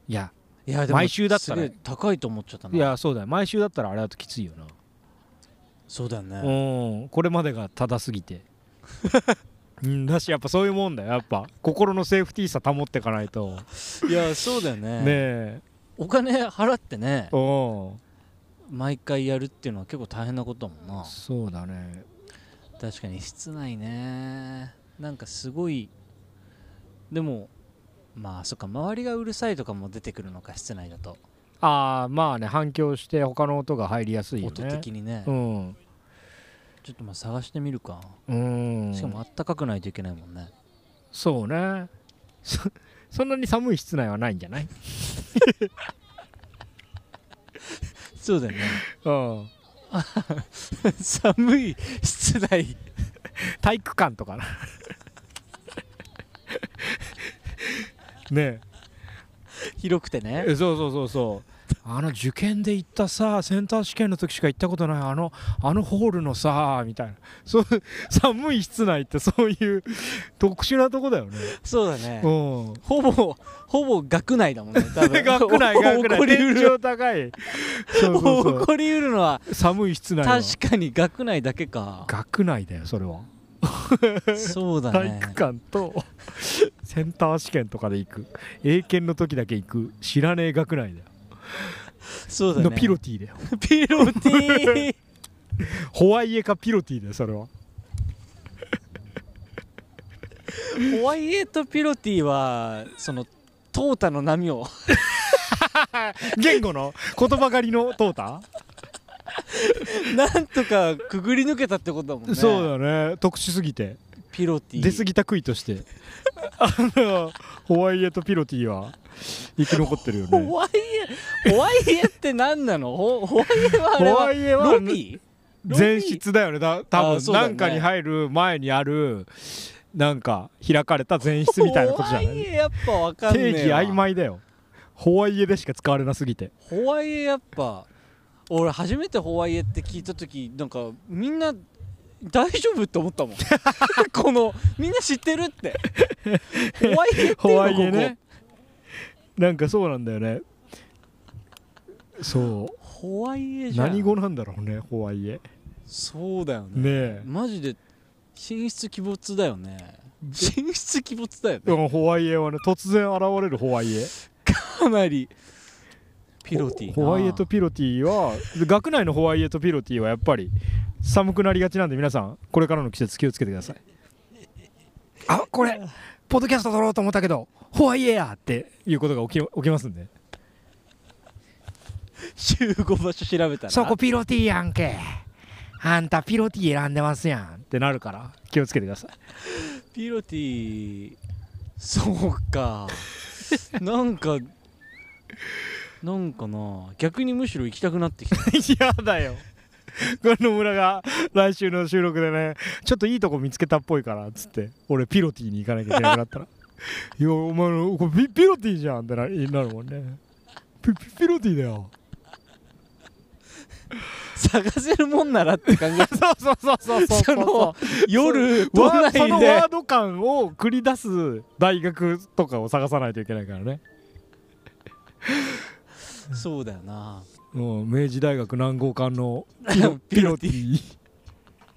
Speaker 3: いや
Speaker 4: いや
Speaker 3: 毎週だったね
Speaker 4: すごい高いと思っちゃったない
Speaker 3: やそうだよ毎週だったらあれだときついよな
Speaker 4: そうだね
Speaker 3: うんこれまでが正すぎてうんだしやっぱそういうもんだよやっぱ心のセーフティーさ保っていかないと
Speaker 4: いやそうだよね
Speaker 3: ねえ
Speaker 4: お金払ってね
Speaker 3: うん
Speaker 4: 毎回やるっていうのは結構大変なことだもんな
Speaker 3: そうだね
Speaker 4: 確かに室内ねなんかすごいでもまあそっか周りがうるさいとかも出てくるのか室内だと
Speaker 3: ああまあね反響して他の音が入りやすいよね
Speaker 4: 音的にね
Speaker 3: うん
Speaker 4: ちょっとまあ探してみるか
Speaker 3: うん
Speaker 4: しかもあったかくないといけないもんね
Speaker 3: そうねそそんなに寒い室内はないんじゃない
Speaker 4: そうだよね
Speaker 3: うん
Speaker 4: 寒い室内
Speaker 3: 体育館とかな [laughs] ね
Speaker 4: 広くてね
Speaker 3: えそうそうそうそうあの受験で行ったさセンター試験の時しか行ったことないあのあのホールのさみたいなそう寒い室内ってそういう特殊なとこだよね
Speaker 4: そうだね
Speaker 3: うん
Speaker 4: ほぼほぼ学内だもんね多分
Speaker 3: 学内学内
Speaker 4: 起こりう
Speaker 3: 天
Speaker 4: る
Speaker 3: 井高いそうそうそ
Speaker 4: 起こりうるのは
Speaker 3: う寒い室内は
Speaker 4: 確かに学内だけか
Speaker 3: 学内だよそれは
Speaker 4: そうだ
Speaker 3: 体
Speaker 4: ね
Speaker 3: 育館とセンター試験とかで行く英検の時だけ行く知らねえ学内だよ
Speaker 4: そうだね
Speaker 3: のピロティだよ
Speaker 4: ピロティー
Speaker 3: ホワイエかピロティだよそれは
Speaker 4: ホワイエットピロティはその淘汰の波を
Speaker 3: 言語の言葉狩りの淘汰、
Speaker 4: なんとかくぐり抜けたってことだもんね
Speaker 3: そうだね特殊すぎて
Speaker 4: ピロティ
Speaker 3: 出過ぎた杭としてあのホワイエとピロティは生き残ってるよね
Speaker 4: ホワイエホワイエって何なのホホワイエはあれは
Speaker 3: ホワイエは
Speaker 4: ロビーロビー
Speaker 3: 前室だよねだ多
Speaker 4: あ
Speaker 3: 分
Speaker 4: そうだ
Speaker 3: な
Speaker 4: ね
Speaker 3: んかに入る前にあるなんか開かれた前室みたいなことじゃな
Speaker 4: ホワイ
Speaker 3: い
Speaker 4: エやっぱわかんね
Speaker 3: 定
Speaker 4: え
Speaker 3: 義
Speaker 4: わ
Speaker 3: 曖昧だよホワイエでしか使われなすぎて
Speaker 4: ホワイエやっぱ俺初めてホワイエって聞いた時なんかみんな大丈夫って思ったも
Speaker 3: [laughs]
Speaker 4: んこのみんな知ってるってホワイエっていう
Speaker 3: ホ
Speaker 4: の
Speaker 3: ワ
Speaker 4: こ
Speaker 3: イエ
Speaker 4: こ、
Speaker 3: ねなんかそうなんだよねそう
Speaker 4: ホワイエじゃん
Speaker 3: 何語なんだろうねホワイエ
Speaker 4: そうだよね
Speaker 3: ねえ
Speaker 4: マジで寝室鬼没だよね寝室鬼没だよ
Speaker 3: で
Speaker 4: ね
Speaker 3: もホワイエはね突然現れるホワイエ
Speaker 4: かなりピロティな
Speaker 3: ホワイエとピロティは学内のホワイエとピロティはやっぱり寒くなりがちなんで皆さんこれからの季節気をつけてくださいあこれポッドキャスト撮ろうと思ったけどホワイエやっていうことが起き起きますんで
Speaker 4: 集合場所調べたら
Speaker 3: ピロティやんけあんたピロティ選んでますやんってなるから気をつけてください
Speaker 4: ピロティそう
Speaker 3: [laughs]
Speaker 4: かなんかなんかな逆にむしろ行きたくなってきた
Speaker 3: やだよこの村が来週の収録でねちょっといいとこ見つけたっぽいからっつって俺ピロティに行かなきゃいけなくなったら [laughs] 「いやお前のこれピピロティじゃん」ってななるもんねピピピロティだよ
Speaker 4: 探せるもんならって感じ
Speaker 3: そうそうそうそうそう
Speaker 4: その夜
Speaker 3: わ
Speaker 4: 都内
Speaker 3: その
Speaker 4: で
Speaker 3: ワード感を繰り出す大学とかを探さないといけないからね
Speaker 4: そうだよな
Speaker 3: もう明治大学南郷館の
Speaker 4: ピ
Speaker 3: ピ
Speaker 4: ロ
Speaker 3: ロ
Speaker 4: テ
Speaker 3: ティ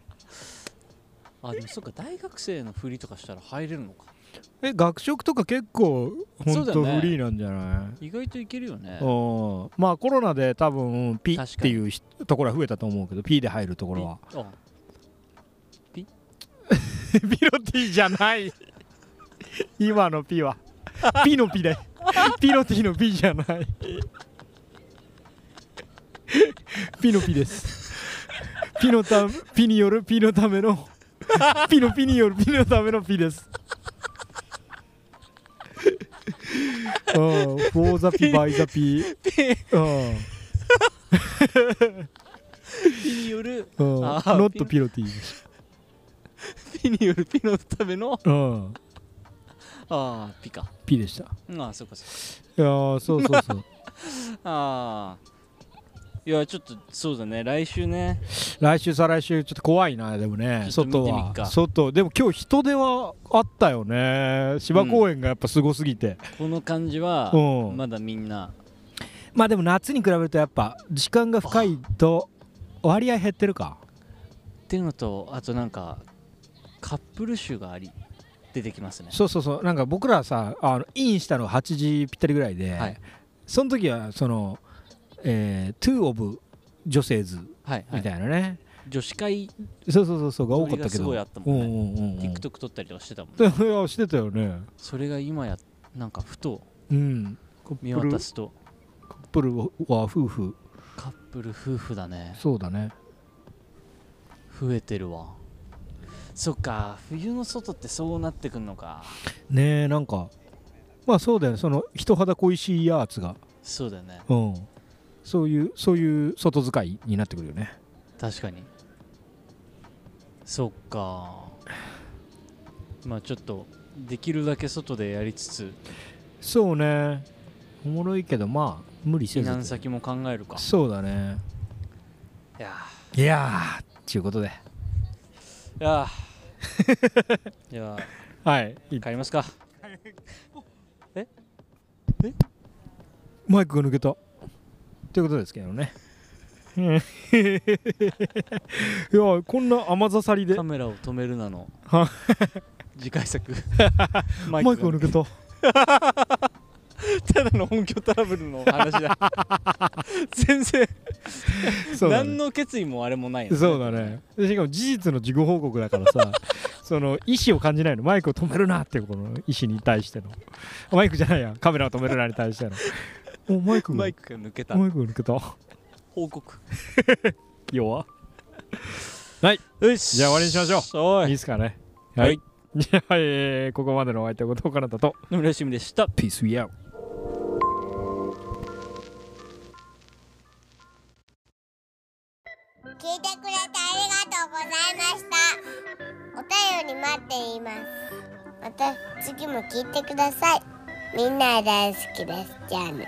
Speaker 3: [laughs]
Speaker 4: あでもそっか大学生のふりとかしたら入れるのか
Speaker 3: え学食とか結構
Speaker 4: そ
Speaker 3: 本
Speaker 4: うだよ
Speaker 3: 当
Speaker 4: ね
Speaker 3: フリーなんじゃない
Speaker 4: 意外といけるよね
Speaker 3: うんまあコロナで多分ピ
Speaker 4: 確
Speaker 3: っ
Speaker 4: か
Speaker 3: て
Speaker 4: に
Speaker 3: いうひところは増えたと思うけどピで入るところは
Speaker 4: あ [laughs]
Speaker 3: ピロティじゃない今のピはピのピでピロティの B じゃないピの P ですピのたピによるピのためのピのピによるピのための P ですうんフォーザ
Speaker 4: [laughs]
Speaker 3: ピバイザピうん
Speaker 4: ピによる
Speaker 3: うん
Speaker 4: あ
Speaker 3: ノ
Speaker 4: ー
Speaker 3: ットピロティです
Speaker 4: ピによるピのための
Speaker 3: うん
Speaker 4: ああピか
Speaker 3: P でした
Speaker 4: うんああそうかそう
Speaker 3: いやーそうそうそう
Speaker 4: かああいやちょっとそうだね来週ね
Speaker 3: [laughs] 来週再来週ちょっと怖いなでもね
Speaker 4: ちょっと
Speaker 3: [laughs] 外
Speaker 4: 見てみっか
Speaker 3: は外でも今日人出はあったよね芝公園がやっぱすごすぎて、
Speaker 4: この感じは
Speaker 3: うん
Speaker 4: まだみんな
Speaker 3: まあでも夏に比べるとやっぱ時間が深いと割合減ってるか
Speaker 4: っていうのとあとなんかカップル集があり出てきますね
Speaker 3: そうそうそうなんか僕らさあのインしたの8時ぴったりぐらいで、
Speaker 4: はい
Speaker 3: その時はその、えー、2 of 女性図
Speaker 4: はい、は
Speaker 3: み
Speaker 4: い、
Speaker 3: たいなね、
Speaker 4: 女子会
Speaker 3: そうそうそうそうが多かったけど
Speaker 4: それがすごいあったもんね
Speaker 3: うんうんうんうん
Speaker 4: TikTok 撮ったりとかしてたもん、ね、
Speaker 3: いやしてたよね
Speaker 4: それが今やなんかふと
Speaker 3: うんカ
Speaker 4: 見
Speaker 3: ップル
Speaker 4: 渡
Speaker 3: カッ
Speaker 4: すと
Speaker 3: プルは夫婦
Speaker 4: カップル夫婦だね
Speaker 3: そうだね
Speaker 4: 増えてるわそっか冬の外ってそうなってくんのか
Speaker 3: ねえなんかまあそうだよねその人肌恋しいやつが、
Speaker 4: そうだよね
Speaker 3: うん、そういうそういう外使いになってくるよね
Speaker 4: 確かにそっかまあちょっとできるだけ外でやりつつ
Speaker 3: そうねおもろいけどまあ無理せ
Speaker 4: 避
Speaker 3: ず
Speaker 4: 難先も考えるか
Speaker 3: そうだね
Speaker 4: いや
Speaker 3: いやーちゅうことで
Speaker 4: ーいや
Speaker 3: [laughs]
Speaker 4: ーいや
Speaker 3: はい
Speaker 4: ー帰りますか
Speaker 3: マイクが抜けたということですけど [laughs] ねいやこんな雨ざさりで
Speaker 4: カメラを止めるなの
Speaker 3: は
Speaker 4: 次
Speaker 3: [laughs]
Speaker 4: 回作マ
Speaker 3: マイクが抜けた
Speaker 4: ただの音響トラブルの話
Speaker 3: [laughs]
Speaker 4: だ全然
Speaker 3: そうだね
Speaker 4: 何の決意もあれもない
Speaker 3: [laughs]
Speaker 4: よ
Speaker 3: そうだねでしかも事実の事後報告だから [laughs] さその意思を感じないのマイクを止めるなっていうこの意思に対してのマイクじゃないやカメラを止めるなに対して [laughs] のおマイクが
Speaker 4: マ
Speaker 3: マ
Speaker 4: イ
Speaker 3: イ
Speaker 4: クが抜けた
Speaker 3: クが抜けた
Speaker 4: 報告
Speaker 3: 弱
Speaker 4: よし
Speaker 3: じゃあ終わりにしましょ
Speaker 4: うお
Speaker 3: いい
Speaker 4: い
Speaker 3: ですかね [laughs]
Speaker 4: はい
Speaker 3: はいじゃあ、えーここまでのお相手は後藤かなたと
Speaker 4: 野村よしみでした
Speaker 3: ピースウィアウ
Speaker 2: 聞いてくれてありがとうございましたお便り待っていますまた次も聞いてくださいみんな大好きですじゃあね